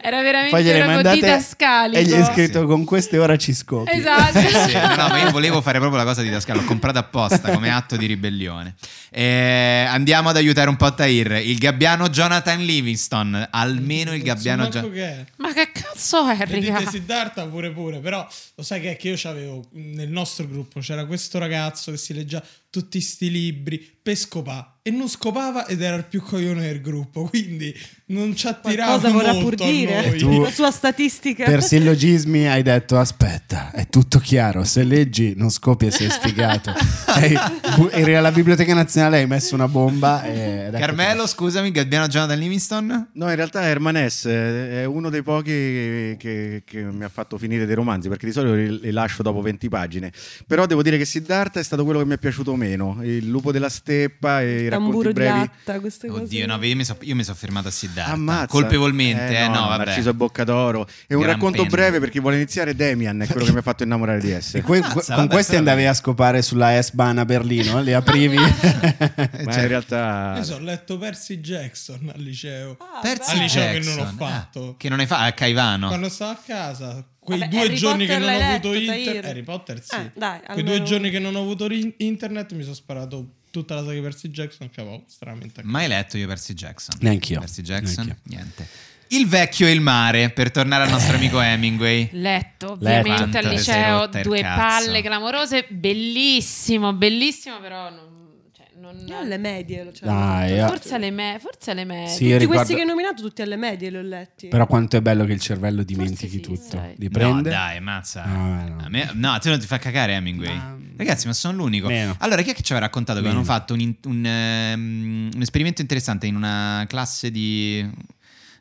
[SPEAKER 4] Era veramente
[SPEAKER 2] Poi gliele
[SPEAKER 4] una
[SPEAKER 2] mandate
[SPEAKER 4] matita scalico.
[SPEAKER 2] e gli è scritto con queste ora ci scopi.
[SPEAKER 4] Esatto.
[SPEAKER 1] <laughs> Sì, no, no, ma io volevo fare proprio la cosa di Dascal, l'ho comprata apposta come atto di ribellione. Eh, andiamo ad aiutare un po' Tahir. Il gabbiano Jonathan Livingston, almeno il gabbiano
[SPEAKER 3] Manco
[SPEAKER 1] Jonathan.
[SPEAKER 3] che è.
[SPEAKER 4] <laughs> Ma che cazzo è,
[SPEAKER 3] E
[SPEAKER 4] raga?
[SPEAKER 3] dite Siddhartha pure pure, però lo sai che è che io c'avevo nel nostro gruppo c'era questo ragazzo che si leggeva tutti sti libri per scopà e non scopava ed era il più coglione del gruppo, quindi non ci attirava
[SPEAKER 6] Qualcosa vorrà pur
[SPEAKER 3] molto a
[SPEAKER 6] dire
[SPEAKER 3] noi.
[SPEAKER 2] Tu-
[SPEAKER 6] la sua statistica.
[SPEAKER 2] Per sillogismi hai detto aspetta, è tutto chiaro, se leggi non scopi e
[SPEAKER 4] <laughs>
[SPEAKER 2] sei sfigato. Hai bu- eri alla Biblioteca Nazionale, hai messo una bomba e... ed ecco-
[SPEAKER 1] Carmelo, scusami, il gabbiano Jonathan Livingston?
[SPEAKER 5] No, in realtà Herman S è uno dei pochi che, che- che mi ha fatto finire dei romanzi, perché di solito li, li lascio dopo 20 pagine. Però devo dire che Siddhartha è stato quello che mi è piaciuto meno. Il lupo della steppa e i racconti
[SPEAKER 6] tamburo di
[SPEAKER 5] brevi.
[SPEAKER 6] latta, queste cose.
[SPEAKER 1] Oddio, no, io mi sono fermato a Siddhartha.
[SPEAKER 5] Ammazza.
[SPEAKER 1] Colpevolmente, eh, no, vabbè.
[SPEAKER 5] Narciso e Boccadoro. È un
[SPEAKER 1] Gran
[SPEAKER 5] racconto
[SPEAKER 1] pena.
[SPEAKER 5] breve per chi vuole iniziare. Demian è quello che mi ha fatto innamorare
[SPEAKER 1] <laughs>
[SPEAKER 5] di
[SPEAKER 2] E
[SPEAKER 5] essere.
[SPEAKER 2] que- con
[SPEAKER 1] Ammazza, vabbè,
[SPEAKER 2] questi
[SPEAKER 1] però-
[SPEAKER 2] andavi a scopare sulla S-Bahn a Berlino,
[SPEAKER 4] <laughs>
[SPEAKER 2] le aprivi...
[SPEAKER 5] Ma Cioè, in realtà
[SPEAKER 3] Io
[SPEAKER 1] Esatto.
[SPEAKER 3] so, ho letto Percy Jackson al liceo.
[SPEAKER 6] Ah,
[SPEAKER 1] Percy
[SPEAKER 3] Al
[SPEAKER 6] beh.
[SPEAKER 3] liceo che
[SPEAKER 1] Jackson.
[SPEAKER 3] non ho
[SPEAKER 1] Ah,
[SPEAKER 3] fatto.
[SPEAKER 1] che non hai fatto? A Caivano.
[SPEAKER 3] Quando stavo a casa, quei
[SPEAKER 6] Vabbè,
[SPEAKER 3] due
[SPEAKER 6] Harry
[SPEAKER 3] giorni
[SPEAKER 6] Potter
[SPEAKER 3] che non ho
[SPEAKER 6] l'hai
[SPEAKER 3] avuto
[SPEAKER 6] letto,
[SPEAKER 3] internet,
[SPEAKER 6] Tahir?
[SPEAKER 3] Harry Potter sì.
[SPEAKER 6] Ah, dai,
[SPEAKER 3] quei
[SPEAKER 6] almeno-
[SPEAKER 3] due giorni che non ho avuto ri- internet mi sono sparato tutta la saga di Percy Jackson che avevo stranamente a
[SPEAKER 1] Mai letto io Percy Jackson.
[SPEAKER 2] Neanch'io.
[SPEAKER 1] Percy Jackson,
[SPEAKER 2] Neanch'io.
[SPEAKER 1] niente. Il vecchio e il mare, per tornare al nostro amico Hemingway.
[SPEAKER 4] Letto ovviamente
[SPEAKER 1] Quanto
[SPEAKER 4] al
[SPEAKER 1] ti
[SPEAKER 4] liceo,
[SPEAKER 1] sei rotta il
[SPEAKER 4] due
[SPEAKER 1] cazzo.
[SPEAKER 4] palle clamorose, bellissimo, bellissimo, però non, cioè, non-
[SPEAKER 6] Io alle medie lo c'avevo
[SPEAKER 2] Dai,
[SPEAKER 6] fatto.
[SPEAKER 2] eh.
[SPEAKER 4] forse alle me, forse alle me.
[SPEAKER 2] Sì, io
[SPEAKER 6] Tutti
[SPEAKER 2] ricordo-
[SPEAKER 6] questi che hai nominato, tutti alle medie li ho letti.
[SPEAKER 2] Però quanto è bello che il cervello dimentichi
[SPEAKER 4] sì,
[SPEAKER 2] tutto.
[SPEAKER 4] sai.
[SPEAKER 2] Li prende...
[SPEAKER 1] No, dai, mazza.
[SPEAKER 2] Ah, no.
[SPEAKER 1] A me- no, a te non ti fa cagare Hemingway.
[SPEAKER 2] Ma-
[SPEAKER 1] Ragazzi, ma sono l'unico.
[SPEAKER 2] Meno.
[SPEAKER 1] Allora, chi è che ci aveva raccontato che
[SPEAKER 2] Meno.
[SPEAKER 1] hanno fatto un, in- un, ehm, un esperimento interessante in una classe di,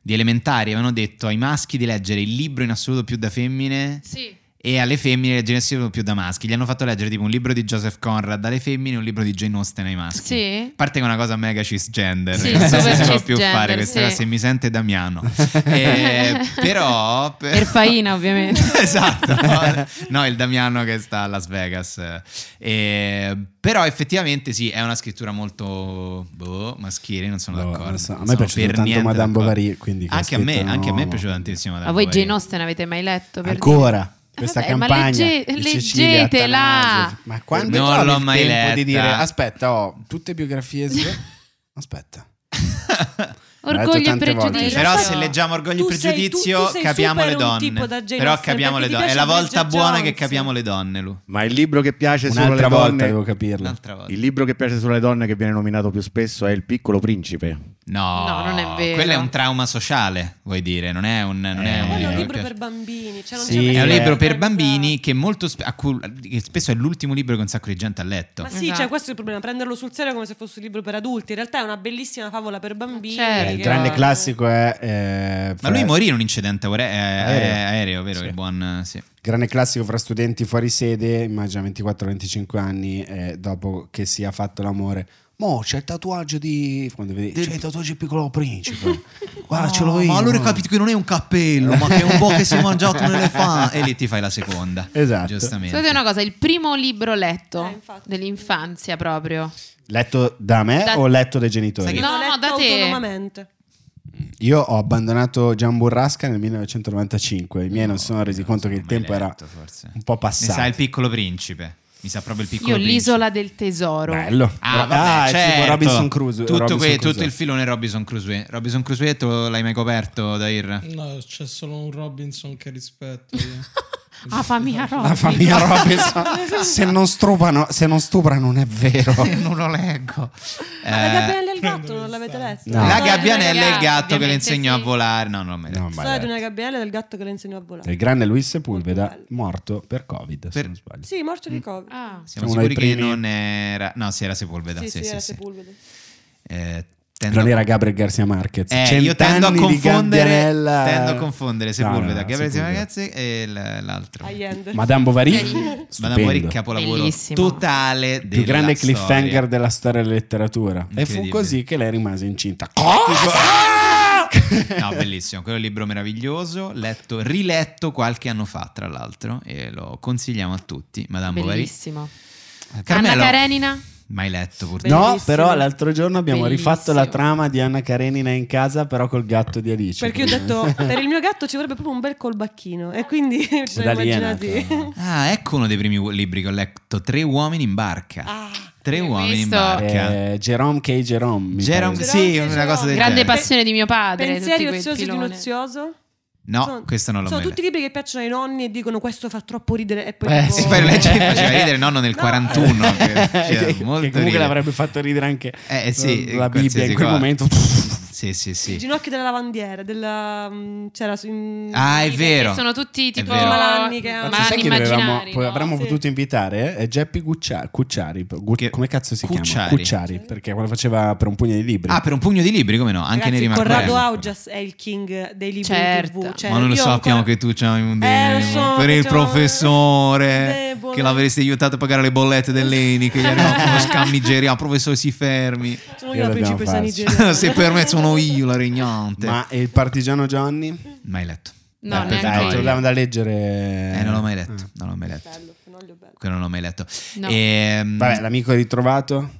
[SPEAKER 1] di elementari? Avevano detto ai maschi di leggere il libro in assoluto più da femmine
[SPEAKER 4] Sì.
[SPEAKER 1] e alle femmine leggere in assoluto più da maschi. Gli hanno fatto leggere tipo un libro di Joseph Conrad alle femmine e un libro di Jane Austen ai maschi. Eh.
[SPEAKER 4] Sì.
[SPEAKER 1] A parte che è una cosa mega cisgender,
[SPEAKER 4] Sì,
[SPEAKER 1] non so se
[SPEAKER 4] super
[SPEAKER 1] si può
[SPEAKER 4] cisgender,
[SPEAKER 1] più fare questa
[SPEAKER 4] sì.
[SPEAKER 1] cosa, se mi
[SPEAKER 4] <laughs>
[SPEAKER 1] sente Damiano. Eh, però... per-
[SPEAKER 4] Per
[SPEAKER 1] <laughs>
[SPEAKER 4] faina, <laughs> ovviamente.
[SPEAKER 1] esatto, <laughs> no, no, il Damiano che sta a Las Vegas. Eh, però effettivamente sì, è una scrittura molto boh, maschile, non sono
[SPEAKER 2] Boh,
[SPEAKER 1] d'accordo.
[SPEAKER 2] non so, a
[SPEAKER 1] Non
[SPEAKER 2] me è
[SPEAKER 1] sono
[SPEAKER 2] piaciuta
[SPEAKER 1] per
[SPEAKER 2] tanto
[SPEAKER 1] niente
[SPEAKER 2] Madame
[SPEAKER 1] d'accordo.
[SPEAKER 2] Bovary, quindi che ha
[SPEAKER 1] anche, a me,
[SPEAKER 2] scritto,
[SPEAKER 1] anche a me è
[SPEAKER 2] no.
[SPEAKER 1] piaciuto tantissimo. Madame
[SPEAKER 4] A voi
[SPEAKER 1] Bovary.
[SPEAKER 4] Jane Austen avete mai letto? Per
[SPEAKER 2] Ancora
[SPEAKER 4] dire?
[SPEAKER 2] questa
[SPEAKER 4] Ah, Vabbè,
[SPEAKER 2] campagna.
[SPEAKER 4] Ma legge-
[SPEAKER 2] di Cecilia
[SPEAKER 4] leggetela.
[SPEAKER 2] Attanasio. Ma quando
[SPEAKER 1] Non
[SPEAKER 2] trovi
[SPEAKER 1] l'ho
[SPEAKER 2] il
[SPEAKER 1] mai
[SPEAKER 2] tempo
[SPEAKER 1] letta.
[SPEAKER 2] di dire aspetta, ho tutte
[SPEAKER 4] <laughs>
[SPEAKER 2] biografie sve- Aspetta.
[SPEAKER 4] Orgoglio e
[SPEAKER 2] tante volte.
[SPEAKER 4] pregiudizio.
[SPEAKER 1] Però
[SPEAKER 6] Però
[SPEAKER 1] se leggiamo Orgoglio
[SPEAKER 6] tu
[SPEAKER 1] e
[SPEAKER 6] sei- tu-
[SPEAKER 1] Pregiudizio,
[SPEAKER 6] tu sei
[SPEAKER 1] capiamo
[SPEAKER 6] super
[SPEAKER 1] le
[SPEAKER 6] un tipo da
[SPEAKER 1] donne.
[SPEAKER 6] Jane
[SPEAKER 1] Però
[SPEAKER 6] Austen,
[SPEAKER 1] capiamo le
[SPEAKER 6] perché ti
[SPEAKER 1] donne. È la
[SPEAKER 6] piace
[SPEAKER 1] volta
[SPEAKER 6] Bridget
[SPEAKER 1] buona che
[SPEAKER 6] Jones.
[SPEAKER 1] capiamo le donne, Lu.
[SPEAKER 5] Ma il libro che piace solo alle
[SPEAKER 2] Un'altra volta
[SPEAKER 5] donne.
[SPEAKER 2] devo capirlo.
[SPEAKER 1] Un'altra volta.
[SPEAKER 5] Il libro che piace solo alle donne, che viene nominato più spesso, è Il piccolo principe.
[SPEAKER 1] No,
[SPEAKER 4] No, non è vero.
[SPEAKER 1] Quello è un trauma sociale, vuoi dire, non è un, non è
[SPEAKER 2] Eh,
[SPEAKER 1] un
[SPEAKER 6] Ma quello è
[SPEAKER 1] libro
[SPEAKER 6] un
[SPEAKER 1] che
[SPEAKER 6] libro
[SPEAKER 1] piace.
[SPEAKER 6] per bambini. Cioè non
[SPEAKER 2] Sì,
[SPEAKER 6] c'è
[SPEAKER 1] è un
[SPEAKER 2] eh.
[SPEAKER 1] libro per
[SPEAKER 6] pensa-
[SPEAKER 1] bambini che molto sp- a cui- che spesso è l'ultimo libro che un sacco di gente ha letto.
[SPEAKER 6] Ma sì,
[SPEAKER 4] Esatto.
[SPEAKER 6] cioè, questo è il problema, prenderlo sul serio come se fosse un libro per adulti. In realtà è una bellissima favola per bambini.
[SPEAKER 4] certo.
[SPEAKER 2] Eh, il
[SPEAKER 6] che-
[SPEAKER 2] grande classico è eh,
[SPEAKER 1] Ma
[SPEAKER 2] fra-
[SPEAKER 1] lui morì in un incidente aure- eh, aereo.
[SPEAKER 2] Aereo.
[SPEAKER 1] vero?
[SPEAKER 2] Sì.
[SPEAKER 1] Il buon eh, sì.
[SPEAKER 2] il grande classico fra studenti fuori sede, immagina 24-25 anni eh, dopo che si è fatto l'amore.
[SPEAKER 9] Mo c'è il tatuaggio di.
[SPEAKER 2] Quando vedi,
[SPEAKER 9] C'è il tatuaggio di
[SPEAKER 1] <laughs>
[SPEAKER 9] piccolo principe. Guarda, ce l'ho
[SPEAKER 1] No,
[SPEAKER 9] io.
[SPEAKER 1] ma allora
[SPEAKER 9] no?
[SPEAKER 1] capito che non è un cappello, ma che è un po' che si <laughs> è mangiato un elefante. E lì ti fai la
[SPEAKER 2] <laughs>
[SPEAKER 1] seconda.
[SPEAKER 2] Esatto.
[SPEAKER 1] Giustamente.
[SPEAKER 4] Sapete una cosa, il primo libro letto
[SPEAKER 6] Eh, infatti.
[SPEAKER 4] dell'infanzia proprio.
[SPEAKER 2] letto da me
[SPEAKER 4] Da-
[SPEAKER 2] o letto dai
[SPEAKER 1] Sai
[SPEAKER 2] genitori?
[SPEAKER 1] che-
[SPEAKER 6] Io
[SPEAKER 4] No,
[SPEAKER 6] l'ho
[SPEAKER 4] no,
[SPEAKER 6] letto
[SPEAKER 4] da te.
[SPEAKER 6] autonomamente.
[SPEAKER 2] Io ho abbandonato Gian Burrasca nel Eh, 1995, i miei non si sono resi conto che il tempo era
[SPEAKER 1] Forse.
[SPEAKER 2] un po'
[SPEAKER 1] Ne sa il
[SPEAKER 2] passato.
[SPEAKER 1] piccolo principe. Mi sa proprio il piccolo
[SPEAKER 4] Io
[SPEAKER 1] principe.
[SPEAKER 4] l'isola del tesoro.
[SPEAKER 2] Bello.
[SPEAKER 1] Ah, vabbè,
[SPEAKER 2] è
[SPEAKER 1] certo.
[SPEAKER 2] tipo Robinson Crusoe.
[SPEAKER 1] Tutto,
[SPEAKER 2] Robinson
[SPEAKER 1] que- tutto
[SPEAKER 2] Crusoe.
[SPEAKER 1] il filone Robinson Crusoe. Robinson Crusoe, tu l'hai mai coperto, Dair?
[SPEAKER 3] No, c'è solo un Robinson che rispetto. io.
[SPEAKER 4] Ah, famiglia Robin.
[SPEAKER 8] La famiglia
[SPEAKER 4] <laughs>
[SPEAKER 8] Robinson. se, non strupano, se non stuprano, non è vero.
[SPEAKER 1] Eh, non lo leggo.
[SPEAKER 6] Ma Ah, la
[SPEAKER 1] Eh,
[SPEAKER 6] gabbianella e il gatto
[SPEAKER 3] prendolo
[SPEAKER 6] non
[SPEAKER 3] in
[SPEAKER 6] l'avete
[SPEAKER 3] stanza.
[SPEAKER 6] letto?
[SPEAKER 2] No.
[SPEAKER 1] La
[SPEAKER 4] No,
[SPEAKER 1] gabbianella
[SPEAKER 4] è
[SPEAKER 1] e
[SPEAKER 4] una
[SPEAKER 1] il gatto che le
[SPEAKER 4] ovviamente
[SPEAKER 1] insegnò
[SPEAKER 4] sì.
[SPEAKER 1] a volare. No, non me
[SPEAKER 2] No,
[SPEAKER 1] l'ho
[SPEAKER 2] ma
[SPEAKER 6] Storia di una gabbianella e del gatto che le insegnò a volare.
[SPEAKER 2] Il grande Luis Sepulveda
[SPEAKER 6] Molto bello.
[SPEAKER 2] morto per Covid, se
[SPEAKER 1] Per-
[SPEAKER 2] non sbaglio.
[SPEAKER 6] Sì, morto di Covid.
[SPEAKER 4] Ah.
[SPEAKER 1] Siamo
[SPEAKER 2] Uno dei
[SPEAKER 1] sicuri che
[SPEAKER 2] primi-
[SPEAKER 1] non era... No, si era Sepulveda.
[SPEAKER 6] sì,
[SPEAKER 1] Sì, sì,
[SPEAKER 6] era
[SPEAKER 1] sì.
[SPEAKER 6] Sepulveda.
[SPEAKER 1] Eh, tendo-
[SPEAKER 2] Non era Gabriel Garcia Marquez.
[SPEAKER 1] Eh, io tendo a
[SPEAKER 2] Cent'anni di
[SPEAKER 1] confondere,
[SPEAKER 2] Gabbianella- eh.
[SPEAKER 1] tendo a confondere
[SPEAKER 2] No, no, no,
[SPEAKER 1] Sepulveda, Gabriel Zia
[SPEAKER 2] Sepulveda.
[SPEAKER 1] Ragazzi e l- l'altro.
[SPEAKER 6] Allende.
[SPEAKER 2] Madame Bovary,
[SPEAKER 4] Bellissimo.
[SPEAKER 1] Madame Bovary,
[SPEAKER 2] stupendo.
[SPEAKER 1] capolavoro
[SPEAKER 4] Bellissimo.
[SPEAKER 1] totale del
[SPEAKER 2] più grande cliffhanger della storia della letteratura. E fu
[SPEAKER 1] Incredibile.
[SPEAKER 2] così che lei rimase incinta.
[SPEAKER 1] <laughs> No, bellissimo, quello è un libro meraviglioso, letto, riletto qualche anno fa, tra l'altro, e lo consigliamo a tutti, Madame Bovary.
[SPEAKER 4] Bellissimo.
[SPEAKER 1] Carmelo,
[SPEAKER 4] Anna Karenina.
[SPEAKER 1] Mai letto purtroppo.
[SPEAKER 2] No,
[SPEAKER 4] Bellissimo.
[SPEAKER 2] però l'altro giorno abbiamo
[SPEAKER 4] Bellissimo.
[SPEAKER 2] rifatto la trama di Anna Karenina in casa, però col gatto di Alice.
[SPEAKER 6] Perché io ho detto, per il mio gatto ci vorrebbe proprio un bel colbacchino. E quindi <laughs> ci siamo
[SPEAKER 2] eh, D'aliena,
[SPEAKER 6] immaginati.
[SPEAKER 2] tra-
[SPEAKER 1] Ah, ecco uno dei primi u- libri che ho letto, Tre uomini in barca.
[SPEAKER 6] Ah,
[SPEAKER 1] Tre
[SPEAKER 4] hai
[SPEAKER 1] uomini in
[SPEAKER 4] visto?
[SPEAKER 1] barca.
[SPEAKER 2] Eh, Jerome K. Jerome. mi
[SPEAKER 1] Jerome-
[SPEAKER 2] pare.
[SPEAKER 1] sì,
[SPEAKER 6] Jerome,
[SPEAKER 1] una cosa del
[SPEAKER 4] Grande
[SPEAKER 1] genere.
[SPEAKER 4] passione di mio padre.
[SPEAKER 6] Pensieri
[SPEAKER 4] tutti quei
[SPEAKER 6] oziosi di un
[SPEAKER 4] filone.
[SPEAKER 6] ozioso.
[SPEAKER 1] No,
[SPEAKER 6] Sono-
[SPEAKER 1] questo non l'ho
[SPEAKER 6] Sono
[SPEAKER 1] mai <laughs>
[SPEAKER 6] tutti
[SPEAKER 1] letto.
[SPEAKER 6] libri che piacciono ai nonni e dicono questo fa troppo ridere e poi
[SPEAKER 2] Eh,
[SPEAKER 6] tipo-
[SPEAKER 1] Sì, poi lo
[SPEAKER 6] <laughs>
[SPEAKER 1] leggevi, faceva ridere il nonno nel
[SPEAKER 6] No.
[SPEAKER 2] <laughs>
[SPEAKER 1] 41. Che,
[SPEAKER 2] Che-
[SPEAKER 1] cioè,
[SPEAKER 2] che
[SPEAKER 1] molto
[SPEAKER 2] comunque
[SPEAKER 1] ridere.
[SPEAKER 2] l'avrebbe fatto ridere anche
[SPEAKER 1] Eh, sì,
[SPEAKER 2] la Bibbia in
[SPEAKER 1] qualsiasi
[SPEAKER 2] quel
[SPEAKER 1] cosa.
[SPEAKER 2] momento.
[SPEAKER 1] Sì, sì,
[SPEAKER 6] I
[SPEAKER 1] sì.
[SPEAKER 6] ginocchi della lavandiera, della... mm, c'era su... in-
[SPEAKER 1] Ah, è vero.
[SPEAKER 4] Sono tutti tipo
[SPEAKER 1] vero.
[SPEAKER 6] Malanni che-
[SPEAKER 4] malanni
[SPEAKER 6] Anzi,
[SPEAKER 2] sai che dovevamo-
[SPEAKER 4] immaginari,
[SPEAKER 2] poi
[SPEAKER 4] no?
[SPEAKER 2] avremmo
[SPEAKER 6] Sì.
[SPEAKER 2] potuto invitare eh, Geppi Guccia- Cucciari, Gu-
[SPEAKER 1] Che-
[SPEAKER 2] come cazzo si
[SPEAKER 1] Cucciari.
[SPEAKER 2] chiama? Cucciari, perché quello faceva per un pugno di libri.
[SPEAKER 1] Ah, per un pugno di libri, come no? Anche
[SPEAKER 6] Ragazzi,
[SPEAKER 1] Neri
[SPEAKER 6] Corrado
[SPEAKER 1] Marcorelli.
[SPEAKER 6] Augias è il king dei libri
[SPEAKER 4] Certo.
[SPEAKER 6] in tv. Cioè,
[SPEAKER 1] Ma non lo
[SPEAKER 6] io
[SPEAKER 1] sappiamo
[SPEAKER 6] ancora-
[SPEAKER 1] che tu c'hai un
[SPEAKER 6] Eh, lo
[SPEAKER 1] debito
[SPEAKER 6] so,
[SPEAKER 1] per
[SPEAKER 6] che
[SPEAKER 1] il
[SPEAKER 6] c'ho-
[SPEAKER 1] professore
[SPEAKER 6] debole.
[SPEAKER 1] che l'avresti aiutato a pagare le bollette dell'ENI che
[SPEAKER 6] <laughs>
[SPEAKER 1] gli arrivava uno scam nigeriano professore si fermi
[SPEAKER 6] Sono
[SPEAKER 2] Io
[SPEAKER 6] io la
[SPEAKER 2] dobbiamo
[SPEAKER 6] principessa
[SPEAKER 2] farci.
[SPEAKER 1] <laughs>
[SPEAKER 6] nigeriana.
[SPEAKER 1] se
[SPEAKER 6] <laughs>
[SPEAKER 1] per me sono io la regnante
[SPEAKER 2] Ma e il partigiano Johnny?
[SPEAKER 1] mai letto
[SPEAKER 4] No,
[SPEAKER 2] Dai,
[SPEAKER 4] neanche
[SPEAKER 2] dai,
[SPEAKER 4] io.
[SPEAKER 2] te lo davano da leggere. Mm.
[SPEAKER 1] eh non l'ho mai letto non l'ho mai letto
[SPEAKER 6] Bello, fenoglio bello.
[SPEAKER 1] Quello non l'ho mai letto
[SPEAKER 4] No.
[SPEAKER 1] Ehm,
[SPEAKER 2] Vabbè, l'amico ritrovato?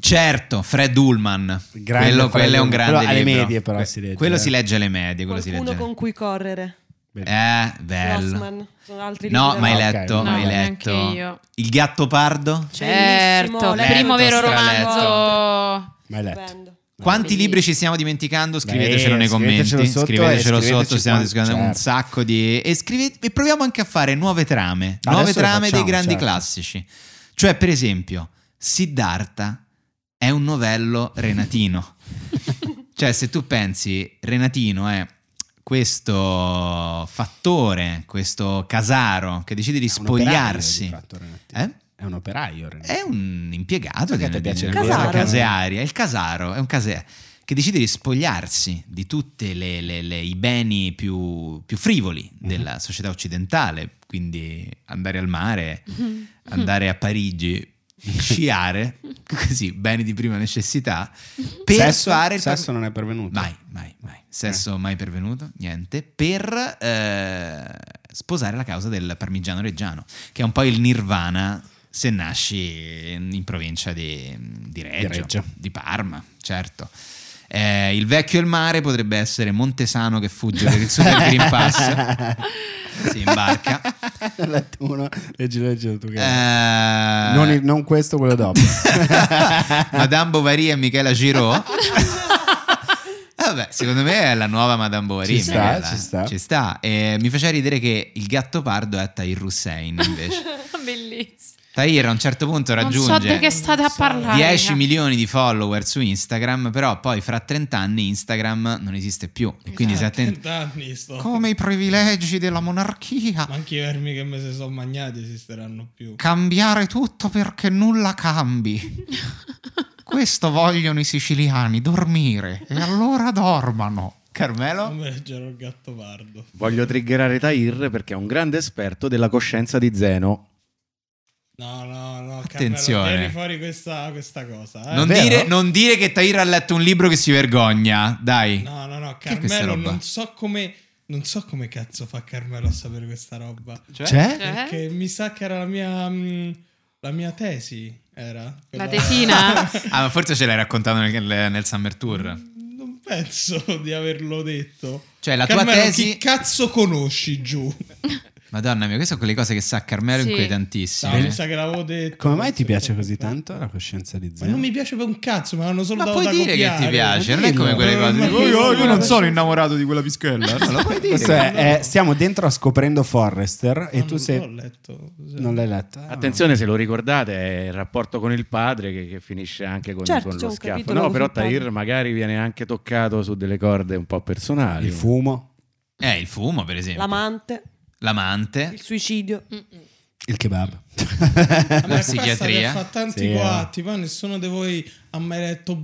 [SPEAKER 1] certo Fred Ullman
[SPEAKER 2] Grande
[SPEAKER 1] quello,
[SPEAKER 2] Fred
[SPEAKER 1] quello è un
[SPEAKER 2] Ullmann.
[SPEAKER 1] grande
[SPEAKER 2] Però alle
[SPEAKER 1] libro.
[SPEAKER 2] medie però
[SPEAKER 1] Que-
[SPEAKER 2] si legge,
[SPEAKER 1] quello
[SPEAKER 2] eh.
[SPEAKER 1] si legge alle medie quello si
[SPEAKER 6] Qualcuno
[SPEAKER 1] legge
[SPEAKER 6] con cui correre.
[SPEAKER 1] eh bello
[SPEAKER 6] Grossman. Sono altri
[SPEAKER 1] no
[SPEAKER 6] libri
[SPEAKER 1] mai
[SPEAKER 6] da-
[SPEAKER 2] ok,
[SPEAKER 1] letto
[SPEAKER 2] no,
[SPEAKER 1] mai
[SPEAKER 4] neanche
[SPEAKER 1] letto
[SPEAKER 4] io.
[SPEAKER 1] il gatto pardo
[SPEAKER 4] Certo,
[SPEAKER 6] Bellissimo,
[SPEAKER 4] primo
[SPEAKER 1] letto,
[SPEAKER 4] vero
[SPEAKER 1] straletto.
[SPEAKER 6] <laughs>
[SPEAKER 4] romanzo.
[SPEAKER 2] Mai letto.
[SPEAKER 6] Stupendo.
[SPEAKER 1] Eh. Quanti
[SPEAKER 4] Bellissimo.
[SPEAKER 1] libri ci stiamo dimenticando? Scrivetecelo nei commenti.
[SPEAKER 2] scrivetecelo sotto e
[SPEAKER 1] Scrivetecelo
[SPEAKER 2] scriveteci
[SPEAKER 1] sotto, stiamo
[SPEAKER 2] quanti-
[SPEAKER 1] discutendo un
[SPEAKER 2] certo.
[SPEAKER 1] sacco di. E, scrivete- e proviamo anche a fare nuove trame.
[SPEAKER 2] Adesso
[SPEAKER 1] nuove
[SPEAKER 2] lo
[SPEAKER 1] trame
[SPEAKER 2] facciamo,
[SPEAKER 1] dei grandi
[SPEAKER 2] certo.
[SPEAKER 1] classici. Cioè, per esempio, Siddhartha è un novello
[SPEAKER 2] <laughs>
[SPEAKER 1] renatino. cioè, se tu pensi, Renatino è questo fattore, questo casaro che decide di
[SPEAKER 2] È un operaio, di
[SPEAKER 1] spogliarsi.
[SPEAKER 2] fatto, Renatti.
[SPEAKER 1] Eh?
[SPEAKER 2] È un operaio. Renatti.
[SPEAKER 1] È un impiegato
[SPEAKER 2] Perché
[SPEAKER 1] di
[SPEAKER 2] a te
[SPEAKER 1] una,
[SPEAKER 2] piace
[SPEAKER 1] di
[SPEAKER 2] il
[SPEAKER 1] una
[SPEAKER 6] casaro?
[SPEAKER 1] casearia, è il casaro, è un casea che decide di spogliarsi di tutti i beni più, più frivoli
[SPEAKER 2] Mhm.
[SPEAKER 1] della società occidentale, quindi andare al mare,
[SPEAKER 2] Mhm.
[SPEAKER 1] andare
[SPEAKER 2] <laughs>
[SPEAKER 1] a Parigi, sciare, <laughs> così, beni di prima necessità, per
[SPEAKER 2] Mhm. sesso,
[SPEAKER 1] fare il
[SPEAKER 2] sesso non è pervenuto.
[SPEAKER 1] Mai, mai, mai. Sesso
[SPEAKER 2] Eh.
[SPEAKER 1] mai pervenuto, niente. Per eh, sposare la causa del parmigiano reggiano, che è un po' il nirvana se nasci in provincia di, di Reggio, di,
[SPEAKER 2] Reggio.
[SPEAKER 1] Parma, certo. Eh, il vecchio e il mare potrebbe essere Montesano che fugge per il Super Green
[SPEAKER 2] <laughs>
[SPEAKER 1] Pass. si imbarca.
[SPEAKER 2] Ho <laughs> letto uno, leggi, leggi tu che-
[SPEAKER 1] Eh,
[SPEAKER 2] non, il- non questo, quello
[SPEAKER 1] <laughs>
[SPEAKER 2] dopo.
[SPEAKER 1] Madame Bovary e Michela Giraud. Eh, Vabbè, secondo me è la nuova Madame Bovary.
[SPEAKER 2] Ci sta,
[SPEAKER 1] Michela.
[SPEAKER 2] ci sta.
[SPEAKER 1] sta. E mi faceva ridere che il gatto pardo è Tahir Hussein
[SPEAKER 4] <laughs>
[SPEAKER 1] invece.
[SPEAKER 4] Bellissimo.
[SPEAKER 1] Tahir a un certo punto
[SPEAKER 4] Non so di che
[SPEAKER 1] raggiunge
[SPEAKER 4] state a parlare.
[SPEAKER 1] 10 milioni di follower su Instagram, però poi fra 30 anni Instagram non esiste più. E <laughs> quindi
[SPEAKER 3] Ah,
[SPEAKER 1] se
[SPEAKER 4] Esatto.
[SPEAKER 3] <laughs>
[SPEAKER 1] attenti...
[SPEAKER 3] 30 sto.
[SPEAKER 1] Come i privilegi della monarchia.
[SPEAKER 3] Ma anche i vermi che me si sono magnati esisteranno più.
[SPEAKER 1] Cambiare tutto perché nulla cambi. Questo vogliono i siciliani, dormire. E allora dormano. Carmelo?
[SPEAKER 3] Come leggero il gatto pardo.
[SPEAKER 5] Voglio triggerare Tahir perché è un grande esperto della coscienza di Zeno.
[SPEAKER 3] No, no, no.
[SPEAKER 1] Attenzione.
[SPEAKER 3] Carmelo, tieni fuori questa, questa cosa. eh.
[SPEAKER 1] Non
[SPEAKER 2] vero?
[SPEAKER 1] dire, non dire che Tahir ha letto un libro che si vergogna, dai.
[SPEAKER 3] No, no, no.
[SPEAKER 1] Che è questa
[SPEAKER 3] Carmelo,
[SPEAKER 1] roba?
[SPEAKER 3] non so come. Non so come cazzo fa Carmelo a sapere questa roba.
[SPEAKER 2] C'è?
[SPEAKER 4] Cioè?
[SPEAKER 6] Eh?
[SPEAKER 3] Perché mi sa che era la mia. mm, la mia tesi. Era.
[SPEAKER 4] La
[SPEAKER 3] Quella- <laughs>
[SPEAKER 4] tesina?
[SPEAKER 1] Ah, ma forse ce l'hai raccontato nel, nel Summer Tour.
[SPEAKER 3] Non penso <laughs> di averlo detto.
[SPEAKER 1] Cioè, la tua
[SPEAKER 3] Carmelo,
[SPEAKER 1] tesi-
[SPEAKER 3] Chi cazzo conosci giù?
[SPEAKER 1] Madonna mia, queste sono quelle cose che sa Carmelo
[SPEAKER 4] Sì.
[SPEAKER 3] No,
[SPEAKER 1] inquietantissime.
[SPEAKER 3] mi sa che l'avevo detto.
[SPEAKER 8] Come mai ti piace
[SPEAKER 3] Ma
[SPEAKER 8] così tanto la coscienza di Zero?
[SPEAKER 3] non mi piace per un cazzo, me l'hanno solo
[SPEAKER 1] Ma
[SPEAKER 3] dato da
[SPEAKER 1] puoi dire che ti
[SPEAKER 3] copiare.
[SPEAKER 1] piace, non è
[SPEAKER 8] Dillo.
[SPEAKER 1] come quelle
[SPEAKER 3] Eh,
[SPEAKER 1] cose.
[SPEAKER 3] ma
[SPEAKER 1] tipo,
[SPEAKER 3] che
[SPEAKER 1] "Oh,
[SPEAKER 3] sono una persona-
[SPEAKER 1] innamorato di quella pischella. No, lo puoi
[SPEAKER 8] Questo è,
[SPEAKER 2] eh,
[SPEAKER 8] è- stiamo dentro a scoprendo Forrester e
[SPEAKER 3] No,
[SPEAKER 8] tu
[SPEAKER 3] non
[SPEAKER 8] sei...
[SPEAKER 3] l'ho letto. cioè.
[SPEAKER 8] Non l'hai letto? Ah,
[SPEAKER 5] Attenzione, se lo ricordate, è il rapporto con il padre che, che finisce anche con,
[SPEAKER 6] Certo,
[SPEAKER 5] con
[SPEAKER 6] c'è
[SPEAKER 5] lo
[SPEAKER 6] un
[SPEAKER 5] schiaffo.
[SPEAKER 6] capitolo
[SPEAKER 5] No,
[SPEAKER 6] con
[SPEAKER 5] però
[SPEAKER 6] il padre.
[SPEAKER 5] Tahir magari viene anche toccato su delle corde un po'
[SPEAKER 2] Ah,
[SPEAKER 5] personali.
[SPEAKER 8] Il fumo,
[SPEAKER 1] Eh, il fumo, per esempio.
[SPEAKER 6] L'amante,
[SPEAKER 1] L'amante.
[SPEAKER 6] il suicidio.
[SPEAKER 8] il
[SPEAKER 1] <laughs>
[SPEAKER 8] kebab.
[SPEAKER 3] la
[SPEAKER 1] psichiatria?
[SPEAKER 3] fa tanti
[SPEAKER 8] Sì, eh.
[SPEAKER 3] guatti, poi nessuno di voi ha mai letto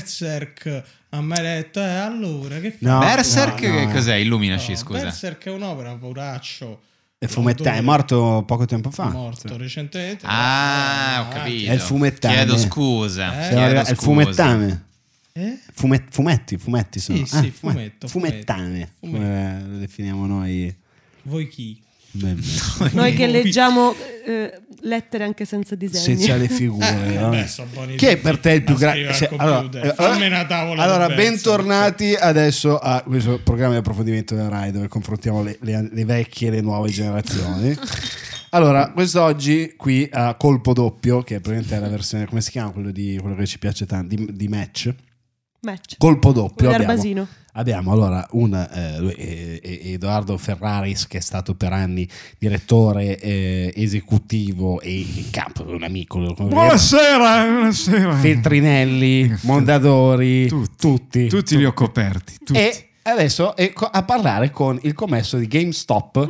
[SPEAKER 3] Berserk. Ha mai letto, eh, allora che fa?
[SPEAKER 8] No,
[SPEAKER 1] Berserk,
[SPEAKER 8] no, no,
[SPEAKER 1] che
[SPEAKER 8] no.
[SPEAKER 1] cos'è?
[SPEAKER 3] No,
[SPEAKER 1] Illuminaci, scusa.
[SPEAKER 3] Berserk è un'opera, poraccio.
[SPEAKER 8] È, fumetta- è morto poco tempo fa.
[SPEAKER 3] Morto recentemente.
[SPEAKER 1] Ah, ho
[SPEAKER 3] Eh,
[SPEAKER 1] capito.
[SPEAKER 8] È il fumettame.
[SPEAKER 1] Chiedo scusa.
[SPEAKER 3] Eh?
[SPEAKER 8] Sì,
[SPEAKER 1] chiedo
[SPEAKER 8] è il
[SPEAKER 1] scusa.
[SPEAKER 8] fumettame.
[SPEAKER 3] Eh?
[SPEAKER 8] Fume- fumetti, fumetti sono.
[SPEAKER 2] eh,
[SPEAKER 3] Sì, sì,
[SPEAKER 8] Ah,
[SPEAKER 3] fumetto,
[SPEAKER 8] Fumettame,
[SPEAKER 3] fumetto.
[SPEAKER 8] come lo definiamo noi.
[SPEAKER 3] Voi chi? <laughs>
[SPEAKER 8] Beh,
[SPEAKER 6] Noi che
[SPEAKER 3] Noi.
[SPEAKER 6] leggiamo eh, lettere anche senza disegni.
[SPEAKER 8] se c'ha le figure.
[SPEAKER 3] Eh,
[SPEAKER 8] vabbè.
[SPEAKER 3] beh, sono buoni
[SPEAKER 2] Che
[SPEAKER 3] tutti.
[SPEAKER 2] per te è il più
[SPEAKER 3] A
[SPEAKER 2] grande.
[SPEAKER 3] scrivere al computer. Fammi una tavola
[SPEAKER 2] eh, allora
[SPEAKER 3] di pezzi.
[SPEAKER 2] bentornati adesso a questo programma di approfondimento della RAI dove confrontiamo le, le- le vecchie e le
[SPEAKER 3] <laughs>
[SPEAKER 2] nuove generazioni. Allora, quest'oggi qui a colpo doppio, che probabilmente è la versione, come si chiama quello, di, quello che ci piace tanto, di, di match.
[SPEAKER 6] Match.
[SPEAKER 2] Colpo doppio.
[SPEAKER 6] Quello di
[SPEAKER 2] Abbiamo,
[SPEAKER 6] Arbasino.
[SPEAKER 2] Abbiamo allora un eh, lui- eh, eh, Edoardo Ferraris che è stato per anni direttore eh, esecutivo e in capo un amico. come
[SPEAKER 7] Buonasera, buonasera.
[SPEAKER 2] dire,
[SPEAKER 8] <laughs>
[SPEAKER 2] Feltrinelli, Mondadori, tutti.
[SPEAKER 7] Tutti li ho coperti. Tutti.
[SPEAKER 2] E adesso è co- a parlare con il commesso di GameStop,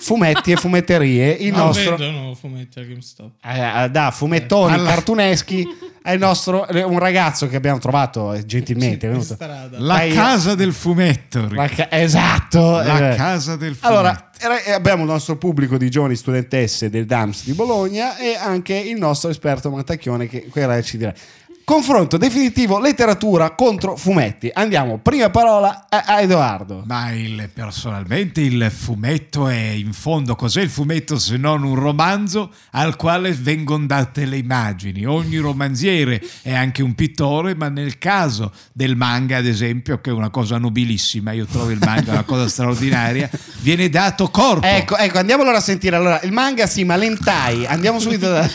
[SPEAKER 2] fumetti e fumetterie, il
[SPEAKER 3] Non
[SPEAKER 2] nostro...
[SPEAKER 3] Ah, vedono fumetti a GameStop.
[SPEAKER 2] eh, da fumettoni
[SPEAKER 7] Alla-
[SPEAKER 2] cartuneschi al nostro eh, un ragazzo che abbiamo trovato eh, gentilmente è
[SPEAKER 3] In
[SPEAKER 2] venuto
[SPEAKER 3] strada.
[SPEAKER 7] La
[SPEAKER 2] Dai,
[SPEAKER 7] casa del fumetto.
[SPEAKER 2] La
[SPEAKER 7] Riccardo.
[SPEAKER 2] ca- esatto.
[SPEAKER 7] La
[SPEAKER 2] eh.
[SPEAKER 7] casa del fumetto.
[SPEAKER 2] Allora, era- eh, abbiamo il nostro pubblico di giovani studentesse del DAMS di Bologna e anche il nostro esperto Mattacchione che quella ci dirà. Confronto definitivo letteratura contro fumetti. Andiamo, prima parola a, a Edoardo.
[SPEAKER 7] Ma il- personalmente il fumetto è in fondo cos'è il fumetto se non un romanzo al quale vengono date le immagini. Ogni romanziere è anche un pittore, ma nel caso del manga, ad esempio, che è una cosa nobilissima, io trovo il manga una cosa straordinaria, viene dato corpo.
[SPEAKER 2] Ecco, ecco, andiamo allora a sentire. Allora, il manga sì, ma l'entai. Andiamo subito da...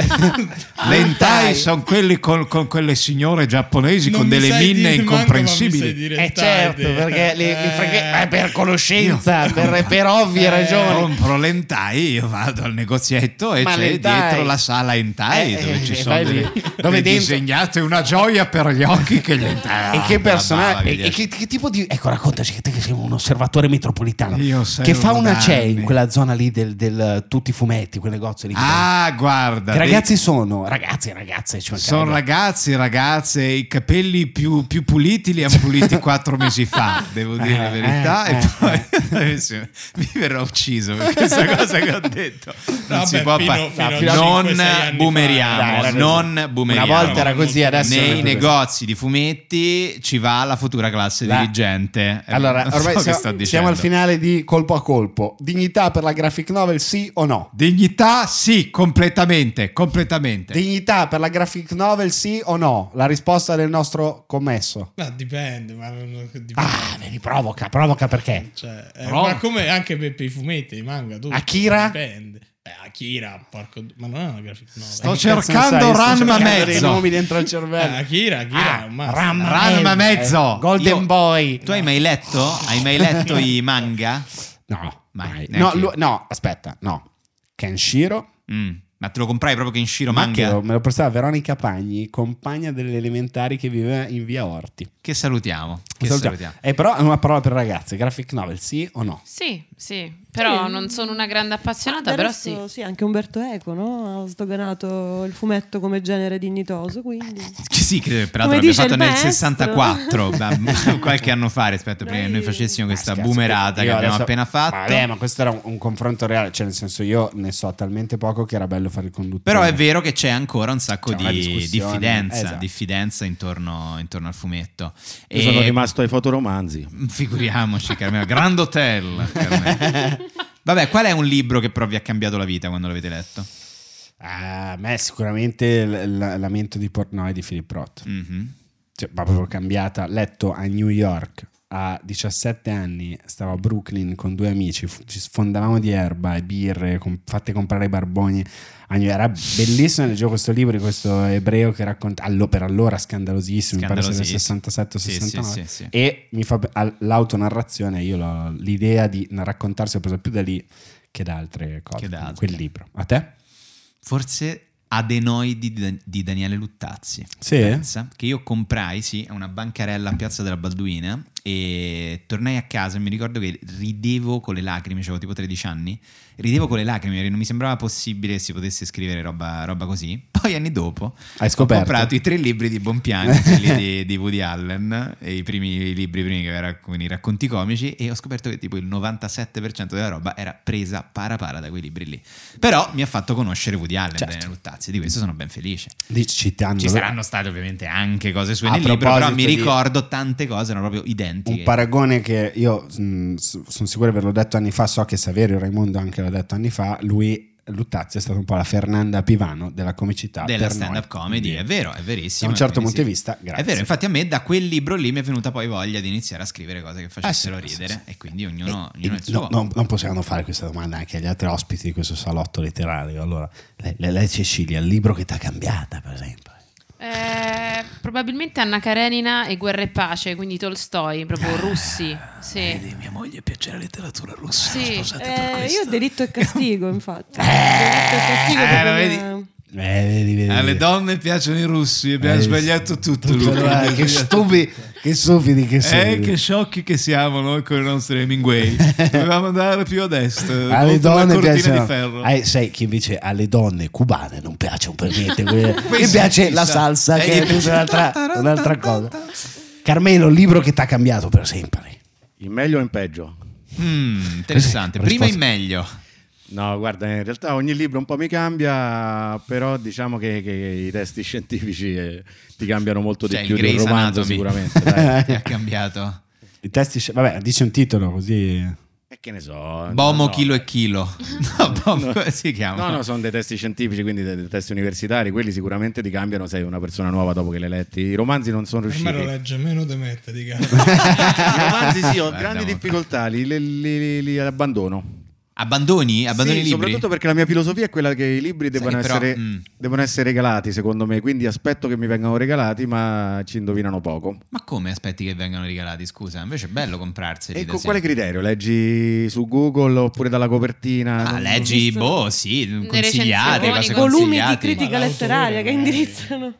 [SPEAKER 2] eh,
[SPEAKER 7] L'entai sono quelli con, con quelle signore giapponesi
[SPEAKER 3] Non
[SPEAKER 7] con
[SPEAKER 3] mi
[SPEAKER 7] delle
[SPEAKER 3] sai
[SPEAKER 7] minne
[SPEAKER 3] dire, manco, ma mi sai
[SPEAKER 7] incomprensibili.
[SPEAKER 3] dire
[SPEAKER 2] Eh
[SPEAKER 3] tardi.
[SPEAKER 2] certo, perché, li- li- perché- eh, per conoscenza,
[SPEAKER 7] Io- Eh,
[SPEAKER 2] per, per ovvie ragioni.
[SPEAKER 7] Compro l'entai, io vado al negozietto e
[SPEAKER 2] Ma
[SPEAKER 7] c'è
[SPEAKER 2] l'hentai?
[SPEAKER 7] dietro la sala entai
[SPEAKER 2] Eh,
[SPEAKER 7] dove
[SPEAKER 2] eh,
[SPEAKER 7] ci
[SPEAKER 2] eh,
[SPEAKER 7] sono
[SPEAKER 2] vai lì.
[SPEAKER 7] delle,
[SPEAKER 2] Dove
[SPEAKER 7] delle
[SPEAKER 2] dentro-
[SPEAKER 7] disegnate una gioia per gli occhi che gli entai.
[SPEAKER 2] E
[SPEAKER 7] Ah,
[SPEAKER 2] che
[SPEAKER 7] una
[SPEAKER 2] personaggio?
[SPEAKER 7] bava,
[SPEAKER 2] E,
[SPEAKER 7] vedi.
[SPEAKER 2] e che, che tipo di. Ecco, raccontaci che te che sei un osservatore metropolitano.
[SPEAKER 7] Io sei
[SPEAKER 2] che fa
[SPEAKER 7] un
[SPEAKER 2] una CE
[SPEAKER 7] danni.
[SPEAKER 2] in quella zona lì del, del- tutti i fumetti, quel negozio lì. che fanno-
[SPEAKER 7] Ah, guarda.
[SPEAKER 2] che
[SPEAKER 7] dei-
[SPEAKER 2] ragazzi sono? Ragazzi e ragazze. Ci mancherebbe.
[SPEAKER 7] Sono ragazzi, ragazze, i capelli più, più puliti li hanno puliti quattro mesi fa, devo dire la
[SPEAKER 2] Eh,
[SPEAKER 7] verità,
[SPEAKER 2] eh,
[SPEAKER 7] e poi <laughs> adesso mi verrà ucciso per questa cosa che ho detto. Non
[SPEAKER 3] Vabbè,
[SPEAKER 7] si può
[SPEAKER 3] fino-
[SPEAKER 7] par-
[SPEAKER 3] fino a cinque, sei
[SPEAKER 7] fino-
[SPEAKER 3] anni
[SPEAKER 7] non
[SPEAKER 3] fa.
[SPEAKER 2] Dai,
[SPEAKER 7] boomeriamo,
[SPEAKER 2] era così.
[SPEAKER 7] non boomeriamo.
[SPEAKER 2] Una volta era così, adesso. è
[SPEAKER 1] Nei
[SPEAKER 2] così.
[SPEAKER 1] negozi di fumetti ci va la futura classe
[SPEAKER 2] La-
[SPEAKER 1] dirigente. Eh,
[SPEAKER 2] Allora,
[SPEAKER 1] non so
[SPEAKER 2] ormai
[SPEAKER 1] che
[SPEAKER 2] siamo,
[SPEAKER 1] sto
[SPEAKER 2] siamo
[SPEAKER 1] dicendo.
[SPEAKER 2] al finale di colpo a colpo. Dignità per la graphic novel, sì o no?
[SPEAKER 7] Dignità, sì, completamente, completamente.
[SPEAKER 2] Dignità per la graphic novel, sì o no? La risposta del nostro commesso.
[SPEAKER 3] Ma dipende, ma non- dipende.
[SPEAKER 2] Ah, vedi, provoca, provoca perché?
[SPEAKER 3] Cioè, eh,
[SPEAKER 7] Però-
[SPEAKER 3] ma come anche per, per i fumetti, i manga, tutto.
[SPEAKER 2] Akira?
[SPEAKER 3] Dipende. Eh, Akira, porco... d- Ma non è una graphic novel.
[SPEAKER 7] Sto
[SPEAKER 2] Che cazzo ne sai?
[SPEAKER 7] cercando
[SPEAKER 2] Sto
[SPEAKER 7] Ranma
[SPEAKER 2] cercando dei
[SPEAKER 7] mezzo.
[SPEAKER 2] nomi dentro il cervello.
[SPEAKER 3] Eh, Akira, Akira,
[SPEAKER 2] Ah,
[SPEAKER 3] ma-
[SPEAKER 2] Ranma Eh,
[SPEAKER 7] Ranma mezzo.
[SPEAKER 2] Golden
[SPEAKER 1] Io-
[SPEAKER 2] Boy.
[SPEAKER 1] Tu hai mai letto? Hai mai letto
[SPEAKER 2] <laughs>
[SPEAKER 1] i manga?
[SPEAKER 2] No,
[SPEAKER 1] Mai,
[SPEAKER 2] mai.
[SPEAKER 1] neanche
[SPEAKER 2] No,
[SPEAKER 1] io.
[SPEAKER 2] lu- no, aspetta, no. Kenshiro.
[SPEAKER 1] Mm, Ma te lo comprai proprio che in Shiro
[SPEAKER 2] Ma che
[SPEAKER 1] Manga?
[SPEAKER 2] lo- me lo prestava Veronica Pagni, compagna delle elementari che viveva in via Orti.
[SPEAKER 1] Che salutiamo. Che
[SPEAKER 2] Salutiamo.
[SPEAKER 1] salutiamo.
[SPEAKER 2] Eh, però è una parola per ragazze, graphic novel, sì o no?
[SPEAKER 4] Sì, sì, però non sono una grande appassionata,
[SPEAKER 6] Del
[SPEAKER 4] però sì.
[SPEAKER 6] resto, anche Umberto Eco no? ha sdoganato il fumetto come genere dignitoso, quindi
[SPEAKER 1] Che sì, che peraltro
[SPEAKER 6] Come
[SPEAKER 1] l'abbiamo
[SPEAKER 6] dice
[SPEAKER 1] fatto
[SPEAKER 6] il
[SPEAKER 1] nel
[SPEAKER 6] maestro.
[SPEAKER 1] 64,
[SPEAKER 2] <laughs>
[SPEAKER 1] ma- <laughs> qualche anno fa rispetto a prima che noi
[SPEAKER 6] Noi-
[SPEAKER 1] facessimo questa
[SPEAKER 2] Ah, scherzo,
[SPEAKER 1] boomerata che
[SPEAKER 2] io
[SPEAKER 1] abbiamo
[SPEAKER 2] adesso-
[SPEAKER 1] appena fatto.
[SPEAKER 2] Vabbè, ma questo era un, un confronto reale, cioè nel senso io ne so talmente poco che era bello fare il conduttore.
[SPEAKER 1] Però è vero che c'è ancora un sacco
[SPEAKER 2] C'è una
[SPEAKER 1] di
[SPEAKER 2] discussione.
[SPEAKER 1] diffidenza,
[SPEAKER 2] Esatto.
[SPEAKER 1] diffidenza intorno, intorno al fumetto.
[SPEAKER 5] Io sono rimasto ai fotoromanzi.
[SPEAKER 1] Mm, Figuriamoci, Carmelo. Grand Hotel. Carmelo. Vabbè, qual è un libro che però vi ha cambiato la vita quando l'avete letto?
[SPEAKER 2] Ah, A me sicuramente l- l- Lamento di Portnoy di Philip Roth.
[SPEAKER 1] Mhm.
[SPEAKER 2] Cioè, proprio cambiata, letto a New York a 17 anni stavo a Brooklyn con due amici, fu- ci sfondavamo di erba e birre, com- fatte comprare i barboni. a New- Era bellissimo, leggevo questo libro di questo ebreo che racconta, allo- per allora scandalosissimo, mi pare sia del
[SPEAKER 1] Scandalosissimo.
[SPEAKER 2] 67 o
[SPEAKER 1] Sì, sì,
[SPEAKER 2] 69,
[SPEAKER 1] sì, sì.
[SPEAKER 2] e mi fa al- l'autonarrazione, io l'ho- l'idea di raccontarsi ho preso più da lì che da altre cose,
[SPEAKER 1] Che da altre.
[SPEAKER 2] quel libro. A te?
[SPEAKER 1] Forse Adenoidi di, Dan- di Daniele Luttazzi.
[SPEAKER 2] Sì?
[SPEAKER 1] Pensa, che io comprai, sì, a una bancarella a Piazza della Balduina e tornai a casa e mi ricordo che ridevo con le lacrime, avevo tipo 13 anni, ridevo con le lacrime, perché non mi sembrava possibile che si potesse scrivere roba, roba così. Poi anni dopo
[SPEAKER 2] Hai
[SPEAKER 1] ho
[SPEAKER 2] scoperto?
[SPEAKER 1] comprato i tre libri di Bonpiani, quelli di, di Woody Allen, e i primi i libri, i primi che erano i racconti comici, e ho scoperto che tipo il 97% della roba era presa para para da quei libri lì. Però mi ha fatto conoscere Woody Allen,
[SPEAKER 2] Certo.
[SPEAKER 1] Daniele Luttazzi, di questo sono ben felice.
[SPEAKER 2] Di- citando
[SPEAKER 1] Ci saranno state ovviamente anche cose sue
[SPEAKER 2] A
[SPEAKER 1] nel libro, però
[SPEAKER 2] proposito
[SPEAKER 1] mi
[SPEAKER 2] di-
[SPEAKER 1] ricordo tante cose erano proprio identiche.
[SPEAKER 2] un paragone che io mh, s- sono sicuro di averlo detto anni fa, so che Saverio Raimondo anche l'ha detto anni fa, lui Luttazzi è stato un po' la Fernanda Pivano della comicità
[SPEAKER 1] della
[SPEAKER 2] per noi.
[SPEAKER 1] stand-up comedy,
[SPEAKER 2] Quindi,
[SPEAKER 1] è vero, è
[SPEAKER 2] Da
[SPEAKER 1] verissimo.
[SPEAKER 2] un certo
[SPEAKER 1] quindi
[SPEAKER 2] punto
[SPEAKER 1] sì.
[SPEAKER 2] di vista, grazie.
[SPEAKER 1] È vero, infatti a me da quel libro lì mi è venuta poi voglia di iniziare a scrivere cose che facessero
[SPEAKER 2] Eh sì, sì,
[SPEAKER 1] ridere
[SPEAKER 2] sì.
[SPEAKER 1] e quindi ognuno,
[SPEAKER 2] E-
[SPEAKER 1] ognuno
[SPEAKER 2] e
[SPEAKER 1] ha il suo.
[SPEAKER 2] no- non, non possiamo fare questa domanda anche agli altri ospiti di questo salotto letterario. Allora, lei, lei- lei, Cecilia, il libro che ti ha cambiata, per esempio.
[SPEAKER 4] Eh, probabilmente Anna Karenina e Guerra e Pace, quindi Tolstoi, proprio russi. Sì.
[SPEAKER 2] mia moglie piace la letteratura russa.
[SPEAKER 4] Sì,
[SPEAKER 6] Eh, io delitto e castigo, infatti. delitto e castigo
[SPEAKER 1] Eh, lo
[SPEAKER 6] è proprio
[SPEAKER 1] vedi?
[SPEAKER 6] una-
[SPEAKER 2] vedi, vedi,
[SPEAKER 7] Alle
[SPEAKER 2] vedi.
[SPEAKER 7] donne piacciono i russi, abbiamo
[SPEAKER 2] Eh,
[SPEAKER 7] sbagliato tutto.
[SPEAKER 2] Tutto,
[SPEAKER 7] Luca.
[SPEAKER 2] guarda, cioè, che stupidi, che stupidi, che
[SPEAKER 7] Eh,
[SPEAKER 2] stupidi.
[SPEAKER 7] che sciocchi che siamo noi con i
[SPEAKER 2] <laughs>
[SPEAKER 7] nostri Hemingway. Dovevamo andare più a destra.
[SPEAKER 2] alle
[SPEAKER 7] contro la
[SPEAKER 2] donne
[SPEAKER 7] cortina
[SPEAKER 2] piacciono
[SPEAKER 7] di ferro.
[SPEAKER 2] Eh, sai che invece alle donne cubane non piacciono per niente quelle-
[SPEAKER 7] Poi
[SPEAKER 2] gli
[SPEAKER 7] sì,
[SPEAKER 2] piace
[SPEAKER 7] sì,
[SPEAKER 2] la
[SPEAKER 7] sa.
[SPEAKER 2] salsa
[SPEAKER 7] Eh,
[SPEAKER 2] che
[SPEAKER 7] gli
[SPEAKER 2] è tutta un'altra, un'altra cosa Carmelo il libro che ti ha cambiato per sempre
[SPEAKER 5] In meglio o in peggio?
[SPEAKER 1] Mm, interessante,
[SPEAKER 2] Questa è
[SPEAKER 1] prima
[SPEAKER 2] risposta-
[SPEAKER 1] in meglio.
[SPEAKER 5] No, guarda, in realtà ogni libro un po' mi cambia, però diciamo che, che i testi <laughs> scientifici eh, ti cambiano molto
[SPEAKER 1] Cioè,
[SPEAKER 5] di
[SPEAKER 1] il
[SPEAKER 5] più di un
[SPEAKER 1] Grey's
[SPEAKER 5] romanzo
[SPEAKER 1] Anatomy.
[SPEAKER 5] sicuramente.
[SPEAKER 1] <laughs>
[SPEAKER 5] dai.
[SPEAKER 1] Che ha cambiato.
[SPEAKER 2] i testi vabbè dice un titolo così
[SPEAKER 5] E che ne so.
[SPEAKER 1] Bomo,
[SPEAKER 5] no, no.
[SPEAKER 1] chilo e chilo. <laughs> No, Bomo, come si chiama?
[SPEAKER 5] No, no, sono dei testi scientifici, quindi dei dei testi universitari, quelli sicuramente ti cambiano, sei una persona nuova dopo che li hai letti. I romanzi non sono
[SPEAKER 3] Per
[SPEAKER 5] riusciti.
[SPEAKER 3] me lo legge meno di me, te dica.
[SPEAKER 5] I romanzi sì, ho
[SPEAKER 1] Guarda,
[SPEAKER 5] grandi
[SPEAKER 1] mo-
[SPEAKER 5] difficoltà, li, li- li- li abbandono.
[SPEAKER 1] Abbandoni?
[SPEAKER 5] Sì,
[SPEAKER 1] Abbandoni i libri?
[SPEAKER 5] soprattutto perché la mia filosofia è quella che i libri
[SPEAKER 1] Sai
[SPEAKER 5] devono
[SPEAKER 1] che però,
[SPEAKER 5] essere,
[SPEAKER 1] mm.
[SPEAKER 5] devono essere regalati, secondo me, quindi aspetto che mi vengano regalati, ma ci indovinano poco.
[SPEAKER 1] Ma come aspetti che vengano regalati, scusa? Invece è bello comprarseli.
[SPEAKER 5] E
[SPEAKER 1] ad
[SPEAKER 5] con quale
[SPEAKER 1] esempio.
[SPEAKER 5] criterio? Leggi su Google oppure dalla copertina?
[SPEAKER 1] Ah,
[SPEAKER 5] Non-
[SPEAKER 1] leggi,
[SPEAKER 6] visto-
[SPEAKER 1] boh, sì, consigliate,
[SPEAKER 4] recensioni,
[SPEAKER 1] cose
[SPEAKER 6] volumi di
[SPEAKER 1] consigliate.
[SPEAKER 6] critica
[SPEAKER 3] Ma
[SPEAKER 6] letteraria
[SPEAKER 3] l'autore,
[SPEAKER 1] eh,
[SPEAKER 6] che
[SPEAKER 3] magari.
[SPEAKER 6] indirizzano.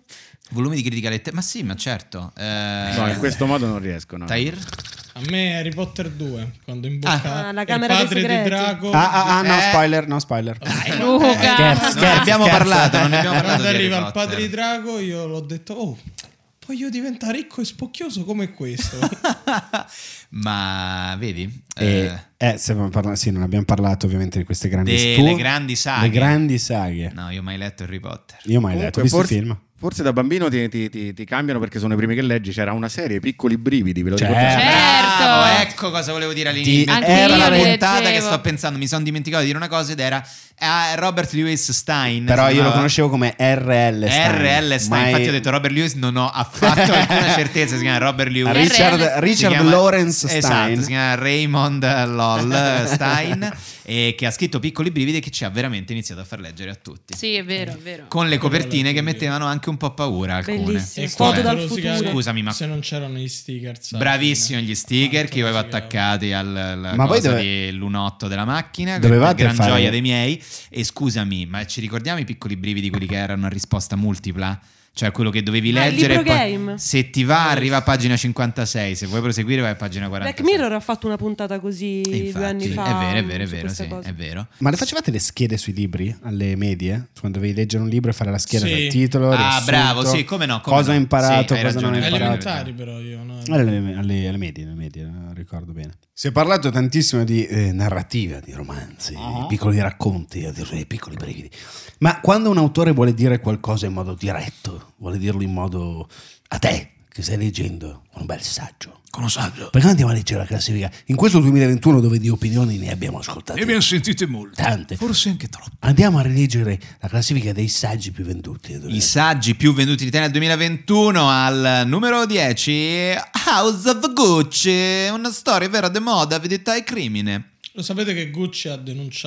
[SPEAKER 1] Volumi di critica letteraria. Ma sì, ma certo. Eh,
[SPEAKER 5] No, in questo modo non riesco. No.
[SPEAKER 1] Tair?
[SPEAKER 3] A me Harry Potter 2, quando imbocca
[SPEAKER 6] Ah,
[SPEAKER 3] il
[SPEAKER 6] la Camera dei
[SPEAKER 3] padre di
[SPEAKER 6] Segreti.
[SPEAKER 3] Drago.
[SPEAKER 2] Ah, no
[SPEAKER 1] Eh.
[SPEAKER 2] spoiler no spoiler
[SPEAKER 4] Eh, Luca.
[SPEAKER 2] Scherzo,
[SPEAKER 1] Non ne
[SPEAKER 2] scherzo.
[SPEAKER 1] Eh, abbiamo parlato, non ne abbiamo
[SPEAKER 3] <laughs>
[SPEAKER 1] parlato.
[SPEAKER 3] Eh, Quando
[SPEAKER 1] di
[SPEAKER 3] arriva
[SPEAKER 1] Harry
[SPEAKER 3] il padre
[SPEAKER 1] Potter.
[SPEAKER 3] di Drago, io l'ho detto, oh, voglio diventare ricco e spocchioso come
[SPEAKER 1] <laughs>
[SPEAKER 3] questo.
[SPEAKER 1] <laughs> Ma vedi?
[SPEAKER 2] E,
[SPEAKER 1] eh,
[SPEAKER 2] eh, se abbiamo parla- sì, non abbiamo parlato ovviamente di queste grandi
[SPEAKER 1] Delle
[SPEAKER 2] tu-
[SPEAKER 1] grandi saghe.
[SPEAKER 2] le grandi saghe.
[SPEAKER 1] No, io ho mai letto Harry Potter.
[SPEAKER 2] Io mai letto,
[SPEAKER 5] Comunque,
[SPEAKER 2] ho visto
[SPEAKER 5] forse,
[SPEAKER 2] il film.
[SPEAKER 5] forse da bambino ti, ti- ti- ti cambiano perché sono i primi che leggi. C'era una serie, Piccoli Brividi, ve lo
[SPEAKER 2] Cioè,
[SPEAKER 5] ricordate?
[SPEAKER 4] Certo.
[SPEAKER 1] Bravo, ecco cosa volevo dire all'inizio.
[SPEAKER 4] Anche
[SPEAKER 1] era
[SPEAKER 4] io
[SPEAKER 1] la
[SPEAKER 4] le
[SPEAKER 1] puntata
[SPEAKER 4] leggevo.
[SPEAKER 1] che sto pensando, mi sono dimenticato di dire una cosa ed era eh, Robert Lewis Stein.
[SPEAKER 2] Però
[SPEAKER 1] si
[SPEAKER 2] io lo
[SPEAKER 1] chiamava.
[SPEAKER 2] conoscevo come RL Stein.
[SPEAKER 1] RL Stein,
[SPEAKER 2] Mai-
[SPEAKER 1] infatti ho detto Robert Lewis, non ho
[SPEAKER 2] <laughs>
[SPEAKER 1] affatto alcuna certezza, si chiama Robert Lewis.
[SPEAKER 2] Richard,
[SPEAKER 4] RL.
[SPEAKER 1] Si
[SPEAKER 2] Richard
[SPEAKER 1] chiama-
[SPEAKER 2] Lawrence Stein.
[SPEAKER 1] Esatto, si chiama Raymond
[SPEAKER 2] <laughs>
[SPEAKER 1] LOL Stein e che ha scritto Piccoli Brividi e che ci ha veramente iniziato a far leggere a tutti.
[SPEAKER 4] Sì, è vero, è vero.
[SPEAKER 1] Con le copertine che mettevano anche un po' paura alcune.
[SPEAKER 6] Bellissimo.
[SPEAKER 3] E
[SPEAKER 6] Foto
[SPEAKER 3] quando
[SPEAKER 6] dal
[SPEAKER 3] lo
[SPEAKER 6] futuro.
[SPEAKER 3] sigaro-
[SPEAKER 1] Scusami, ma-
[SPEAKER 3] Se non c'erano gli stickers. alla
[SPEAKER 1] Bravissimo
[SPEAKER 3] fine.
[SPEAKER 1] gli sticker che io avevo
[SPEAKER 3] Quanto lo sigaro.
[SPEAKER 1] attaccati al alla
[SPEAKER 2] Ma voi
[SPEAKER 1] cosa
[SPEAKER 2] dove-
[SPEAKER 1] dell'unotto della macchina, per
[SPEAKER 2] Dovevate
[SPEAKER 1] gran
[SPEAKER 2] fare-
[SPEAKER 1] gioia dei miei. E scusami, ma ci ricordiamo i piccoli brividi quelli che erano a risposta multipla? Cioè quello che dovevi
[SPEAKER 6] Ah, il
[SPEAKER 1] leggere
[SPEAKER 6] libro
[SPEAKER 1] e poi-
[SPEAKER 6] game.
[SPEAKER 1] se ti va arriva a pagina 56, se vuoi proseguire vai a pagina 40.
[SPEAKER 6] Black Mirror ha fatto una puntata così due anni
[SPEAKER 1] Infatti,
[SPEAKER 6] fa.
[SPEAKER 1] è vero, è vero, è
[SPEAKER 6] su
[SPEAKER 1] vero,
[SPEAKER 6] questa
[SPEAKER 1] sì,
[SPEAKER 6] cosa.
[SPEAKER 1] è vero.
[SPEAKER 2] Ma le facevate le schede sui libri alle medie? Quando dovevi leggere un libro e fare la scheda
[SPEAKER 3] Sì.
[SPEAKER 2] del titolo,
[SPEAKER 1] Ah,
[SPEAKER 2] riassunto,
[SPEAKER 1] bravo, sì, come no, come
[SPEAKER 2] cosa
[SPEAKER 1] no.
[SPEAKER 2] ho imparato,
[SPEAKER 1] Sì, hai
[SPEAKER 2] cosa non ho
[SPEAKER 1] ragione,
[SPEAKER 2] imparato.
[SPEAKER 3] Elementari però io, no?
[SPEAKER 2] Alle, alle- alle medie, alle medie, non ricordo bene. Si è parlato tantissimo di eh, narrativa, di romanzi, di piccoli racconti, addirittura di piccoli brividi. Ma quando un autore vuole dire qualcosa in modo diretto, vuole dirlo in modo a te che stai leggendo un bel saggio,
[SPEAKER 10] con osaggio.
[SPEAKER 9] Perché non andiamo a leggere la classifica? In questo 2021 dove di opinioni ne abbiamo
[SPEAKER 10] Ne
[SPEAKER 9] ascoltate
[SPEAKER 10] abbiamo sentite molte.
[SPEAKER 9] tante.
[SPEAKER 10] Forse anche troppo.
[SPEAKER 9] Andiamo a rileggere la classifica dei saggi più venduti.
[SPEAKER 1] I saggi più venduti in Italia nel 2021 al numero 10 House of Gucci, una storia vera de moda, vedetta e crimine.
[SPEAKER 3] Lo sapete che Gucci ha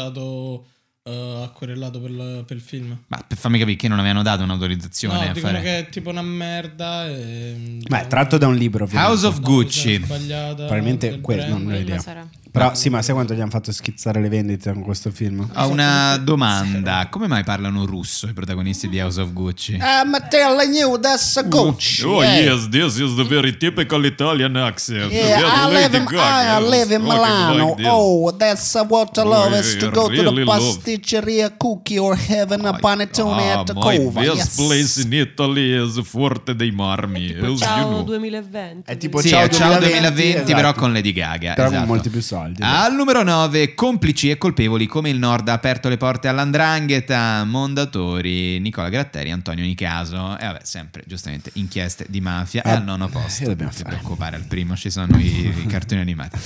[SPEAKER 3] denunciato, eh, ha querellato per, la- per il film?
[SPEAKER 1] Ma per fammi capire che non avevano dato
[SPEAKER 3] No,
[SPEAKER 1] un'autorizzazione a
[SPEAKER 3] dicono
[SPEAKER 1] fare.
[SPEAKER 3] che è tipo una merda. E... mm,
[SPEAKER 2] Ma è tratto da un libro, ovviamente.
[SPEAKER 1] House of
[SPEAKER 3] No,
[SPEAKER 1] Gucci.
[SPEAKER 3] cioè, sbagliata,
[SPEAKER 2] Probabilmente
[SPEAKER 3] del
[SPEAKER 2] quello,
[SPEAKER 3] brand.
[SPEAKER 2] non
[SPEAKER 4] Quello
[SPEAKER 2] idea.
[SPEAKER 4] sarà.
[SPEAKER 2] Però sì, ma sai quanto gli hanno fatto schizzare le vendite con questo film?
[SPEAKER 1] Ho una domanda, come mai parlano russo i protagonisti di House of Gucci?
[SPEAKER 10] Eh,
[SPEAKER 11] Eh,
[SPEAKER 8] Ah, Matteo, la new, that's
[SPEAKER 1] Uh,
[SPEAKER 8] a coach.
[SPEAKER 10] oh,
[SPEAKER 1] oh,
[SPEAKER 2] eh.
[SPEAKER 10] this is the very typical Italian accent.
[SPEAKER 8] Yeah, I live in, I live in ah, Milano. Oh, that's what I love is to
[SPEAKER 10] I
[SPEAKER 8] go to the
[SPEAKER 10] really love-
[SPEAKER 8] pasticceria cookie or having a panettone
[SPEAKER 1] Ah,
[SPEAKER 8] at the Cova. Yes.
[SPEAKER 10] in Italy is forte dei marmi.
[SPEAKER 1] Eh,
[SPEAKER 6] Ciao 2020.
[SPEAKER 2] È tipo
[SPEAKER 1] Sì,
[SPEAKER 2] Ciao
[SPEAKER 1] ciao, ciao
[SPEAKER 2] 2020,
[SPEAKER 1] 2020,
[SPEAKER 2] esatto.
[SPEAKER 1] però con Lady Gaga.
[SPEAKER 2] Però
[SPEAKER 1] esatto.
[SPEAKER 2] con molti più soldi.
[SPEAKER 1] Al numero 9, complici e colpevoli come il Nord ha aperto le porte all'andrangheta, Mondatori, Nicola Gratteri, Antonio Nicaso e vabbè, sempre giustamente inchieste di mafia. E
[SPEAKER 2] Ah,
[SPEAKER 1] al nono posto,
[SPEAKER 2] che dobbiamo
[SPEAKER 1] non ti
[SPEAKER 2] fare?
[SPEAKER 1] preoccupare, al primo ci sono i, i cartoni
[SPEAKER 2] <laughs>
[SPEAKER 1] animati.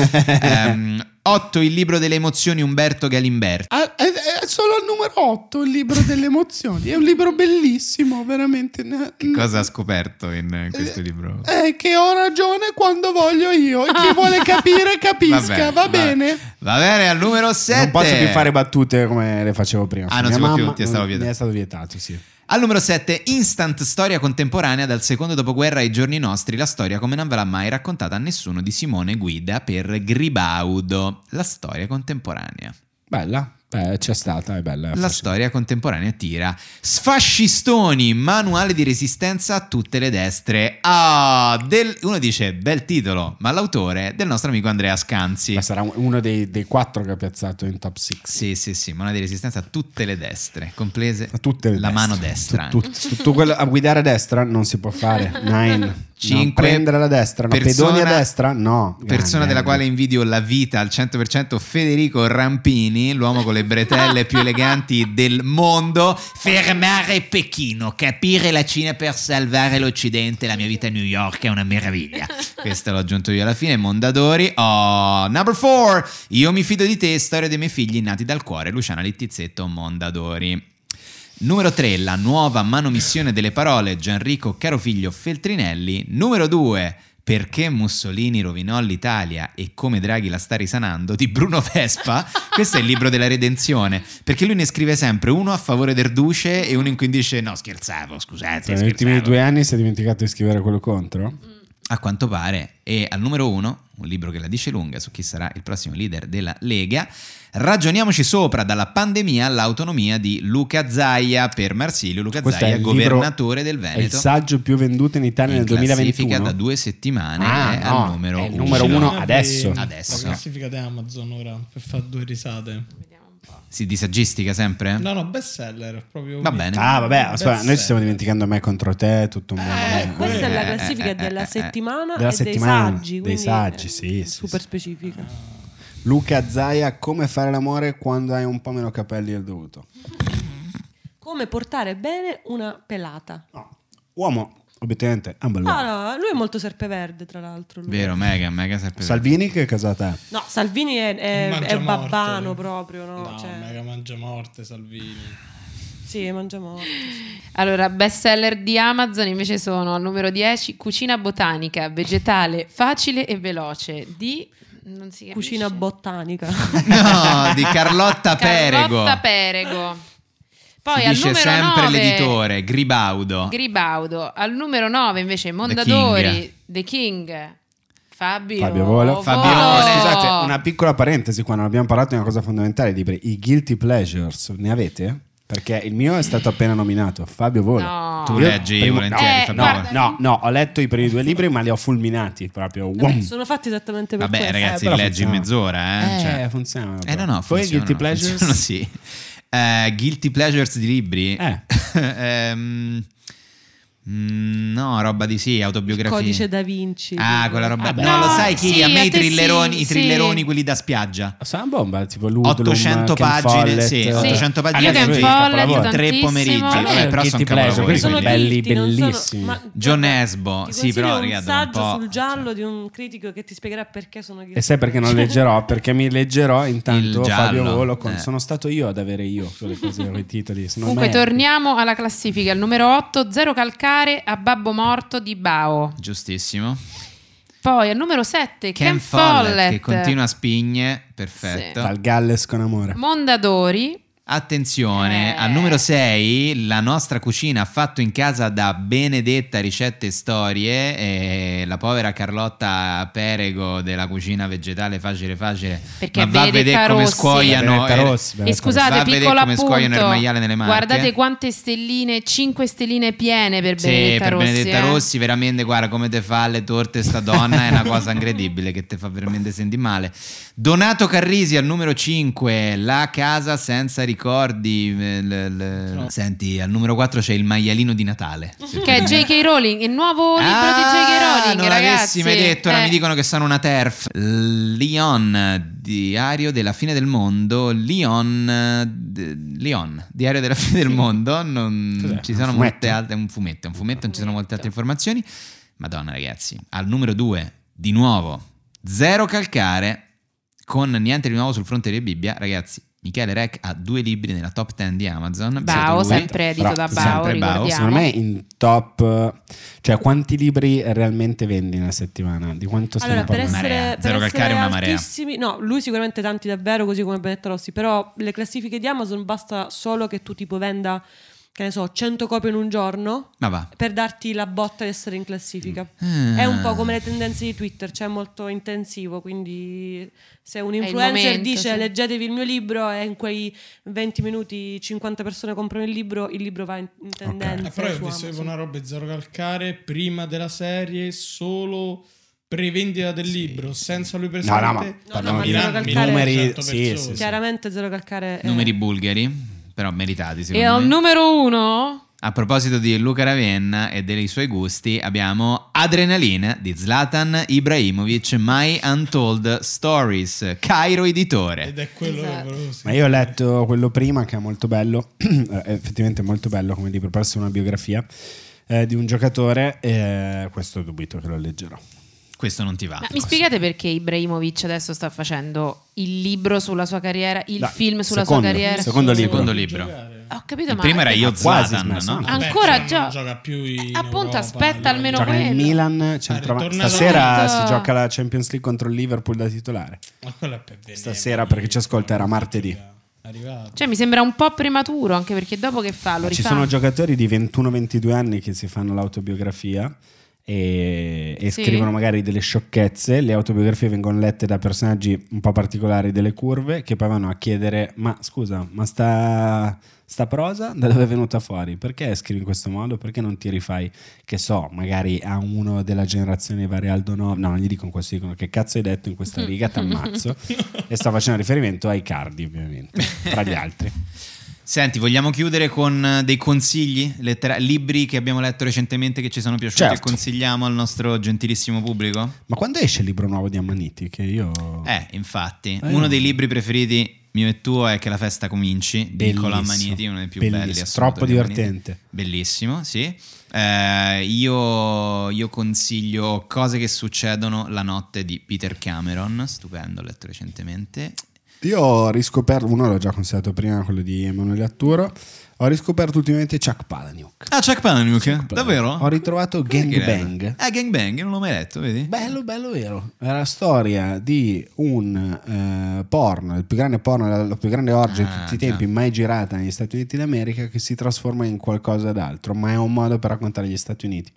[SPEAKER 1] 8, il libro delle emozioni Umberto Galimberti.
[SPEAKER 11] Ah, È, è solo al numero 8 il libro delle emozioni. È un libro bellissimo, veramente.
[SPEAKER 2] Mm.
[SPEAKER 1] Che cosa ha scoperto in eh, questo libro?
[SPEAKER 11] Eh, che ho ragione quando voglio io. E chi
[SPEAKER 1] <laughs>
[SPEAKER 11] vuole capire, capisca.
[SPEAKER 1] Vabbè,
[SPEAKER 11] va bene.
[SPEAKER 1] Va bene, al numero 7.
[SPEAKER 2] Non posso più fare battute come le facevo prima.
[SPEAKER 1] Ah,
[SPEAKER 2] Su
[SPEAKER 1] non
[SPEAKER 2] mia
[SPEAKER 1] si può più,
[SPEAKER 2] mamma
[SPEAKER 1] ti è stato
[SPEAKER 2] non-
[SPEAKER 1] vietato.
[SPEAKER 2] mi è stato vietato, sì.
[SPEAKER 1] Al numero 7, Instant Storia Contemporanea dal secondo dopoguerra ai giorni nostri, la storia come non ve l'ha mai raccontata a nessuno di Simone Guida per Gribaudo, la storia contemporanea.
[SPEAKER 2] Bella,
[SPEAKER 1] Eh,
[SPEAKER 2] Beh, c'è stata, è bella.
[SPEAKER 1] La storia contemporanea tira. Sfascistoni, manuale di resistenza a tutte le destre. Ah, del- uno dice bel titolo, ma l'autore è del nostro amico Andrea Scanzi.
[SPEAKER 2] Ma sarà uno dei, dei quattro che ha piazzato in top 6.
[SPEAKER 1] Sì, sì, sì, manuale di resistenza a tutte le destre, comprese
[SPEAKER 2] A tutte le
[SPEAKER 1] la
[SPEAKER 2] destre.
[SPEAKER 1] mano destra.
[SPEAKER 2] Tu- tu- tutto quello- a guidare a destra non si può
[SPEAKER 1] <laughs>
[SPEAKER 2] fare. Nine. No,
[SPEAKER 1] Cinque.
[SPEAKER 2] prendere la destra, no.
[SPEAKER 1] Persona-
[SPEAKER 2] pedoni a destra, no.
[SPEAKER 1] Persona
[SPEAKER 2] Grande,
[SPEAKER 1] della quale
[SPEAKER 2] Andrea.
[SPEAKER 1] invidio la vita al 100% Federico Rampini, l'uomo con le bretelle più eleganti del mondo. Fermare Pechino, capire la Cina per salvare l'Occidente, la mia vita a New York è una meraviglia.
[SPEAKER 2] <laughs>
[SPEAKER 1] Questo l'ho aggiunto io alla fine, Mondadori. Oh, number 4. Io mi fido di te, storia dei miei figli nati dal cuore, Luciana Littizzetto Mondadori. Numero 3, la nuova manomissione delle parole, Gianrico Carofiglio Feltrinelli. Numero 2, perché Mussolini rovinò l'Italia e come Draghi la sta risanando, di Bruno Vespa.
[SPEAKER 2] <laughs>
[SPEAKER 1] Questo è il libro della redenzione, perché lui ne scrive sempre uno a favore del duce e uno in cui dice no scherzavo, scusate.
[SPEAKER 2] Negli ultimi
[SPEAKER 1] scherzavo".
[SPEAKER 2] due anni si è dimenticato di scrivere quello contro?
[SPEAKER 1] Mm. A quanto pare, e al numero uno, un libro che la dice lunga su chi sarà il prossimo leader della Lega, ragioniamoci sopra dalla pandemia all'autonomia di Luca Zaia per Marsilio. Luca
[SPEAKER 2] Questo è
[SPEAKER 1] Zaia,
[SPEAKER 2] il libro-
[SPEAKER 1] governatore del
[SPEAKER 2] È il
[SPEAKER 1] Veneto.
[SPEAKER 2] saggio più venduto in Italia
[SPEAKER 1] in
[SPEAKER 2] nel 2021.
[SPEAKER 1] classifica da due settimane
[SPEAKER 2] Ah,
[SPEAKER 1] è
[SPEAKER 2] no,
[SPEAKER 1] al numero
[SPEAKER 2] è il
[SPEAKER 1] uno.
[SPEAKER 2] numero uno.
[SPEAKER 3] Apri
[SPEAKER 2] adesso.
[SPEAKER 1] Adesso.
[SPEAKER 3] La classifica di Amazon ora per fare due risate.
[SPEAKER 1] Sì, di saggistica sempre?
[SPEAKER 3] No, no, best seller. Proprio
[SPEAKER 1] Eh. Va
[SPEAKER 3] un-
[SPEAKER 1] bene.
[SPEAKER 2] Ah, vabbè, aspetta, noi
[SPEAKER 3] Best
[SPEAKER 2] ci stiamo
[SPEAKER 3] seller.
[SPEAKER 2] dimenticando me contro te, tutto un
[SPEAKER 3] Eh,
[SPEAKER 2] mondo.
[SPEAKER 6] Questa è la
[SPEAKER 1] Eh, eh,
[SPEAKER 6] classifica
[SPEAKER 1] eh,
[SPEAKER 6] della
[SPEAKER 1] eh,
[SPEAKER 6] settimana
[SPEAKER 2] della
[SPEAKER 6] e
[SPEAKER 2] settimana,
[SPEAKER 6] dei saggi.
[SPEAKER 2] dei
[SPEAKER 6] quindi
[SPEAKER 2] saggi,
[SPEAKER 6] è
[SPEAKER 2] sì, sì,
[SPEAKER 6] Super
[SPEAKER 2] sì.
[SPEAKER 6] specifica.
[SPEAKER 2] Luca Zaia, come fare l'amore quando hai un po' meno capelli del dovuto?
[SPEAKER 6] Come portare bene una pelata.
[SPEAKER 2] No. Uomo, obiettivamente, è un bell'uomo.
[SPEAKER 6] Ah, no, lui è molto serpeverde, tra l'altro. lui.
[SPEAKER 1] Vero, mega, mega sempre.
[SPEAKER 2] Salvini, che casata è?
[SPEAKER 6] No, Salvini è, è,
[SPEAKER 3] Mangia
[SPEAKER 6] è
[SPEAKER 3] morte.
[SPEAKER 2] eh.
[SPEAKER 6] babbano proprio, no?
[SPEAKER 3] No,
[SPEAKER 6] Cioè,
[SPEAKER 3] mega mangia morte, Salvini.
[SPEAKER 6] Sì, mangia morte.
[SPEAKER 4] Allora, best seller di Amazon invece sono al numero 10, cucina botanica, vegetale, facile e veloce di... Non si capisce.
[SPEAKER 6] Cucina botanica.
[SPEAKER 1] <laughs> No, di Carlotta Perego.
[SPEAKER 4] Carlotta Perego. Poi
[SPEAKER 1] Ci
[SPEAKER 4] al
[SPEAKER 1] dice
[SPEAKER 4] numero
[SPEAKER 1] sempre
[SPEAKER 4] 9,
[SPEAKER 1] l'editore, Gribaudo.
[SPEAKER 4] Gribaudo. Al numero 9 invece Mondadori, The King. Fabio.
[SPEAKER 2] Fabio Volo.
[SPEAKER 1] Fabione.
[SPEAKER 2] Ah, Scusate, una piccola parentesi qua, non abbiamo parlato di una cosa fondamentale, di libri. I guilty pleasures, ne avete? Perché il mio è stato appena nominato, Fabio Volo.
[SPEAKER 4] No.
[SPEAKER 1] Tu
[SPEAKER 2] Io-
[SPEAKER 1] leggi
[SPEAKER 2] primo-
[SPEAKER 1] volentieri,
[SPEAKER 4] Eh,
[SPEAKER 1] Fabio.
[SPEAKER 2] No,
[SPEAKER 4] guarda-
[SPEAKER 2] no, no, ho letto i primi due libri, ma li ho fulminati proprio. Wham!
[SPEAKER 6] Sono fatti esattamente per
[SPEAKER 1] Vabbè,
[SPEAKER 6] questo.
[SPEAKER 1] ragazzi,
[SPEAKER 2] eh, però
[SPEAKER 1] leggi in
[SPEAKER 2] funziona.
[SPEAKER 1] mezz'ora, eh?
[SPEAKER 2] Eh,
[SPEAKER 1] Cioè-
[SPEAKER 2] funziona.
[SPEAKER 1] Eh,
[SPEAKER 2] Poi
[SPEAKER 1] no, no,
[SPEAKER 2] i
[SPEAKER 1] funzionano,
[SPEAKER 2] guilty pleasures.
[SPEAKER 1] funzionano, <laughs> sì. <laughs> Eh, guilty pleasures di libri?
[SPEAKER 2] Eh.
[SPEAKER 1] Ehm, Mm, no, roba di sì, autobiografia.
[SPEAKER 6] Codice da Vinci.
[SPEAKER 1] Ah, quella roba.
[SPEAKER 2] Ah, beh.
[SPEAKER 1] no, lo sai chi?
[SPEAKER 4] Sì,
[SPEAKER 1] a me
[SPEAKER 4] a
[SPEAKER 1] i
[SPEAKER 4] te sì,
[SPEAKER 1] trilleroni, i
[SPEAKER 4] sì.
[SPEAKER 1] trilleroni quelli da spiaggia.
[SPEAKER 2] Sambomba, tipo Ludlum,
[SPEAKER 1] 800
[SPEAKER 2] Ken
[SPEAKER 1] pagine,
[SPEAKER 2] Follett,
[SPEAKER 1] sì,
[SPEAKER 2] eh.
[SPEAKER 1] 800 pagine.
[SPEAKER 4] Io
[SPEAKER 2] Ragazzi,
[SPEAKER 4] Ken
[SPEAKER 2] sì,
[SPEAKER 4] Follett
[SPEAKER 2] capolavoro.
[SPEAKER 1] tre
[SPEAKER 4] tantissimo.
[SPEAKER 1] pomeriggi.
[SPEAKER 2] A me
[SPEAKER 1] Vabbè,
[SPEAKER 2] è
[SPEAKER 1] però
[SPEAKER 2] guilty pleasure,
[SPEAKER 1] sono capolavori
[SPEAKER 2] questi sono
[SPEAKER 1] quelli.
[SPEAKER 2] belli,
[SPEAKER 6] non
[SPEAKER 2] bellissimi.
[SPEAKER 6] ma-
[SPEAKER 1] John
[SPEAKER 6] guarda,
[SPEAKER 1] Esbo,
[SPEAKER 6] ti
[SPEAKER 1] sì,
[SPEAKER 6] consiglio
[SPEAKER 1] però,
[SPEAKER 6] un
[SPEAKER 1] raga, da un
[SPEAKER 6] saggio
[SPEAKER 1] po', cioè.
[SPEAKER 6] sul giallo di un critico che ti spiegherà perché sono
[SPEAKER 2] E sai perché non leggerò? Perché mi leggerò intanto
[SPEAKER 1] Il
[SPEAKER 2] Fabio
[SPEAKER 1] giallo,
[SPEAKER 2] Volo con
[SPEAKER 1] eh.
[SPEAKER 2] Sono stato io ad avere io quelle cose,
[SPEAKER 1] <laughs>
[SPEAKER 2] quei titoli. sono
[SPEAKER 4] Comunque,
[SPEAKER 2] merda.
[SPEAKER 4] torniamo alla classifica. Il numero 8, Zero Calcare a Babbo Morto di Bao.
[SPEAKER 1] Giustissimo.
[SPEAKER 4] Poi al numero 7, Ken,
[SPEAKER 1] Ken
[SPEAKER 4] Follett,
[SPEAKER 1] Follett che continua a spigne, perfetto.
[SPEAKER 2] Dal Galles con amore.
[SPEAKER 4] Mondadori.
[SPEAKER 1] Attenzione,
[SPEAKER 4] Eh.
[SPEAKER 1] al numero 6 la nostra cucina fatto in casa da Benedetta Ricette e Storie e la povera Carlotta Perego della cucina vegetale facile facile
[SPEAKER 4] Perché
[SPEAKER 1] ma va a
[SPEAKER 4] Benedetta
[SPEAKER 1] vedere come
[SPEAKER 4] Rossi.
[SPEAKER 1] scuoiano
[SPEAKER 2] Benedetta
[SPEAKER 1] eh,
[SPEAKER 2] Rossi,
[SPEAKER 4] E
[SPEAKER 2] Benedetta Rossi.
[SPEAKER 1] Va a
[SPEAKER 4] scusate,
[SPEAKER 1] vedere
[SPEAKER 4] piccolo
[SPEAKER 1] come scuoiono il
[SPEAKER 4] appunto.
[SPEAKER 1] maiale nelle Marche. eh.
[SPEAKER 4] Guardate quante stelline, 5 stelline piene per
[SPEAKER 1] Sì,
[SPEAKER 4] Benedetta
[SPEAKER 1] per
[SPEAKER 4] Rossi.
[SPEAKER 1] Benedetta
[SPEAKER 4] eh.
[SPEAKER 1] Rossi, veramente, guarda come te fa le torte sta donna, è una cosa incredibile che te fa veramente sentire male. Donato Carrisi al numero 5, La casa senza ricordi. eh, le- le-
[SPEAKER 3] No.
[SPEAKER 1] Senti, al numero 4 c'è il maialino di Natale.
[SPEAKER 4] Che è J.K. Rowling, il nuovo libro di J.K. Rowling,
[SPEAKER 1] Ah, non
[SPEAKER 4] ragazzi.
[SPEAKER 1] l'avessi mai detto, ora
[SPEAKER 4] Eh.
[SPEAKER 1] mi dicono che sono una TERF. Leon, diario della fine del mondo. Leon, eh, d- Leon, diario della fine del mondo. Non
[SPEAKER 2] Cos'è?
[SPEAKER 1] ci
[SPEAKER 2] Un
[SPEAKER 1] sono
[SPEAKER 2] fumetto?
[SPEAKER 1] molte altre. È un fumetto, è un fumetto, non ci sono molte altre informazioni. Madonna, ragazzi, al numero 2, di nuovo, zero calcare. Con niente di nuovo sul fronte di Bibbia, ragazzi. Michele Rec ha due libri nella top 10 di Amazon.
[SPEAKER 4] Bao,
[SPEAKER 1] Siete lui.
[SPEAKER 4] sempre edito
[SPEAKER 2] Però,
[SPEAKER 4] da Bao,
[SPEAKER 1] sempre Bao.
[SPEAKER 6] Ah.
[SPEAKER 4] ricordiamo.
[SPEAKER 2] Secondo me in top, cioè quanti libri realmente vendi una settimana? Di quanto stiamo
[SPEAKER 6] Allora, per
[SPEAKER 2] parlando?
[SPEAKER 1] marea.
[SPEAKER 6] essere, per
[SPEAKER 1] Zero calcare
[SPEAKER 6] essere
[SPEAKER 1] è una marea.
[SPEAKER 6] altissimi, no, lui sicuramente tanti davvero, così come Benetta Rossi, però le classifiche di Amazon basta solo che tu tipo venda, che ne so, 100 copie in un giorno
[SPEAKER 1] Ma va.
[SPEAKER 6] per darti la botta di essere in classifica.
[SPEAKER 1] Mm.
[SPEAKER 6] È un po' come le tendenze di Twitter, cioè è molto intensivo, quindi se un
[SPEAKER 4] il
[SPEAKER 6] influencer
[SPEAKER 4] momento,
[SPEAKER 6] dice
[SPEAKER 4] sì.
[SPEAKER 6] leggetevi il mio libro e in quei 20 minuti 50 persone comprano il libro, il libro va in, in tendenza.
[SPEAKER 3] Eh, però io
[SPEAKER 6] su
[SPEAKER 3] ho visto
[SPEAKER 6] Amazon.
[SPEAKER 3] una roba di zero calcare prima della serie solo prevendita del libro senza lui presente
[SPEAKER 2] No, no, ma parliamo
[SPEAKER 6] ma
[SPEAKER 2] di
[SPEAKER 6] Zero
[SPEAKER 3] Calcare- Certo, cioè,
[SPEAKER 2] numeri.
[SPEAKER 3] Cento
[SPEAKER 2] Sì,
[SPEAKER 3] persone.
[SPEAKER 2] sì, sì.
[SPEAKER 6] Chiaramente zero calcare. eh,
[SPEAKER 1] Numeri bulgari, però meritati
[SPEAKER 4] E
[SPEAKER 1] secondo
[SPEAKER 4] al
[SPEAKER 1] me.
[SPEAKER 4] numero 1,
[SPEAKER 1] A proposito di Luca Ravenna e dei suoi gusti, abbiamo Adrenalina di Zlatan Ibrahimovic, My Untold Stories, Cairo Editore.
[SPEAKER 3] ed è quello che
[SPEAKER 4] Esatto.
[SPEAKER 3] volevo sì.
[SPEAKER 2] Ma io ho letto quello prima che è molto bello, <clears throat> eh, effettivamente è molto bello come libro, per essere una biografia eh, di un giocatore e questo dubito che lo leggerò.
[SPEAKER 1] Questo non ti va.
[SPEAKER 4] mi spiegate perché Ibrahimovic adesso sta facendo il libro sulla sua carriera, il
[SPEAKER 2] Da-
[SPEAKER 4] film sulla
[SPEAKER 2] secondo-
[SPEAKER 4] sua carriera?
[SPEAKER 2] Secondo libro.
[SPEAKER 1] Secondo libro.
[SPEAKER 3] Giocare.
[SPEAKER 4] Ho capito,
[SPEAKER 1] Il
[SPEAKER 4] ma
[SPEAKER 1] primo era io
[SPEAKER 2] quasi
[SPEAKER 1] Zlatan,
[SPEAKER 2] smesso,
[SPEAKER 1] no?
[SPEAKER 2] no?
[SPEAKER 4] Ancora
[SPEAKER 3] Beh,
[SPEAKER 4] gio-
[SPEAKER 3] non gioca più in
[SPEAKER 4] Eh, appunto,
[SPEAKER 3] Europa,
[SPEAKER 4] aspetta
[SPEAKER 3] a
[SPEAKER 4] almeno
[SPEAKER 3] livello-
[SPEAKER 2] Gioca nel
[SPEAKER 4] quello.
[SPEAKER 2] Milan,
[SPEAKER 1] Ah,
[SPEAKER 2] centroma-
[SPEAKER 3] ritornato.
[SPEAKER 2] stasera
[SPEAKER 4] Certo.
[SPEAKER 2] si gioca la Champions League contro il Liverpool da titolare.
[SPEAKER 3] Ma quello è per venire,
[SPEAKER 2] Stasera, perché ci ascolta, era martedì.
[SPEAKER 3] È Arrivato. <laughs>
[SPEAKER 4] Cioè, mi sembra un po' prematuro, anche perché dopo che fa? Lo
[SPEAKER 2] Ci
[SPEAKER 4] rifà.
[SPEAKER 2] sono
[SPEAKER 4] <laughs>
[SPEAKER 2] <laughs> giocatori di 21-22 anni che si fanno l'autobiografia e, e
[SPEAKER 4] Sì.
[SPEAKER 2] scrivono magari delle sciocchezze. Le autobiografie vengono lette da personaggi un po' particolari delle curve che poi vanno a chiedere: Ma scusa, ma sta, sta prosa da dove è venuta fuori? Perché scrivi in questo modo? Perché non ti rifai? Che so, magari a uno della generazione Varialdo no, no, non gli dicono questo, dicono che cazzo hai detto in questa
[SPEAKER 4] Mm.
[SPEAKER 2] riga, t'ammazzo.
[SPEAKER 4] <laughs>
[SPEAKER 2] e sto facendo riferimento ai cardi, ovviamente, tra gli altri.
[SPEAKER 1] Senti, vogliamo chiudere con eh, dei consigli, lettera- libri che abbiamo letto recentemente che ci sono piaciuti e
[SPEAKER 2] Certo.
[SPEAKER 1] consigliamo al nostro gentilissimo pubblico?
[SPEAKER 2] Ma quando esce il libro nuovo di Ammaniti? Che io.
[SPEAKER 1] Eh, infatti,
[SPEAKER 2] Eh,
[SPEAKER 1] uno
[SPEAKER 2] no.
[SPEAKER 1] dei libri preferiti mio e tuo è Che la festa cominci di Nicola
[SPEAKER 2] Bellissimo.
[SPEAKER 1] Maniti, uno dei più
[SPEAKER 2] Bellissimo.
[SPEAKER 1] belli. assoluto
[SPEAKER 2] Troppo
[SPEAKER 1] di Amaniti.
[SPEAKER 2] divertente.
[SPEAKER 1] Bellissimo, sì. Eh, io, io consiglio Cose che succedono la notte di Peter Cameron, stupendo, ho letto recentemente.
[SPEAKER 2] Io ho riscoperto. Uno l'ho già consigliato prima, quello di Emanuele Atturo. Ho riscoperto ultimamente Chuck Palahniuk.
[SPEAKER 1] Ah, Chuck Palahniuk, davvero?
[SPEAKER 2] Ho ritrovato
[SPEAKER 1] Perché
[SPEAKER 2] Gang
[SPEAKER 1] era?
[SPEAKER 2] Bang.
[SPEAKER 1] Ah, Gang Bang, non l'ho mai letto, vedi?
[SPEAKER 2] Bello, bello, vero. È la storia di un eh, porno, il più grande porno, la, la più grande orgia di
[SPEAKER 1] Ah,
[SPEAKER 2] tutti i tempi
[SPEAKER 1] già.
[SPEAKER 2] mai girata negli Stati Uniti d'America che si trasforma in qualcosa d'altro, ma è un modo per raccontare gli Stati Uniti.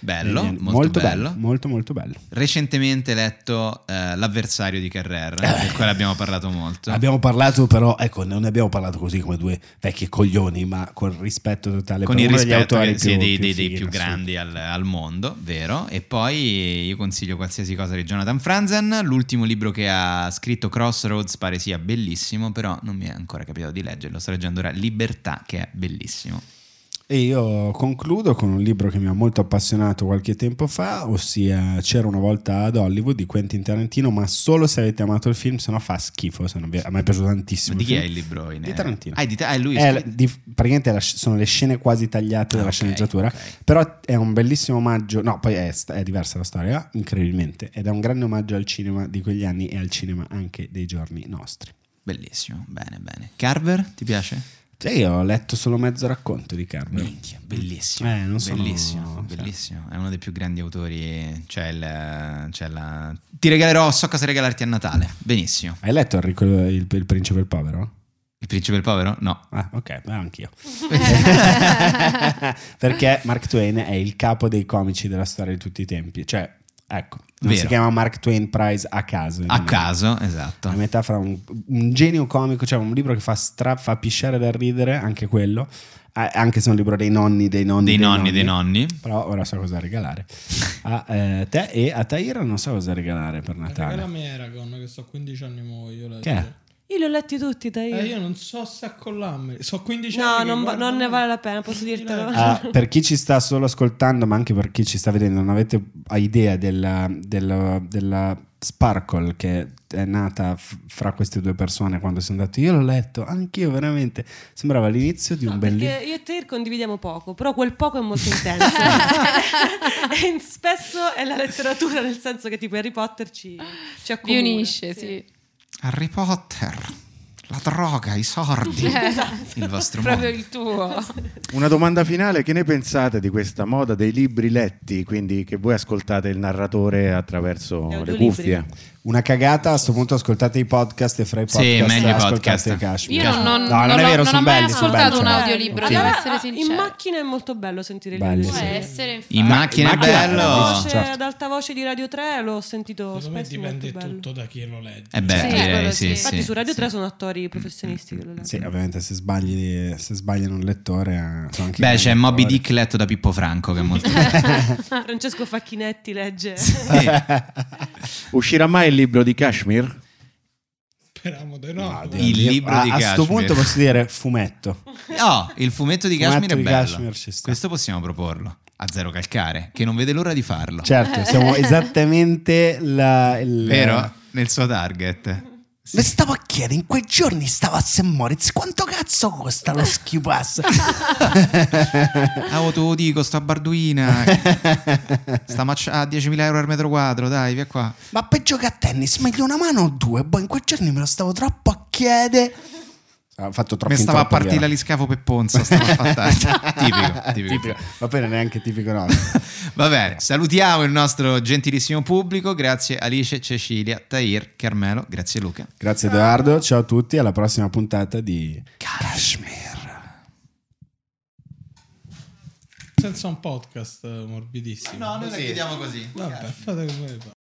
[SPEAKER 1] Bello,
[SPEAKER 2] Eh,
[SPEAKER 1] molto, bello.
[SPEAKER 2] Molto, molto bello.
[SPEAKER 1] Recentemente letto eh, L'avversario di Carrera,
[SPEAKER 2] <laughs>
[SPEAKER 1] del quale abbiamo parlato molto.
[SPEAKER 9] Abbiamo parlato però, ecco, non ne abbiamo parlato così come due vecchi coglioni, ma con rispetto totale
[SPEAKER 1] con
[SPEAKER 9] per
[SPEAKER 1] il
[SPEAKER 9] uno degli
[SPEAKER 1] rispetto
[SPEAKER 9] autori
[SPEAKER 1] che- sì,
[SPEAKER 9] più-
[SPEAKER 1] dei,
[SPEAKER 2] più
[SPEAKER 1] dei- dei
[SPEAKER 2] fighi in
[SPEAKER 1] più
[SPEAKER 2] assoluto.
[SPEAKER 1] grandi al, al mondo, vero? E poi io consiglio qualsiasi cosa di Jonathan Franzen. L'ultimo libro che ha scritto, Crossroads, pare sia bellissimo, però non mi è ancora capitato di leggerlo. Sto leggendo ora Libertà, che è bellissimo.
[SPEAKER 2] E io concludo con un libro che mi ha molto appassionato qualche tempo fa, ossia C'era una volta ad Hollywood di Quentin Tarantino, ma solo se avete amato il film, se no fa schifo, se non vi- a me è piaciuto tantissimo.
[SPEAKER 1] Ma di chi
[SPEAKER 2] film.
[SPEAKER 1] è il libro? in-
[SPEAKER 2] Di Tarantino.
[SPEAKER 1] Ah, è di Ta- ah, è lui.
[SPEAKER 2] È
[SPEAKER 1] scusa.
[SPEAKER 2] la- di- praticamente è la sc- sono le scene quasi tagliate della
[SPEAKER 1] Ah, ok,
[SPEAKER 2] sceneggiatura,
[SPEAKER 1] ok.
[SPEAKER 2] però è un bellissimo omaggio, no poi è, st- è diversa la storia, incredibilmente, ed è un grande omaggio al cinema di quegli anni e al cinema anche dei giorni nostri.
[SPEAKER 1] Bellissimo, bene, bene. Carver, ti piace?
[SPEAKER 2] Cioè io ho letto solo mezzo racconto di Carmen.
[SPEAKER 1] Minchia, bellissimo.
[SPEAKER 2] Eh, non sono-
[SPEAKER 1] bellissimo,
[SPEAKER 2] cioè.
[SPEAKER 1] bellissimo. È uno dei più grandi autori. C'è il, c'è la... Ti regalerò, so cosa regalarti a Natale. Benissimo.
[SPEAKER 2] Hai letto il, ricco- il- il principe e il povero?
[SPEAKER 1] Il principe del povero? No.
[SPEAKER 2] Ah, ok, beh, anch'io. Perché Mark Twain è il capo dei comici della storia di tutti i tempi. Cioè, ecco, non
[SPEAKER 1] Vero.
[SPEAKER 2] si chiama Mark Twain Prize a caso.
[SPEAKER 1] A
[SPEAKER 2] nemmeno.
[SPEAKER 1] caso,
[SPEAKER 2] La
[SPEAKER 1] esatto.
[SPEAKER 2] metà fra un, un genio comico, cioè un libro che fa, stra, fa pisciare dal ridere, anche quello, eh, anche se è un libro dei nonni, dei nonni,
[SPEAKER 1] Dei nonni, dei nonni.
[SPEAKER 2] Però ora so cosa <laughs> regalare. A eh, te e a Taira non so cosa regalare per Natale.
[SPEAKER 3] Regalami Eragon, che so 15 anni muoio. leggo.
[SPEAKER 2] Che è?
[SPEAKER 6] Io li ho letti tutti, dai.
[SPEAKER 3] Eh, io non so se accollarmi. So 15
[SPEAKER 6] No,
[SPEAKER 3] anni. che
[SPEAKER 6] non, va-
[SPEAKER 3] guardo-
[SPEAKER 6] non ne vale la pena, posso dirtelo.
[SPEAKER 3] Dai.
[SPEAKER 2] Ah, per chi ci sta solo ascoltando, ma anche per chi ci sta vedendo, non avete idea della, della- della Sparkle che è nata f- fra queste due persone quando sono andati. Io l'ho letto, anch'io veramente. Sembrava l'inizio di un
[SPEAKER 6] No,
[SPEAKER 2] bel libro.
[SPEAKER 6] perché io e te condividiamo poco, però quel poco è molto
[SPEAKER 4] <laughs>
[SPEAKER 6] intenso. E spesso è la letteratura, nel senso che tipo Harry Potter ci, ci
[SPEAKER 4] Vi
[SPEAKER 6] accomuna.
[SPEAKER 4] unisce, sì.
[SPEAKER 1] Harry Potter, la droga,
[SPEAKER 4] <laughs>
[SPEAKER 1] i sordi. Il
[SPEAKER 4] Esatto.
[SPEAKER 1] vostro mondo.
[SPEAKER 4] Proprio il tuo.
[SPEAKER 1] Certo.
[SPEAKER 5] Una domanda finale, che ne pensate di questa moda dei libri letti, quindi che voi ascoltate il narratore attraverso
[SPEAKER 6] Gli
[SPEAKER 5] le
[SPEAKER 6] audiolibri.
[SPEAKER 5] cuffie?
[SPEAKER 2] Una cagata, a questo punto ascoltate i podcast e fra i
[SPEAKER 1] Sì,
[SPEAKER 2] podcast
[SPEAKER 1] meglio i
[SPEAKER 2] ascoltate
[SPEAKER 1] podcast.
[SPEAKER 2] i Kashmir.
[SPEAKER 4] Io non, non,
[SPEAKER 2] no, non,
[SPEAKER 4] non
[SPEAKER 2] è
[SPEAKER 4] ho-
[SPEAKER 2] vero,
[SPEAKER 4] non
[SPEAKER 2] sono
[SPEAKER 4] ho mai
[SPEAKER 2] belli, sono
[SPEAKER 4] ascoltato
[SPEAKER 2] belli,
[SPEAKER 4] un
[SPEAKER 2] cioè.
[SPEAKER 4] audiolibro,
[SPEAKER 2] Sì.
[SPEAKER 4] devo
[SPEAKER 6] Allora,
[SPEAKER 4] essere Eh,
[SPEAKER 6] ah, in
[SPEAKER 4] sincero.
[SPEAKER 6] macchina è molto bello sentire
[SPEAKER 2] Belli,
[SPEAKER 6] il
[SPEAKER 4] Può
[SPEAKER 2] sì.
[SPEAKER 4] essere, infatti.
[SPEAKER 1] In macchina è
[SPEAKER 2] in macchina Ah, è
[SPEAKER 1] bello.
[SPEAKER 2] bellissimo.
[SPEAKER 6] voce
[SPEAKER 2] certo.
[SPEAKER 6] ad alta voce di Radio 3 l'ho sentito
[SPEAKER 3] Secondo me
[SPEAKER 6] spesso molto
[SPEAKER 3] dipende
[SPEAKER 6] bello.
[SPEAKER 3] tutto da chi lo legge.
[SPEAKER 1] Eh beh,
[SPEAKER 4] Sì,
[SPEAKER 1] direi
[SPEAKER 4] quello
[SPEAKER 1] sì.
[SPEAKER 4] sì.
[SPEAKER 6] Infatti
[SPEAKER 1] sì,
[SPEAKER 6] su Radio
[SPEAKER 1] sì.
[SPEAKER 6] 3 sono attori professionisti che lo leggono.
[SPEAKER 2] Sì, ovviamente se sbagli, se sbagliano un lettore... eh, sono anche
[SPEAKER 1] Beh,
[SPEAKER 2] io
[SPEAKER 1] c'è
[SPEAKER 2] un
[SPEAKER 1] Moby
[SPEAKER 2] lettore.
[SPEAKER 1] Dick letto da Pippo Franco che è <laughs>
[SPEAKER 6] <laughs>
[SPEAKER 1] molto
[SPEAKER 6] Francesco Facchinetti legge.
[SPEAKER 5] Uscirà mai il libro di Kashmir?
[SPEAKER 3] Speriamo di
[SPEAKER 2] No,
[SPEAKER 3] no.
[SPEAKER 2] Dio,
[SPEAKER 1] Il
[SPEAKER 2] Dio.
[SPEAKER 1] libro
[SPEAKER 2] a,
[SPEAKER 1] di
[SPEAKER 2] A questo
[SPEAKER 1] Kashmir.
[SPEAKER 2] punto posso dire fumetto.
[SPEAKER 1] Oh, il fumetto di
[SPEAKER 2] Fumetto
[SPEAKER 1] Kashmir è
[SPEAKER 2] di
[SPEAKER 1] bello.
[SPEAKER 2] Kashmir ci sta.
[SPEAKER 1] Questo possiamo proporlo a Zero Calcare, che non vede l'ora di farlo.
[SPEAKER 2] Certo, siamo esattamente la... il-
[SPEAKER 1] <laughs> Vero? Nel suo target.
[SPEAKER 12] Mi stavo a chiedere, in quei giorni stavo a St. Moritz, quanto cazzo costa lo ski pass?
[SPEAKER 1] Ah, te lo dico,
[SPEAKER 2] <laughs>
[SPEAKER 1] sta Barduina. sta maccia- a 10.000 euro al metro quadro, dai, via qua.
[SPEAKER 12] Ma per giocare a tennis, meglio una mano o due? Boh, in quei giorni me lo stavo troppo a chiedere.
[SPEAKER 2] Ha fatto troppo
[SPEAKER 1] Mi stava a
[SPEAKER 2] intoppo,
[SPEAKER 1] partire
[SPEAKER 2] via.
[SPEAKER 1] l'aliscafo per Ponza. Stava a
[SPEAKER 2] <laughs>
[SPEAKER 1] fatta- tipico, tipico.
[SPEAKER 2] Va bene, neanche tipico no.
[SPEAKER 1] Vabbè, salutiamo il nostro gentilissimo pubblico. Grazie Alice, Cecilia, Tahir, Carmelo. Grazie Luca.
[SPEAKER 2] Grazie Edoardo, ciao a tutti, alla prossima puntata di Kashmir.
[SPEAKER 3] Senza un podcast eh, morbidissimo.
[SPEAKER 1] Ah, noi la chiudiamo così.
[SPEAKER 3] Vabbè, fate come vi pare.